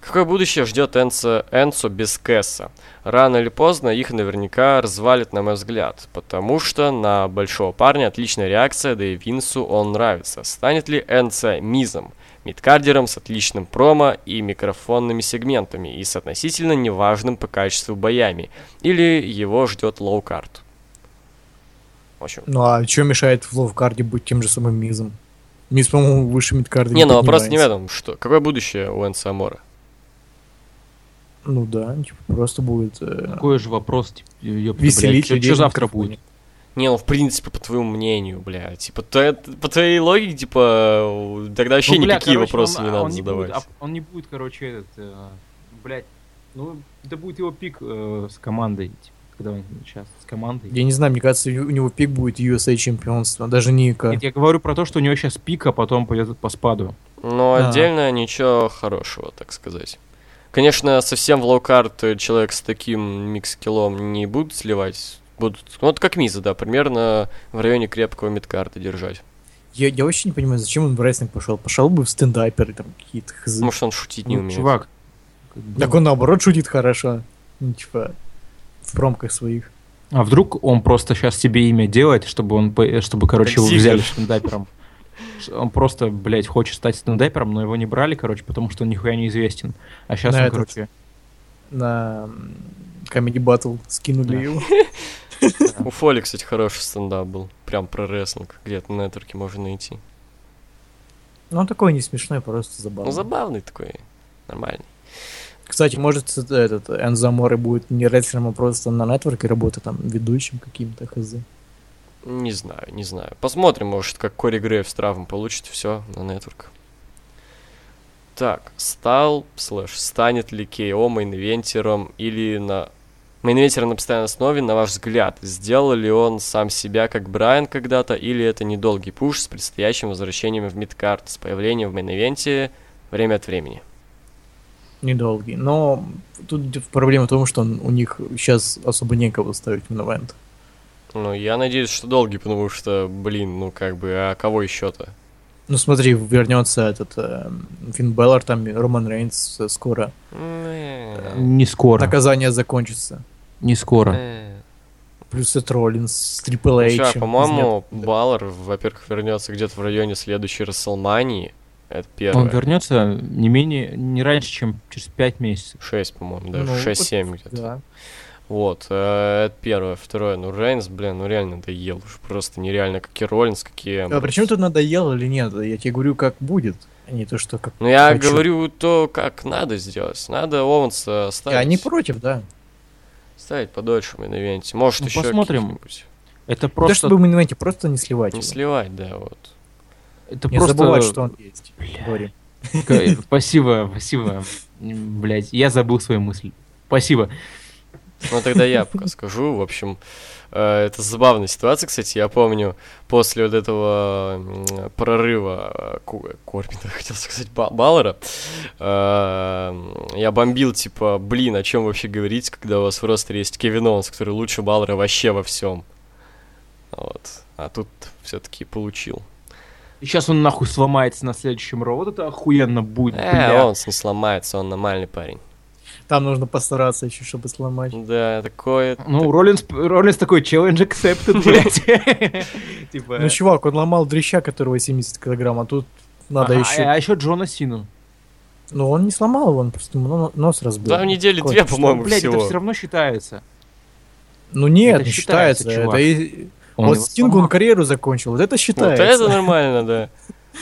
Какое будущее ждет Энсо, Энсо без Кэса? Рано или поздно их наверняка развалит, на мой взгляд, потому что на большого парня отличная реакция, да и Винсу он нравится. Станет ли Энсо мизом? Мидкардером с отличным промо и микрофонными сегментами, и с относительно неважным по качеству боями. Или его ждет лоукарт? В общем,
Ну, а что мешает в ловкарде быть тем же самым Мизом? Миз, по-моему, выше мидкарда
не, ну вопрос не в
поднимается.
этом. Что, какое будущее у Энсо Амора?
Ну да, типа, просто будет... э,
Какой же вопрос, типа, ёпта,
веселить
блядь,
людей.
что
на
завтра
микрофоне.
будет?
Не, ну в принципе, по твоему мнению, бля, типа, то- по твоей логике, типа, у- тогда вообще
Ну, бля,
никакие
короче,
вопросы
он-
не
а,
надо
он
задавать.
будет- а, он не будет, короче, этот, э, блядь, ну, это будет его пик э, с командой, типа, когда он сейчас с командой.
Я не знаю, мне кажется, у него пик будет USA чемпионство, даже не ИК.
Нет, я говорю про то, что у него сейчас пик, а потом пойдет по спаду.
Но
Да.
Ну, отдельно ничего хорошего, так сказать. Конечно, совсем в лоукарт э, человек с таким микс-киллом не будут сливать. Будут, ну, вот как Миза, да, примерно в районе крепкого мидкарта держать.
Я, я вообще не понимаю, зачем он в рестлинг пошел. Пошел бы в стендаперы там какие-то хз.
Может, он шутить не
Ну,
умеет.
Чувак.
Так он наоборот шутит хорошо. Ну, типа, в промках своих.
А вдруг он просто сейчас тебе имя делает, чтобы он, по- чтобы, короче, его
Тигр.
взяли стендапером? Ш- Он просто, блядь, хочет стать стендапером, но его не брали, короче, потому что он нихуя не известен. А сейчас
На
он,
этот.
короче,
На Comedy Battle скинули
Да.
его.
У Фоли, кстати, хороший стендап был. Прям про рестлинг. Где-то на нетворке можно найти.
Ну, он такой не смешной, просто
Ну,
забавный.
забавный такой. Нормальный.
Кстати, может, это- этот Энзо Море будет не рестлером, а просто на нетворке работать там ведущим каким-то хз.
Не знаю, не знаю. Посмотрим, может, как Кори Грейв с травм получит все на нетворк. Так, стал, слэш, станет ли KO мейн-инвентером или на... Мейн-инвентером на постоянной основе, на ваш взгляд, сделал ли он сам себя, как Брайан когда-то, или это недолгий пуш с предстоящим возвращением в мидкарт, с появлением в мейн-инвенте время от времени?
Недолгий. Но тут проблема в том, что он- у них сейчас особо некого ставить в инвент.
Ну, я надеюсь, что долгий, потому что, блин, ну как бы, а кого еще-то?
Ну смотри, вернется этот э, Финн Беллар, там и Роман Рейнс э, скоро.
М,
не скоро.
Наказание закончится.
Не скоро.
э.
Плюс Сет Роллинс с Трипл
Ну,
Эйч.
чувак, по-моему, Баллар, во-первых, вернется где-то в районе следующей Расселмании. Это
Он
первое.
вернется не менее, не раньше, чем через 5 месяцев.
Шесть, по-моему,
Ну,
даже. Шесть-семь где-то.
Да.
Вот, э, это первое. Второе, ну, Рейнс, блин, ну реально надоел. Уж просто нереально, какие Роллинс, какие...
А причем тут надоело или нет? Я тебе говорю, как будет, а не то, что как...
Ну, я
Хочу.
говорю то, как надо сделать. Надо Оуэнса ставить.
Они против, да.
Ставить подольше мы на ивенте. Может,
Ну,
еще
посмотрим.
каких-нибудь.
Это
Да,
просто...
чтобы мы знаете, просто не сливать
Не
его.
сливать, да, вот.
Это
Не
просто...
забывать, что он есть. Говори.
К- Спасибо, спасибо. М, Блядь, я забыл свою мысль. Спасибо.
Ну, тогда я пока скажу. В общем, э, это забавная ситуация, кстати. Я помню, после вот этого м, прорыва э, Ку- Корбина, хотел сказать, Ба- Баллера, э, я бомбил, типа, блин, о чем вообще говорить, когда у вас в ростере есть Кевин Оуэнс, который лучше Баллера вообще во всем. Вот. А тут все-таки получил.
Сейчас он нахуй сломается на следующем роу. Вот это охуенно будет,
Э,
бля.
Оуэнс не сломается, он нормальный парень.
Там нужно постараться еще, чтобы сломать.
Да, такое...
Ну, Роллинс, Роллинс такой челлендж accepted, блядь. Типа...
Ну, чувак, он ломал дрища, которого 70 килограмм, а тут надо
а,
еще...
А еще Джона Сину.
Ну, он не сломал его, он просто ему но- нос разбил.
Да, в недели
Какой?
две, по-моему,
Блядь, это
всего.
все равно считается.
Ну, нет,
Это
не
считается,
считается.
чувак.
это и-
Он
вот
его
Стингу
сломал.
он карьеру закончил, вот Ну, это
Вот
считается.
это нормально, да.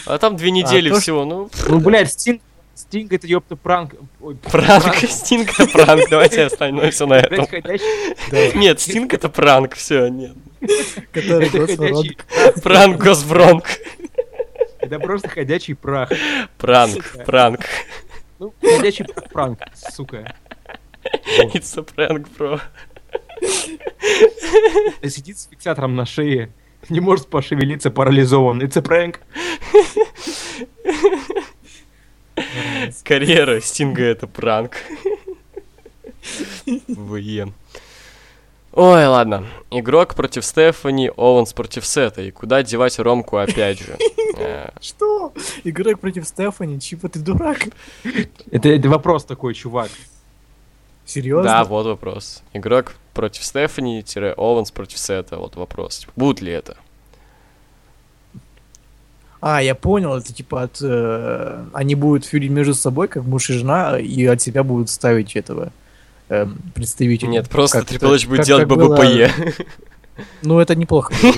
А там две недели
то, что-
всего, ну,
Ну, блядь, Стинг, Стинг это ёпта пранк. Ой,
Пранк, Стинг это пранк, давайте остановимся на этом.
Блядь, ходячий,
Нет, Стинг это пранк, все, нет.
Который
это
год ворот.
ходячий,
Пранк, Госбронк.
это просто ходячий прах.
Пранк, пранк.
Ну, ходячий пранк, сука.
It's a prank, bro.
Сидит с фиксатором на шее, не может пошевелиться, парализован. Это пранк.
Карьера Стинга это пранк. Блин. Ой, ладно. Игрок против Стефани, Оуэнс против Сета. И куда девать Ромку опять же? Э,
Что? Игрок против Стефани, Чипа, ты дурак?
Это, это вопрос такой, чувак.
Серьезно?
Да, вот вопрос. Игрок против Стефани, тире Оуэнс против Сета. Вот вопрос. Будет ли это?
А, я понял, это типа от... э, они будут фьюрить между собой, как муж и жена, и от себя будут ставить этого эм, представителя.
Нет, просто
Как
Трипл Эйч
это-
будет
как-
делать
как было-
ББПЕ.
Ну, это неплохо. Да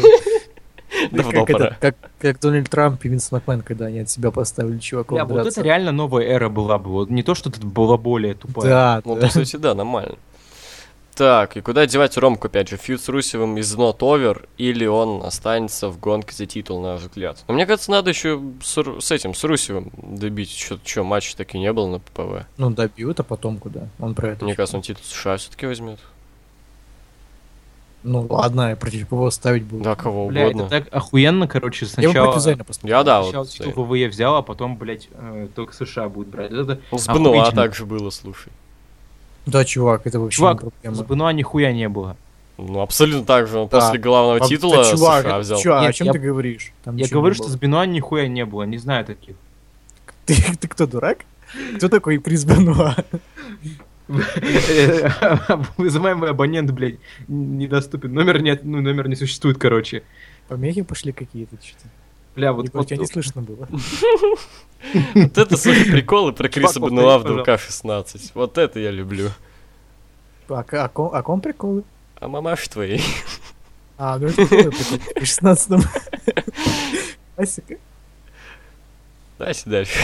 Давно
Как,
пора.
это, как, как Дональд Трамп и Винс Макмен, когда они от себя поставили чуваков
Бля, вот
драться.
это реально новая эра была бы. Вот не то, что тут была более тупая.
Да,
Ну,
да.
по сути, да, нормально. Так, и куда девать Ромку, опять же? Фьюд с Русевым из Not Over, или он останется в гонке за титул, на ваш взгляд? Но мне кажется, надо еще с, Ру- с этим, с Русевым добить. Что-то, что, матча таки не было на ППВ.
Ну, добьют, а потом куда? Он про это.
Мне кажется, он титул США все-таки возьмет.
Ну, ладно, я против кого ставить буду.
Да, кого
Бля, это
угодно.
так охуенно, короче,
Я бы
сначала...
против Зайна посмотрел.
Я А, да,
сначала
вот. э,
титул ВВЕ взял, а потом, блядь, э, только США будет брать. Вот Это
Ну, С Бенуа
Охуительно.
так же было, слушай.
Да, ченок, это вообще
Чувак,
не
с
проблема.
Бенуа нихуя не было.
Ну, абсолютно так же. Он
Да.
после главного
А,
титула
да, чувак,
США
это-
взял.
чё, а о
Нет,
чем
я-
ты говоришь? Там
Я
ничего не
говорю,
было.
что с Бенуа нихуя не было, не знаю таких.
Ты, ты кто, дурак? Кто такой приз Бенуа?
Вызываемый абонент, блядь, недоступен. Номер нет, ну, номер не существует, короче.
Помехи пошли какие-то, что-то.
Бля,
Вот,
вот... вот-
тебя не слышно было.
Вот это, слушай, приколы про Криса
повтори,
Бенуа в
пожалуйста.
ДЛК 16. Вот это я люблю.
А, ко- о ком, о ком приколы?
А мамаш твоей.
А, ну это было прикол. В 16-м. Классика.
Дальше, дальше.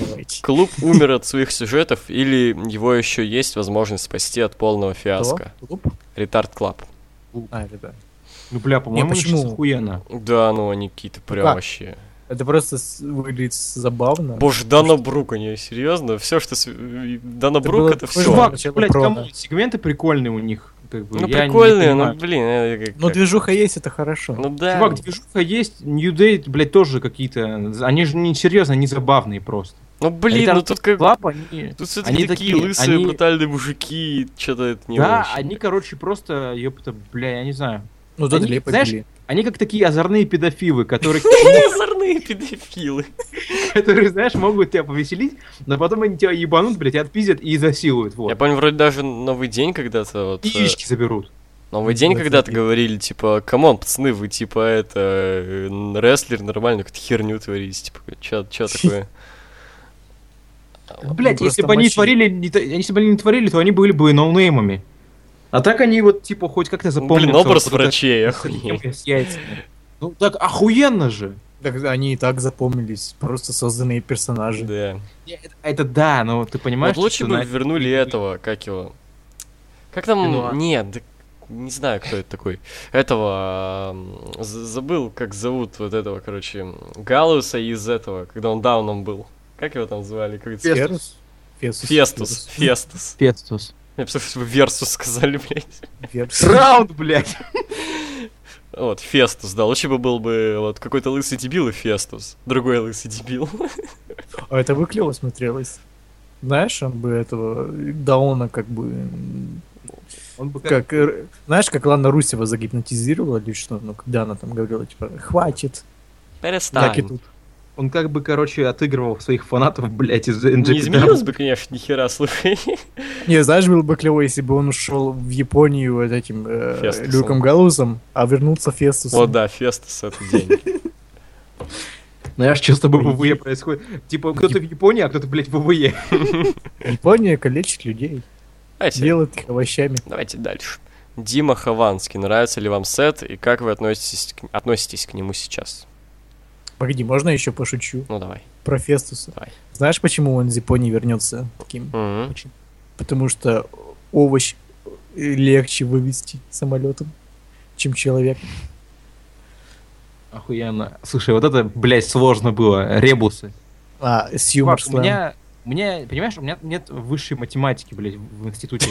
Давайте.
Клуб умер от своих сюжетов или его еще есть возможность спасти от полного фиаско?
Кто? Клуб?
Ретард Клаб.
А, это да.
Ну, бля, по-моему,
Не,
почему?
почему?
охуенно.
Да, ну они какие-то прям
Как?
вообще.
Это просто с- выглядит забавно.
Боже, Дана Брук, они серьезно? Все, что... с- и Дана
Это
Брук,
было
это все.
такое жвак.
Чувак,
Начало
блядь,
промо.
кому сегменты прикольные у них. Как бы,
Ну
я не
прикольные, ну
понимаю.
блин. э, как-
Но Ну, движуха есть, это хорошо.
Ну да.
Чувак, движуха есть, New Day, блядь, тоже какие-то... Они же не серьезно, они забавные просто.
Ну блин,
Ретард
ну тут как...
Клаб, они...
Тут
они
все-таки такие
такие,
лысые,
они-
брутальные мужики, что-то это не
да,
очень.
они, короче, просто, ёпта, бля, я не знаю.
Ну, тут
Они-
лепо
знаешь,
били.
Они как такие озорные педофилы, которые,
Озорные педофилы.
которые, знаешь, могут тебя повеселить, но потом они тебя ебанут, блядь, и отпиздят и засилуют,
Я
вот.
помню, вроде даже новый день когда-то вот...
И
э,
яички заберут.
Новый день
Ну, это
когда-то
и-
говорили, типа, камон, пацаны, вы, типа, это, э, н- рестлер нормально какую-то херню творите, типа, чё, чё такое? э,
Блять,
Ну, просто
если бы они
мочи.
творили, не то- если бы они не творили, то они были бы и ноунеймами. А так они вот типа хоть как-то запомнили.
Ну, Блин, образ врачей, охуеть.
Ну так охуенно же.
Так они и так запомнились, просто созданные персонажи.
Да.
Не, Это, это да, но ты понимаешь,
Вот лучше
что
бы
на-
вернули этого, как его? Как
Бенуа.
там... Нет, да не знаю, кто это такой. Этого м, з- забыл, как зовут вот этого, короче, Галуса из этого, когда он дауном был. Как его там звали? Как это-
Фестус.
Ферус? Фестус.
Фестус. Фестус.
Фестус.
Я представляю, Версус сказали, блядь.
Ферус.
Раунд, блядь!
Вот, Фестус, да. Лучше бы был бы вот какой-то лысый дебил и Фестус. Другой лысый дебил.
А это бы клево смотрелось. Знаешь, он бы этого Дауна как бы... м,
Он бы как...
Как, э, знаешь, как Лана Русева загипнотизировала или что? Ну, когда она там говорила, типа, хватит. Так и
Перестань.
тут.
Он как бы, короче, отыгрывал своих фанатов, блядь, из NGP.
Не изменилось бы, конечно, нихера, слушай.
Не, знаешь, было бы клево, если бы он ушел в Японию вот этим э,
Фестусом.
Люком Галузом, а вернулся Фестусом.
Вот да, Фестус это деньги.
Знаешь, что с тобой в ВВЕ происходит? Типа, кто-то в Японии, а кто-то, блядь, в ВВЕ.
Япония калечит людей,
Давайте,
делает их овощами.
давайте дальше. Дима Хованский, нравится ли вам сет и как вы относитесь к, относитесь к нему сейчас?
Погоди, можно я еще пошучу
Ну давай.
про Фестуса?
Давай.
Знаешь, почему он из Японии вернется таким?
Мгм.
Потому что овощ э, легче вывести самолетом, чем человек.
Охуенно. Слушай, вот это, блядь, сложно было. Ребусы.
А, с юмор
Макс, у меня... У меня, понимаешь, у меня нет высшей математики, блядь, в институте.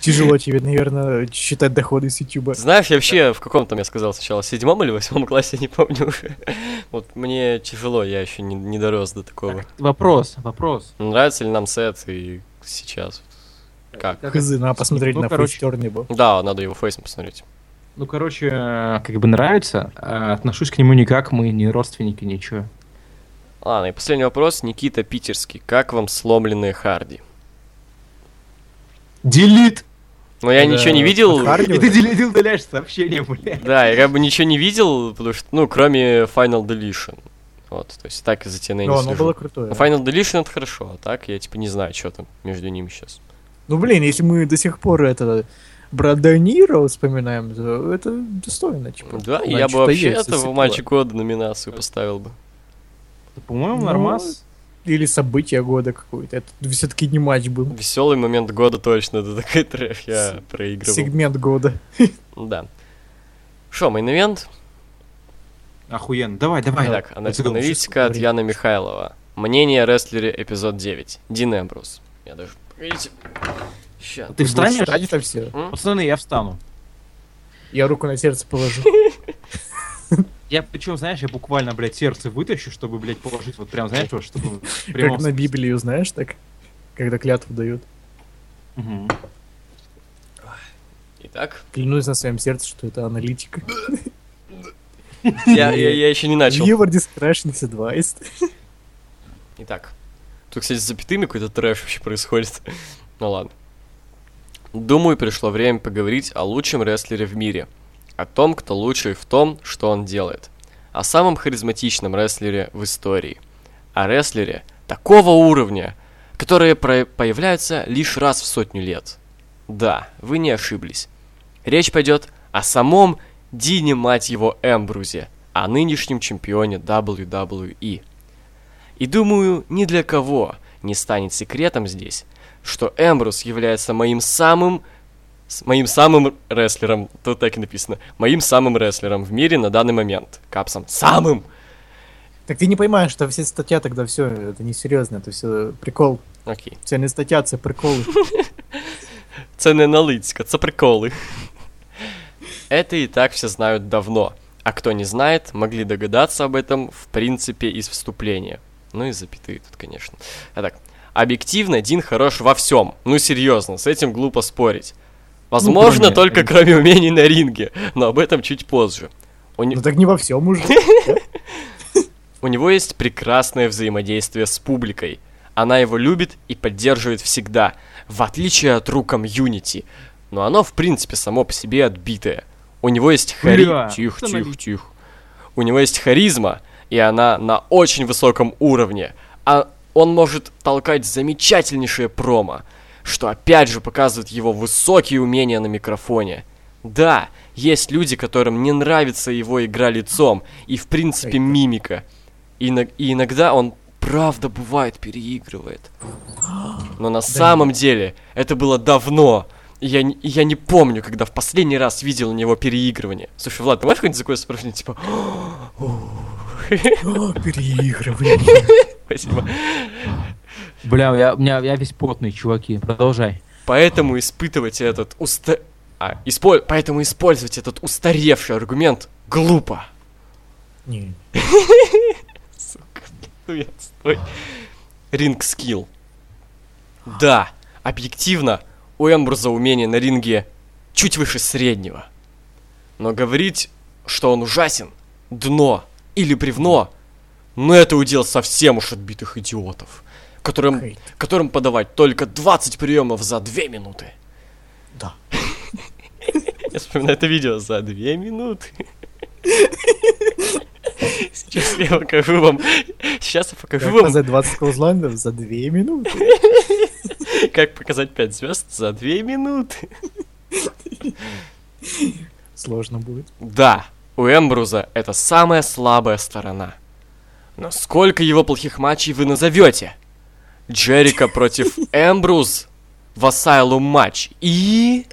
Тяжело тебе, наверное, считать доходы с Ютуба.
Знаешь, я вообще в каком там я сказал сначала, седьмом или восьмом классе, не помню уже. Вот мне тяжело, я еще не, не дорос до такого.
Вопрос, вопрос.
Нравится ли нам сет и сейчас? Как?
Хз, надо посмотреть
Ну,
на
короче.
фейстер небо.
Да, надо его фейсом посмотреть.
Ну, короче, э, как бы нравится. а Отношусь к нему никак, мы не родственники, ничего.
Ладно, и последний вопрос. Никита Питерский. Как вам сломленные Харди?
Делит!
Ну, я ничего не видел.
И ты делит, удаляешь сообщение, блядь.
Да, я как бы ничего не видел, потому что, ну, кроме Final Deletion. Вот, то есть так из-за TNA не
Но оно
слежу.
было крутое.
Ну, Final Deletion это хорошо, а так я типа не знаю, что там между ними сейчас.
Ну блин, если мы до сих пор это брат Де Ниро вспоминаем, то это достойно, типа.
Да, и
Значит,
я бы вообще
есть, если типа.
этого
такое.
матча года номинацию поставил бы.
По-моему,
Ну,
нормас.
Или событие года какое-то. Это все-таки не матч был.
Веселый момент года точно, это такой трэш, я проигрывал.
Сегмент года.
Да. Шо, мейн-эвент?
Ну, Охуенно. Давай, давай.
Так, ана-
Ты думаешь,
аналитика от
что-
Яны Михайлова. Мнение о рестлере эпизод 9. Дин Эмбрус. Я даже... Погодите. Ща.
Ты
Будешь
встанешь?
читать это все.
Пацаны, я встану.
а Я руку на сердце положу.
Я причем, знаешь, я буквально, блядь, сердце вытащу, чтобы, блядь, положить вот прям, знаешь, вот, чтобы... прямо-
Как на Библию, знаешь, так? Когда клятву дают.
Мгм.
Итак,
Клянусь на своем сердце, что это аналитика.
я, еще не начал.
Viewer Distractions Advised.
Итак. Тут, кстати, с запятыми какой-то трэш вообще происходит. Ну ладно. Думаю, пришло время поговорить о лучшем рестлере в мире. О том, кто лучший в том, что он делает. О самом харизматичном рестлере в истории. О рестлере такого уровня, которые про- появляются лишь раз в сотню лет. Да, вы не ошиблись. Речь пойдет о самом Дине, мать его, Эмбрузе, о нынешнем чемпионе E. WWE. И думаю, ни для кого не станет секретом здесь, что Эмбрус является моим самым... с- моим самым рестлером, тут так и написано, моим самым рестлером в мире на данный момент. Капсом. Самым!
Так ты не понимаешь, что все статья тогда все, это несерьезно, это все прикол.
Окей.
Все не статья, это приколы.
Цены аналитика, це приколы. Это и так все знают давно. А кто не знает, могли догадаться об этом, в принципе, из вступления. Ну и запятые тут, конечно. А так, объективно Дин хорош во всем. Ну серьезно, с этим глупо спорить. Возможно,
кроме-
только кроме умений на ринге, но об этом чуть позже. У, не-
Ну так не во всем уже.
у него есть прекрасное взаимодействие с публикой. Она его любит и поддерживает всегда, в отличие от руком Юнити. Но оно, в принципе, само по себе отбитое. У него есть
Бля,
харизма. Тихо, тихо,
остановись.
тихо. У него есть харизма, и она на очень высоком уровне. А он может толкать замечательнейшее промо, что опять же показывает его высокие умения на микрофоне. Да, есть люди, которым не нравится его игра лицом и, в принципе, мимика. Ино- и иногда он правда бывает переигрывает. Но на самом деле это было давно. И я, не- и я не помню, когда в последний раз видел у него переигрывание. Слушай, Влад, давай какой-нибудь такое сравнение, типа...
О, переигрывание.
Спасибо.
Бля, я, у меня, я весь потный, чуваки. Продолжай.
Поэтому испытывать этот уста... а, испо- Поэтому использовать этот устаревший аргумент глупо.
Не.
Сука, ну я отстой. Ринг скилл. Да, объективно, у Эмбруза умение на ринге чуть выше среднего. Но говорить, что он ужасен, дно или бревно, ну это удел совсем уж отбитых идиотов, которым,
Хейт.
которым подавать только 20 приемов за 2 минуты.
Да.
Я вспоминаю это видео за 2 минуты. Сейчас я покажу вам. Сейчас я покажу
Как
вам
показать 20 Клаузландов за 2 минуты?
Как показать 5 звезд за 2 минуты?
Сложно будет.
Да, у Эмбруза это самая слабая сторона. Но сколько его плохих матчей вы назовете? Джерика против Эмбруз в Asylum матч. И...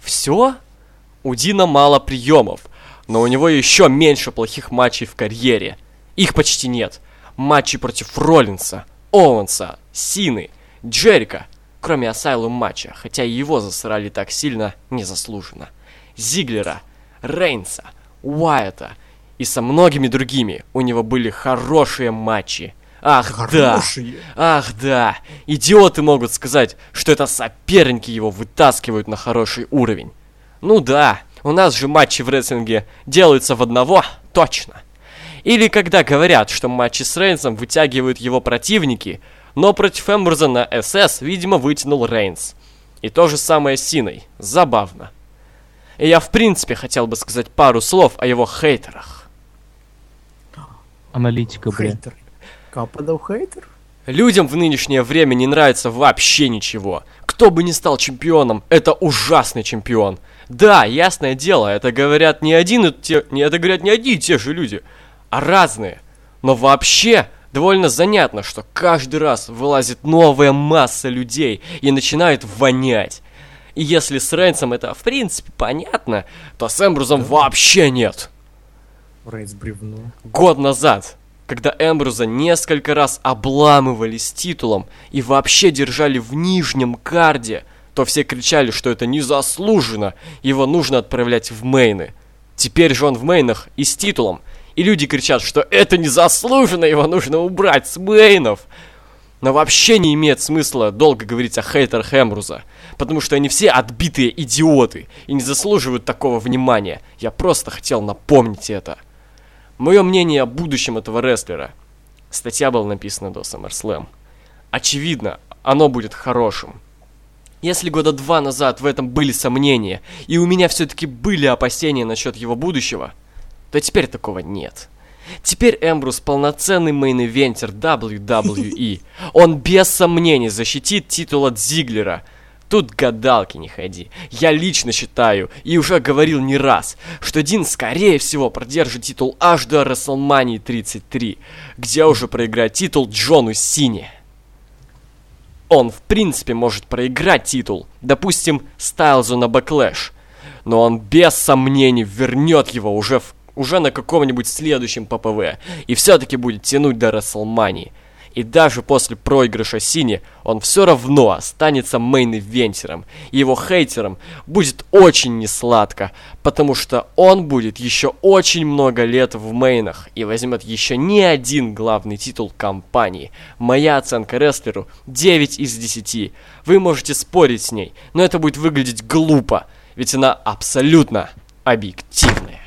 Все? У Дина мало приемов, но у него еще меньше плохих матчей в карьере. Их почти нет. Матчи против Роллинса, Оуэнса, Сины, Джерика, кроме Асайлум матча, хотя и его засрали так сильно незаслуженно. Зиглера, Рейнса, Уайта и со многими другими у него были хорошие матчи. Ах, да!
Хорошие.
Ах да, идиоты могут сказать, что это соперники его вытаскивают на хороший уровень. Ну да, у нас же матчи в рестлинге делаются в одного, точно. Или когда говорят, что матчи с Рейнсом вытягивают его противники, но против Эмбруза на СС, видимо, вытянул Рейнс. И то же самое с Синой. Забавно. И я в принципе хотел бы сказать пару слов о его хейтерах. Ну,
Аналитика, бля.
Хейтер. Кападов хейтер?
Людям в нынешнее время не нравится вообще ничего. Кто бы ни стал чемпионом, это ужасный чемпион. Да, ясное дело, это говорят не один и те, не это говорят не одни и те же люди, а разные. Но вообще довольно занятно, что каждый раз вылазит новая масса людей и начинает вонять. И если с Рейнсом это в принципе понятно, то с Эмбрузом вообще нет
Рейс бревно.
год назад, когда Эмбруза несколько раз обламывали с титулом и вообще держали в нижнем карде, то все кричали, что это незаслуженно, его нужно отправлять в мейны. Теперь же он в мейнах и с титулом, и люди кричат, что это незаслуженно, его нужно убрать с мейнов. Но вообще не имеет смысла долго говорить о хейтерах Эмбруза, потому что они все отбитые идиоты и не заслуживают такого внимания. Я просто хотел напомнить это. Мое мнение о будущем этого рестлера. Статья была написана до SummerSlam. Очевидно, оно будет хорошим. Если года два назад в этом были сомнения, и у меня все-таки были опасения насчет его будущего, то теперь такого нет. Теперь Эмбрус полноценный мейн-ивентер WWE. Он без сомнений защитит титул от Зиглера. Тут гадалки не ходи. Я лично считаю, и уже говорил не раз, что Дин, скорее всего, продержит титул аж до WrestleMania 33, где уже проиграет титул Джону Сине. Он, в принципе, может проиграть титул, допустим, Стайлзу на Backlash, но он без сомнений вернет его уже, в- уже на каком-нибудь следующем ППВ и все-таки будет тянуть до WrestleMania. И даже после проигрыша Сини он все равно останется мейн-ивентером. И его хейтером будет очень несладко, потому что он будет еще очень много лет в мейнах и возьмет еще не один главный титул компании. Моя оценка рестлеру 9 из 10. Вы можете спорить с ней, но это будет выглядеть глупо, ведь она абсолютно объективная.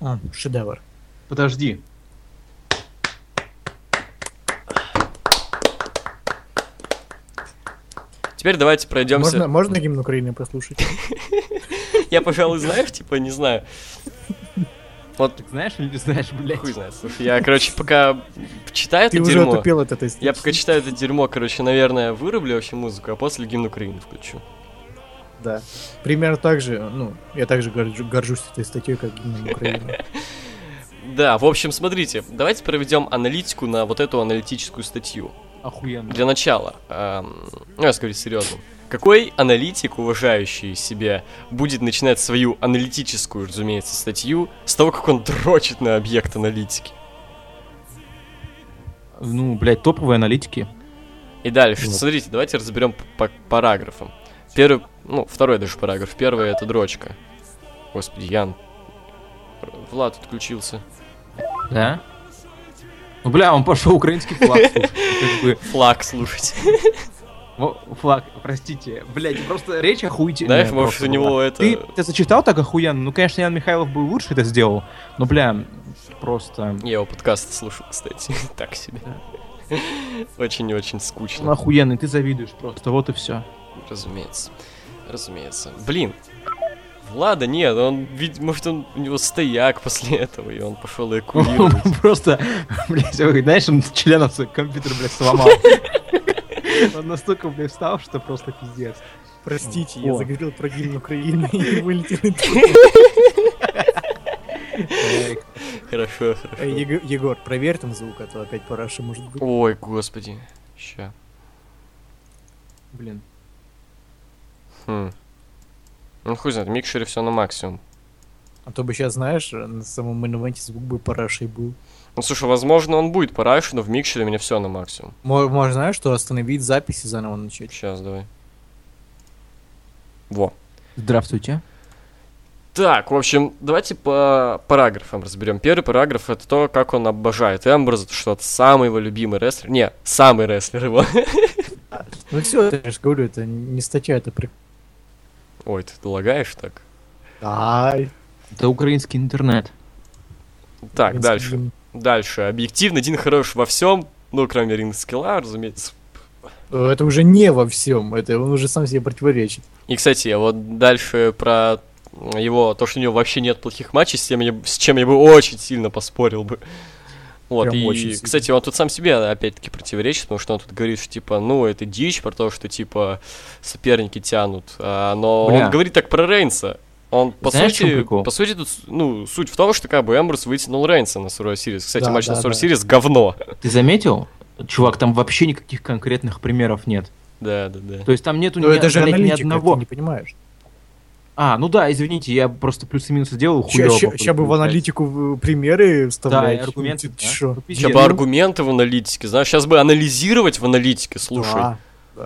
А, шедевр.
Подожди.
Теперь давайте пройдемся.
Можно, можно гимн Украины послушать?
Я, пожалуй, знаешь, типа, не знаю. Вот
Так знаешь или не знаешь, блядь?
Хуй знает, слушай, я, короче, пока читаю это
Ты уже
дерьмо,
отупел от этой статьи.
я пока читаю это дерьмо, короче, наверное, вырублю вообще музыку, а после гимн Украины включу.
Да. Примерно так же, ну, я также горжу- горжусь этой статьей, как гимн Украины.
Да, в общем, смотрите, давайте проведем аналитику на вот эту аналитическую статью.
Охуенно.
Для начала, эм, ну, я скажу серьезно. Какой аналитик, уважающий себя, будет начинать свою аналитическую, разумеется, статью с того, как он дрочит на объект аналитики?
Ну, блядь, топовые аналитики.
И дальше,
Ну.
смотрите, давайте разберем по по параграфам. Первый, ну, второй даже параграф. Первый это дрочка. Господи, Ян. Влад отключился.
Да? Ну, бля, он пошел украинский флаг слушать. Ну, Как бы,
Флаг слушать.
во- Флаг, простите. Блядь, просто речь охуительная.
Знаешь, может,
просто
у него
была.
это-
Ты, ты зачитал так охуенно? Ну, конечно, Ян Михайлов бы лучше это сделал. Но, бля, просто...
Я его подкаст слушал, кстати. Так себе. Очень-очень
Он
скучно,
охуенный, ты завидуешь просто, вот и все.
Ну. разумеется. Разумеется. Блин. Влада нет, он, вид- может, он, у него стояк после этого, и он пошел
Он
эвакуировать.
просто, блядь, ой, знаешь, он членом свой компьютер, блядь, сломал. Он настолько, блядь, встал, что просто пиздец.
Простите,
О.
я заговорил про гимн Украины и вылетел из-
Э,
Хорошо, хорошо.
Э, Его- Егор, проверь там звук, а то опять параша может быть.
Ой, господи. Ща.
Блин.
Хм. Ну, хуй знает, в микшере все на максимум.
А то бы сейчас, знаешь, на самом инвенте звук бы парашей был.
Ну, слушай, возможно, он будет парашу, но в микшере у меня все на максимум.
Мо- Может, знаешь, что остановить запись и заново начать.
Сейчас, давай. Во.
Здравствуйте.
Так, в общем, давайте по параграфам разберем. Первый параграф это то, как он обожает Эмброза, что это самый его любимый рестлер. Не, самый рестлер его.
Ну все, я же говорю, это не статья, это прикол.
Ой, ты лагаешь так?
Ай,
Это украинский интернет.
Так,
блин,
дальше.
блин.
Дальше. Объективно, Дин хорош во всем, ну, кроме ринг скилла, разумеется.
Э, Это уже не во всем, это он уже сам себе противоречит.
И, кстати, я вот дальше про его, то, что у него вообще нет плохих матчей, с, тем я б- с чем я бы очень сильно поспорил бы. Вот,
Прям
и,
очень сильно.
кстати, он тут сам себе, опять-таки, противоречит, потому что он тут говорит, что, типа, ну, это дичь, про то, что, типа, соперники тянут, А, но
Бля.
он говорит так про Рейнса. Он, по
Знаешь, в чем
сути,
прикол?
по сути, тут, ну, суть в том, что, как бы, Эмбрус вытянул Рейнса на Survivor Series. Кстати,
Да,
матч на
да,
Survivor
да.
Series говно.
Ты заметил? Чувак, там вообще никаких конкретных примеров нет.
Да, да, да.
То есть там нету
Но
ни,
Ну, это же
блядь, ни
аналитика,
одного.
ты не понимаешь.
А, ну да, извините, я просто плюсы-минусы делал, хуёво.
Сейчас бы в аналитику в- примеры
Да, и
вставлять.
аргументы.
Ты
да.
чё?
Ну, пиздец.
Сейчас бы аргументы в аналитике, знаешь, сейчас бы анализировать в аналитике, слушай.
Да.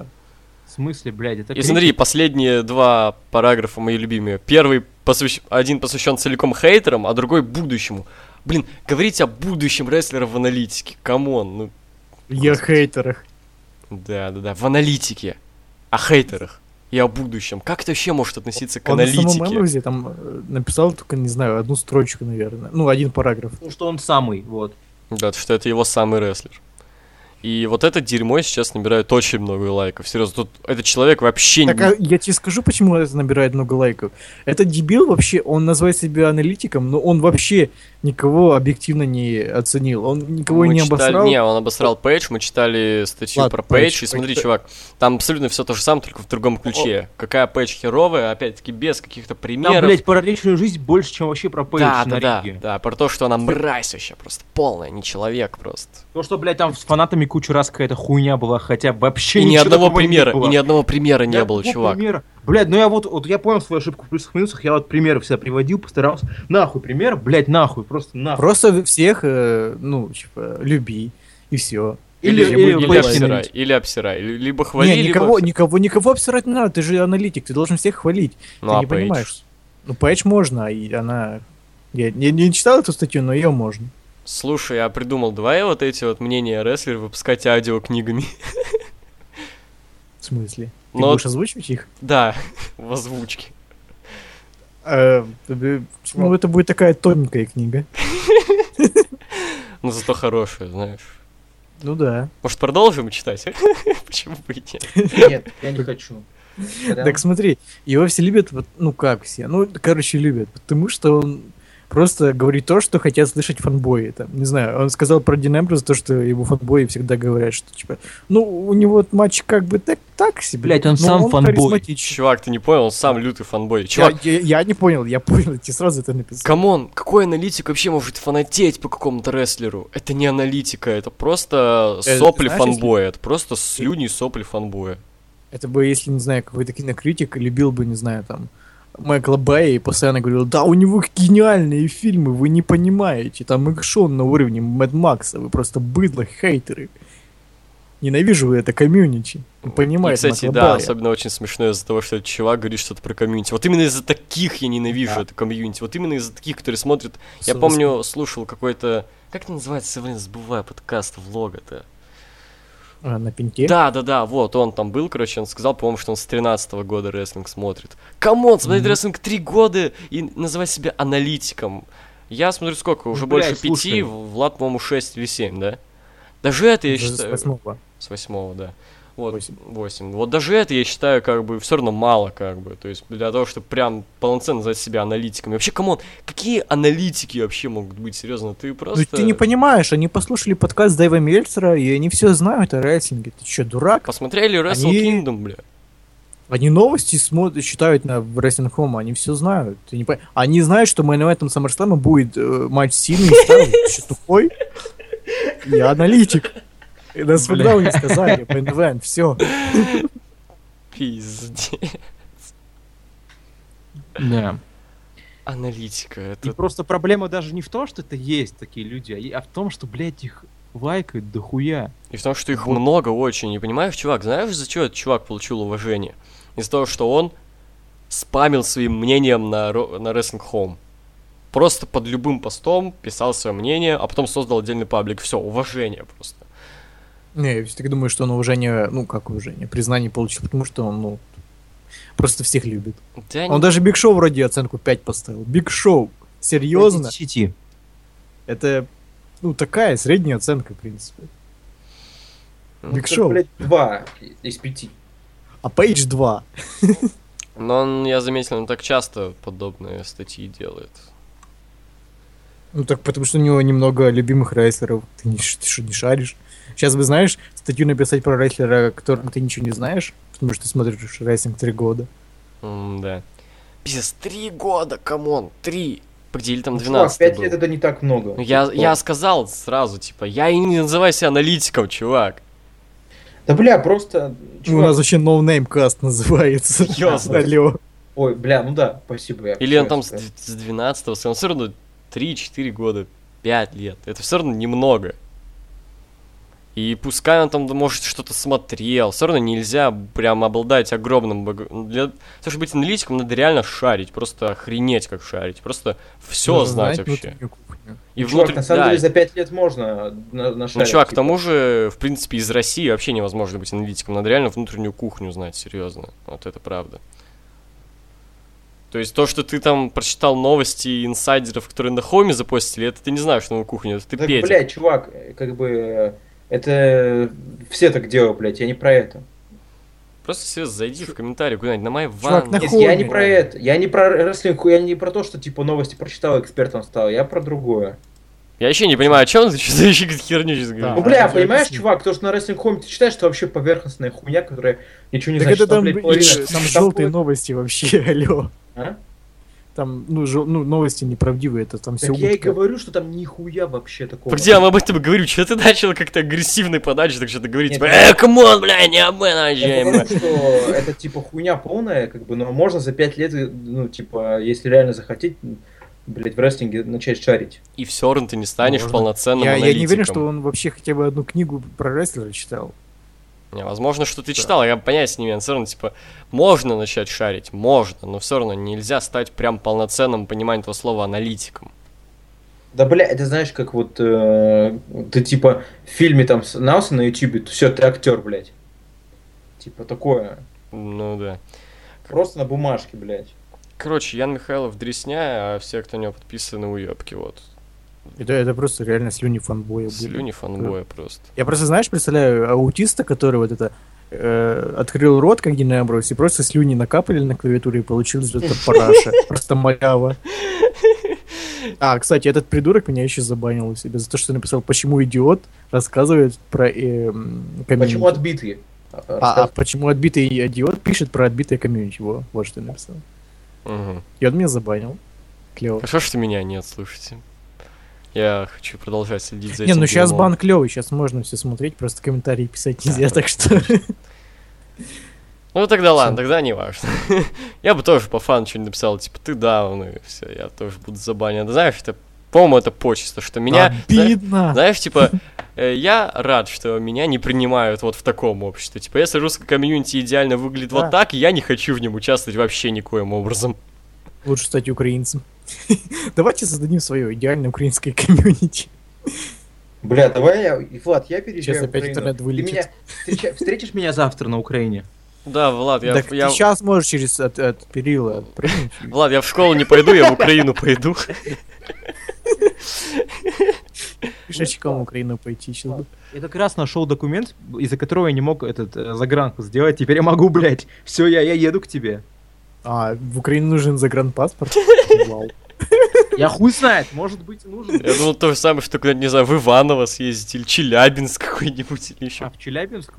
В смысле, блядь, это...
И смотри, последние два параграфа мои любимые. Первый посвящ- один посвящен целиком хейтерам, а другой будущему. Блин, говорить о будущем рестлера в аналитике. Камон, ну
Я
Господи.
хейтерах.
да, да, да, в аналитике. О хейтерах и о будущем. Как это вообще может относиться к
Он на самом
аналитике?
Эмброзе там э, написал только, не знаю, одну строчку, наверное. Ну, один параграф.
Потому что он самый, вот.
Да, что это его самый рестлер. И вот это дерьмо сейчас набирает очень много лайков. Серьезно, тут этот человек вообще
Так,
не...
а я тебе скажу, почему это набирает много лайков. Этот дебил вообще, он называет себя аналитиком, но он вообще никого объективно не оценил. Он никого
Мы
не
читали-
обосрал.
Не, он обосрал Пейдж, мы читали статью
Ладно,
про Пейдж,
Пейдж,
и смотри,
Пейдж.
чувак, там абсолютно все то же самое, только в другом ключе. Какая Пейдж херовая, опаять-таки без каких-то
Там,
примеров.
блядь, про личную жизнь больше, чем вообще про Пейдж
да,
на
да, да,
ринге.
да, про то, что она мразь вообще, просто полная, не человек просто.
То, что, блядь, там с фанатами кучу раз какая-то хуйня была, хотя вообще
и ни
ничего
одного
такого не
примера,
было.
и ни одного примера не
Я
было,
ну,
какой
чувак.
пример? Блядь, ну я вот, вот я понял свою ошибку в плюсах-минусах, я вот примеры всегда приводил, постарался. Нахуй пример, блядь, нахуй, просто нахуй.
А Просто всех, э, ну, типа, люби, и все.
Или,
либо-
или,
или
Пейдж
обсирай,
ненавидеть.
или обсирай, Ли- либо хвали,
Не,
либо
никого,
обсирай.
никого, никого обсирать не надо, ты же аналитик, ты должен всех хвалить.
Ну,
ты
а
не
Пейдж?
понимаешь. Ну, Пэтч можно, и она... Я, я не читал эту статью, но ее можно.
Слушай, я придумал, давай вот эти вот мнения рестлеров выпускать аудиокнигами.
В смысле? Ты
Но-
будешь озвучивать их?
Да, в озвучке.
Ну, это будет такая тоненькая книга.
Но зато хорошие, знаешь.
Ну да.
Может, продолжим читать? Почему бы и нет?
Нет, я не хочу.
Так смотри, его все любят, вот, ну как все, ну, короче, любят, потому что он просто говорит то, что хотят слышать фанбои. Там, не знаю, он сказал про Дин Эмбрус то, что его фанбои всегда говорят, что типа, ну, у него вот матч как бы так, так себе.
Блядь, он
но
сам фанбой.
харизматичен.
Чувак, ты не понял, он сам лютый фанбой. Чувак,
Я, я- я не понял, я понял, я тебе сразу это написал.
камон, какой аналитик вообще может фанатеть по какому-то рестлеру? Это не аналитика, это просто
Э,
сопли
знаешь, если-
фанбоя, это просто слюни и сопли фанбоя.
Это бы, если, не знаю, какой-то кинокритик любил бы, не знаю, там, Майкла Бэя и постоянно говорил, да, у него гениальные фильмы, вы не понимаете, там экшон на уровне Мэд Макса, вы просто быдло, хейтеры. Ненавижу я это комьюнити.
Вот.
Понимаете,
И, кстати,
Майкла
да,
Бэя.
особенно очень смешно из-за того, что этот чувак говорит что-то про комьюнити. Вот именно из-за таких я ненавижу это комьюнити. Вот именно из-за таких, которые смотрят. Я
Со-
помню, слушал какой-то. Как это называется, все время забываю подкаст влога-то.
А, на пеньке?
Да, да, да, вот он там был, короче, он сказал, по-моему, что он с 13 года рестлинг смотрит. Камон, смотреть
Мгм.
рестлинг 3 года и называть себя аналитиком. Я смотрю, сколько, уже
Ну,
Блядь,
больше
слушай.
5, Влад, по-моему, 6 или 7, да? Даже это, я
Даже с
считаю...
восьмого.
С восьмого, да. Вот,
Восемь.
8. Вот даже это, я считаю, как бы, все равно мало, как бы. То есть, для того, чтобы прям полноценно назвать себя аналитиками. Вообще, камон, какие аналитики вообще могут быть, серьезно? Ты
Ну,
просто...
ты не понимаешь, они послушали подкаст Дэйва Мельцера, и они все знают о рейтинге. Ты че, дурак?
Посмотрели Wrestle
Они-
Kingdom, бля?
Они новости смотрят, читают на Wrestling Home, они все знают. Ты не пон- Они знают, что мейн этом SummerSlam будет э, матч сильный, старый, ты чё, тупой. Я аналитик. И Нас
Бля.
всегда не сказали, main все.
Пиздец.
Да.
Аналитика, это
И просто проблема даже не в том, что это есть такие люди, а и- а в том, что, блядь, их лайкают дохуя.
И в том, что их много очень. И понимаешь, чувак, знаешь, из-за чего этот чувак получил уважение? Из-за того, что он спамил своим мнением на, ро- на Wrestling Home. Просто под любым постом писал свое мнение, а потом создал отдельный паблик. Все, уважение просто.
Не, я все-таки думаю, что он уважение, ну как уважение, признание получил, потому что он, ну, просто всех любит.
Да,
Он
не-
даже Биг Шоу вроде оценку 5 поставил. Биг Шоу, серьезно?
Блядь, из сети.
Это, ну, такая средняя оценка, в принципе.
Ну,
Биг Шоу.
два из пяти.
А Пейдж 2.
Но он, я заметил, он так часто подобные статьи делает.
Ну так потому что у него немного любимых рейслеров. Ты не, ш- ты что, не шаришь? Сейчас бы, знаешь, статью написать про рейслера, о котором ты ничего не знаешь, потому что ты смотришь рейсинг три года.
да. Пиздец, три года, камон, три. Поделили там
Ну,
12
чувак, пять
был.
лет это не так много.
Ну, я, я
Вот.
сказал сразу, типа, я и не называю себя аналитиком, чувак.
Да бля, просто...
Ну, у
чувак-
нас вообще ноунейм каст называется.
Серьезно?
Алло.
Ой, бля, ну да, спасибо. я
Или он
вообще
там с
это-
дв- с 12 он все равно 3-4 года, 5 лет. Это все равно немного. И пускай он там, может, что-то смотрел, все равно нельзя прям обладать огромным... бага- Для того, чтобы быть аналитиком, надо реально шарить, просто охренеть, как шарить, просто все
Нужно Ну,
знать, вообще.
внутреннюю кухню.
И
ну, Чувак,
внутри-
на самом
да,
деле за пять лет можно на,
Ну,
нашарить,
чувак, к
типа.
тому же, в принципе, из России вообще невозможно быть аналитиком. Надо реально внутреннюю кухню знать, серьезно. Вот это правда. То есть то, что ты там прочитал новости инсайдеров, которые на хоме запостили, это ты не знаешь новую кухню, это ты
Так,
Петя.
блядь, чувак, э, как бы... э, Это все так делают, блядь, я не про это.
Просто серьезно, зайди в комментарии куда-нибудь на май
Чувак,
ван.
на
Нет,
хуй
я не
мне.
про это. Я не про рестлинг, я не про то, что типа новости прочитал, экспертом стал. Я про другое.
Я еще не понимаю, о чем ты что за еще какую-то херню сейчас
Да.
говоришь.
ну, бля,
я
понимаешь,
объясню.
чувак, то, что на рестлинг хоме ты читаешь, что вообще поверхностная хуйня, которая ничего не
Так
значит.
это там,
блядь,
и-
половина-
там
там
желтые
пол-
новости вообще, алло.
А?
Там, ну, жел- ну, новости неправдивые, это там все
Так я и говорю, что там нихуя вообще такого.
Погоди, я вам об этом и говорю, что ты начал как-то агрессивной подачей, так что-то говорить,
Нет,
типа, э, камон, бля, не об этом,
Я
вообще,
говорю,
бля».
что это типа хуйня полная, как бы, но можно за пять лет, ну, типа, если реально захотеть, блядь, в рестлинге начать шарить.
И все равно ты не станешь
Можно.
полноценным
Я, я
аналитиком.
не уверен, что он вообще хотя бы одну книгу про рестлера читал.
Не, возможно, что ты читал, я понять не имею. но Все равно, типа, можно начать шарить, можно, но все равно нельзя стать прям полноценным пониманием этого слова аналитиком.
Да, бля, это знаешь, как вот э, ты типа в фильме там с- снялся на ютубе, все, ты актер, блядь. Типа такое.
Ну да.
Просто на бумажке, блядь.
Короче, Ян Михайлов дресня, а все, кто на него подписаны, уебки, вот.
Это, это просто реально слюни фанбоя были.
Слюни фанбоя просто.
Я просто, знаешь, представляю аутиста, который вот это э, открыл рот, как Динаброс, и просто слюни накапали на клавиатуре, и получилось вот это параша. Просто малява. А, кстати, этот придурок меня еще забанил у себя за то, что написал, почему идиот рассказывает про э, м, комьюнити.
Почему отбитые? Э,
А, а почему отбитый идиот пишет про отбитое комьюнити. Во, вот что я написал.
Мгм.
И он меня забанил. Клево.
Хорошо, что меня нет, слушайте. Я хочу продолжать следить за
Не,
этим.
ну сейчас
дерьмом.
бан клевый, сейчас можно все смотреть, просто комментарии писать нельзя,
Да.
так что...
Ну тогда ладно, тогда не важно. я бы тоже по фану что-нибудь написал, типа, ты даун, и все, я тоже буду забанен. Знаешь, это, по-моему, это почесть, что
А,
меня...
Обидно.
Знаешь, типа, э, я рад, что меня не принимают вот в таком обществе. Типа, если русское комьюнити идеально выглядит
Да.
вот так, я не хочу в нем участвовать вообще никоим образом.
Лучше стать украинцем. Давайте создадим свое идеальное украинское комьюнити.
Бля, давай я... и, Влад, я переезжаю
Сейчас
в
опять
Украину.
интернет
Ты
вылетит.
меня встреча- встретишь меня?
Меня завтра на Украине.
Да, Влад, я,
так
я-
ты сейчас можешь через от, от перила прыгнуть.
Влад, я в школу не пойду, я в Украину пойду.
Пешечком в Украину пойти сейчас. бы.
Я как раз нашел документ, из-за которого я не мог этот э, загранку сделать. Теперь я могу, блядь. Все, я, я еду к тебе.
А, в Украину нужен загранпаспорт? Вау.
Я хуй знает, может быть, нужен.
Я думал то же самое, что куда-нибудь, не знаю, в Иваново съездить, или Челябинск какой-нибудь, или
А
еще.
в Челябинск?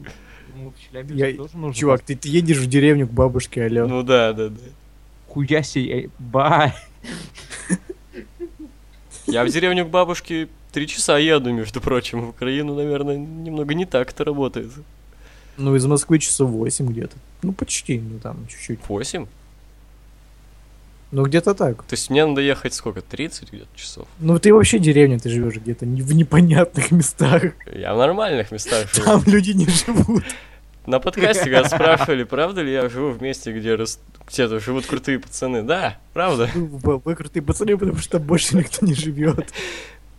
Ну, в Челябинск
Я-
тоже нужен.
Чувак, ты, ты едешь в деревню к бабушке, алё.
Ну да, да, да.
Хуя себе, я- ба.
Я в деревню к бабушке три часа еду, между прочим, в Украину, наверное, немного не так это работает.
Ну, из Москвы часов 8 где-то. Ну, почти, ну там, чуть-чуть.
Восемь?
Ну, где-то так.
То есть мне надо ехать сколько, 30 где-то часов?
Ну, ты вообще деревня, ты живешь где-то не- в непонятных местах.
Я в нормальных местах живу.
Там люди не живут.
На подкасте когда спрашивали, правда ли я живу в месте, где рас- где-то живут крутые пацаны. Да, правда.
Вы, вы- вы Ну, крутые пацаны, потому что там больше никто не живет.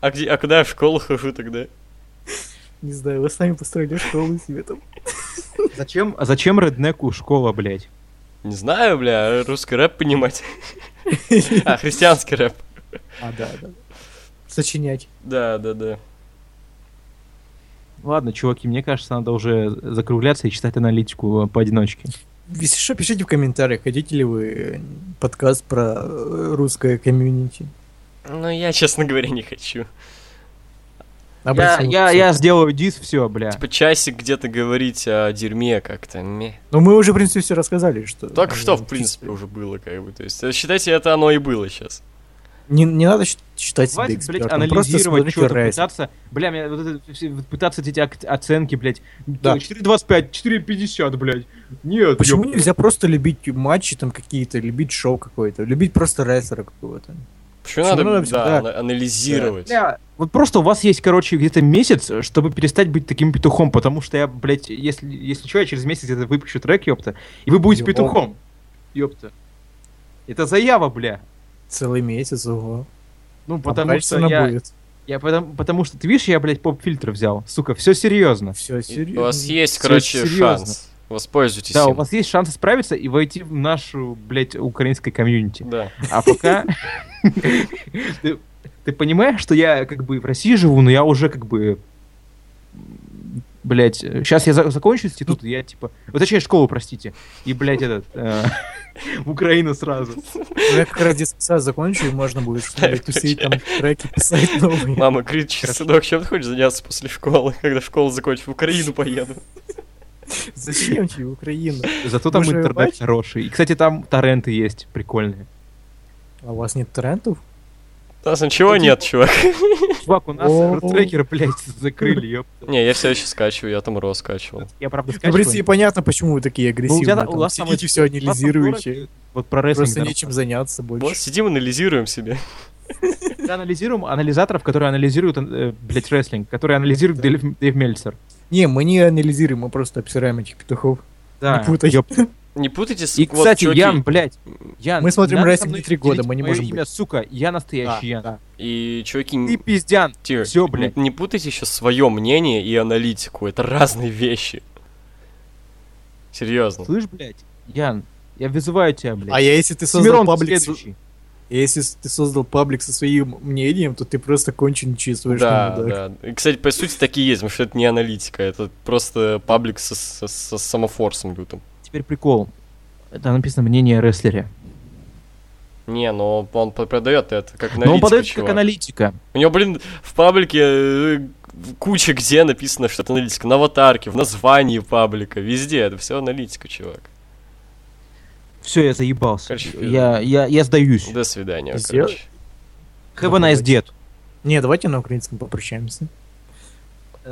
А, где... а куда я в школу хожу тогда?
Не знаю, вы сами построили школу себе там.
Зачем, а зачем Реднеку школа, блядь?
Не знаю, бля, русский рэп понимать. А, христианский рэп.
А, да, да. Сочинять.
Да, да, да.
Ладно, чуваки, мне кажется, надо уже закругляться и читать аналитику э, поодиночке.
Если что, пишите в комментариях, хотите ли вы э, подкаст про э, русское комьюнити.
Ну, я, честно говоря, не хочу.
Я,
Обратите
я,
внимание.
я сделаю дис, все, бля.
Типа часик где-то говорить о дерьме как-то. Ме.
Но Ну, мы уже, в принципе, все рассказали, что...
Только что, в
э,
принципе, уже было, как бы. То есть, э, считайте, это оно и было сейчас.
Не, не надо щ- считать себя
Хватит, блядь,
экспертом, просто
анализировать
смотрите
что-то,
рейтинг.
пытаться, бля, мне вот это все- вот пытаться эти ак- оценки, блядь,
Да.
4.25, 4.50, блядь, нет,
Почему
ёп-
нельзя просто любить матчи там какие-то, любить шоу какое-то, любить просто рестлера какого-то?
Почему
Почему
надо,
надо
да,
всегда-
ана- анализировать?
Бля, вот просто у вас есть, короче, где-то месяц, чтобы перестать быть таким петухом, потому что я, блядь, если, если что, я через месяц это выпущу трек, ёпта, и вы будете
Ёбан.
петухом, ёпта. Это заява, бля.
Целый месяц, ого.
Ну,
Там
потому что
качественно
я,
А будет.
я потому, потому что, ты видишь, я, блядь, поп-фильтр взял, сука, все серьезно.
Все,
И
серьезно.
У вас есть,
Всё
короче,
серьёзно.
шанс. Воспользуйтесь
Да, у
им.
вас есть шанс исправиться и войти в нашу, блядь, украинское комьюнити.
Да.
А пока... Ты ты понимаешь, что я как бы в России живу, но я уже как бы... Блять, сейчас я за- закончу институт, и я типа... Вот точнее, школу, простите. И, блять, этот... э, В Украину сразу.
Ну, Я как раз детский закончу, и можно будет что-то тусить, там треки писать новые.
Мама кричит, сынок, чем ты хочешь заняться после школы? Когда школу закончу, в Украину поеду.
Зачем тебе Украина?
Зато там
Вы же
интернет
понимаете?
хороший. И, кстати, там торренты есть прикольные.
А у вас нет трендов?
У нас ничего
Ну,
нет, чувак.
Чувак, у нас
О.
трекеры, блять, закрыли, ёпта.
Не, я все еще скачиваю, я там рос скачивал.
Я правда
Ну, в принципе,
скачиваю.
понятно, почему вы такие агрессивные.
тебя-
там
у вас там
Сидите все
У вас там
анализируете.
город, Вот про рестлинг.
Просто
да,
нечем заняться
Вот
больше.
сидим, анализируем себе.
Мы анализируем анализаторов, которые анализируют, э, блядь, рестлинг, которые анализируют Дэйв, Дэйв Мельцер.
Не, мы не анализируем, мы просто обсираем этих петухов.
Да.
Не путай.
ёп.
Не путайтесь,
И,
вот,
кстати,
чуваки,
Ян, блядь, Ян,
Мы смотрим
не надо со
рестлинг
мной
три года,
делить
мы не
моё
можем
имя, сука, я настоящий Ян.
Да,
И, чуваки,
Ты
не,
пиздян.
те-
всё,
не-
блядь.
не, путайте еще свое мнение и аналитику. Это разные вещи. Серьезно.
Слышь, блядь, Ян, я вызываю тебя,
да. А
блядь.
я, если ты создал
Смирон, ты
паблик... с-
следующий.
Если с- ты создал паблик со своим мнением, то ты просто кончен
ну
чувствуешь.
Да, да. И, кстати, по сути, такие есть, потому что это не аналитика, это просто паблик со, со- со самофорсом лютым.
Теперь прикол. Это написано мнение о рестлере.
Не, но он продает это как аналитика,
Но он подает как
чувак.
аналитика.
У него, блин, в паблике э, в куче где написано, что это аналитика. На аватарке, в названии паблика, везде. Это все аналитика, чувак.
Все, я заебался.
Короче,
Я, я, я сдаюсь.
До свидания,
Сдел-
короче.
Have a nice dead.
Не, давайте на украинском попрощаемся.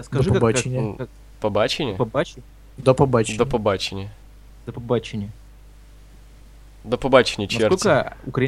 Скажи, как- как-
побачення.
как-
Побачення?
побачи.
До побачення.
До побачення. До побачення.
До побачення, черти.
Насколько украин...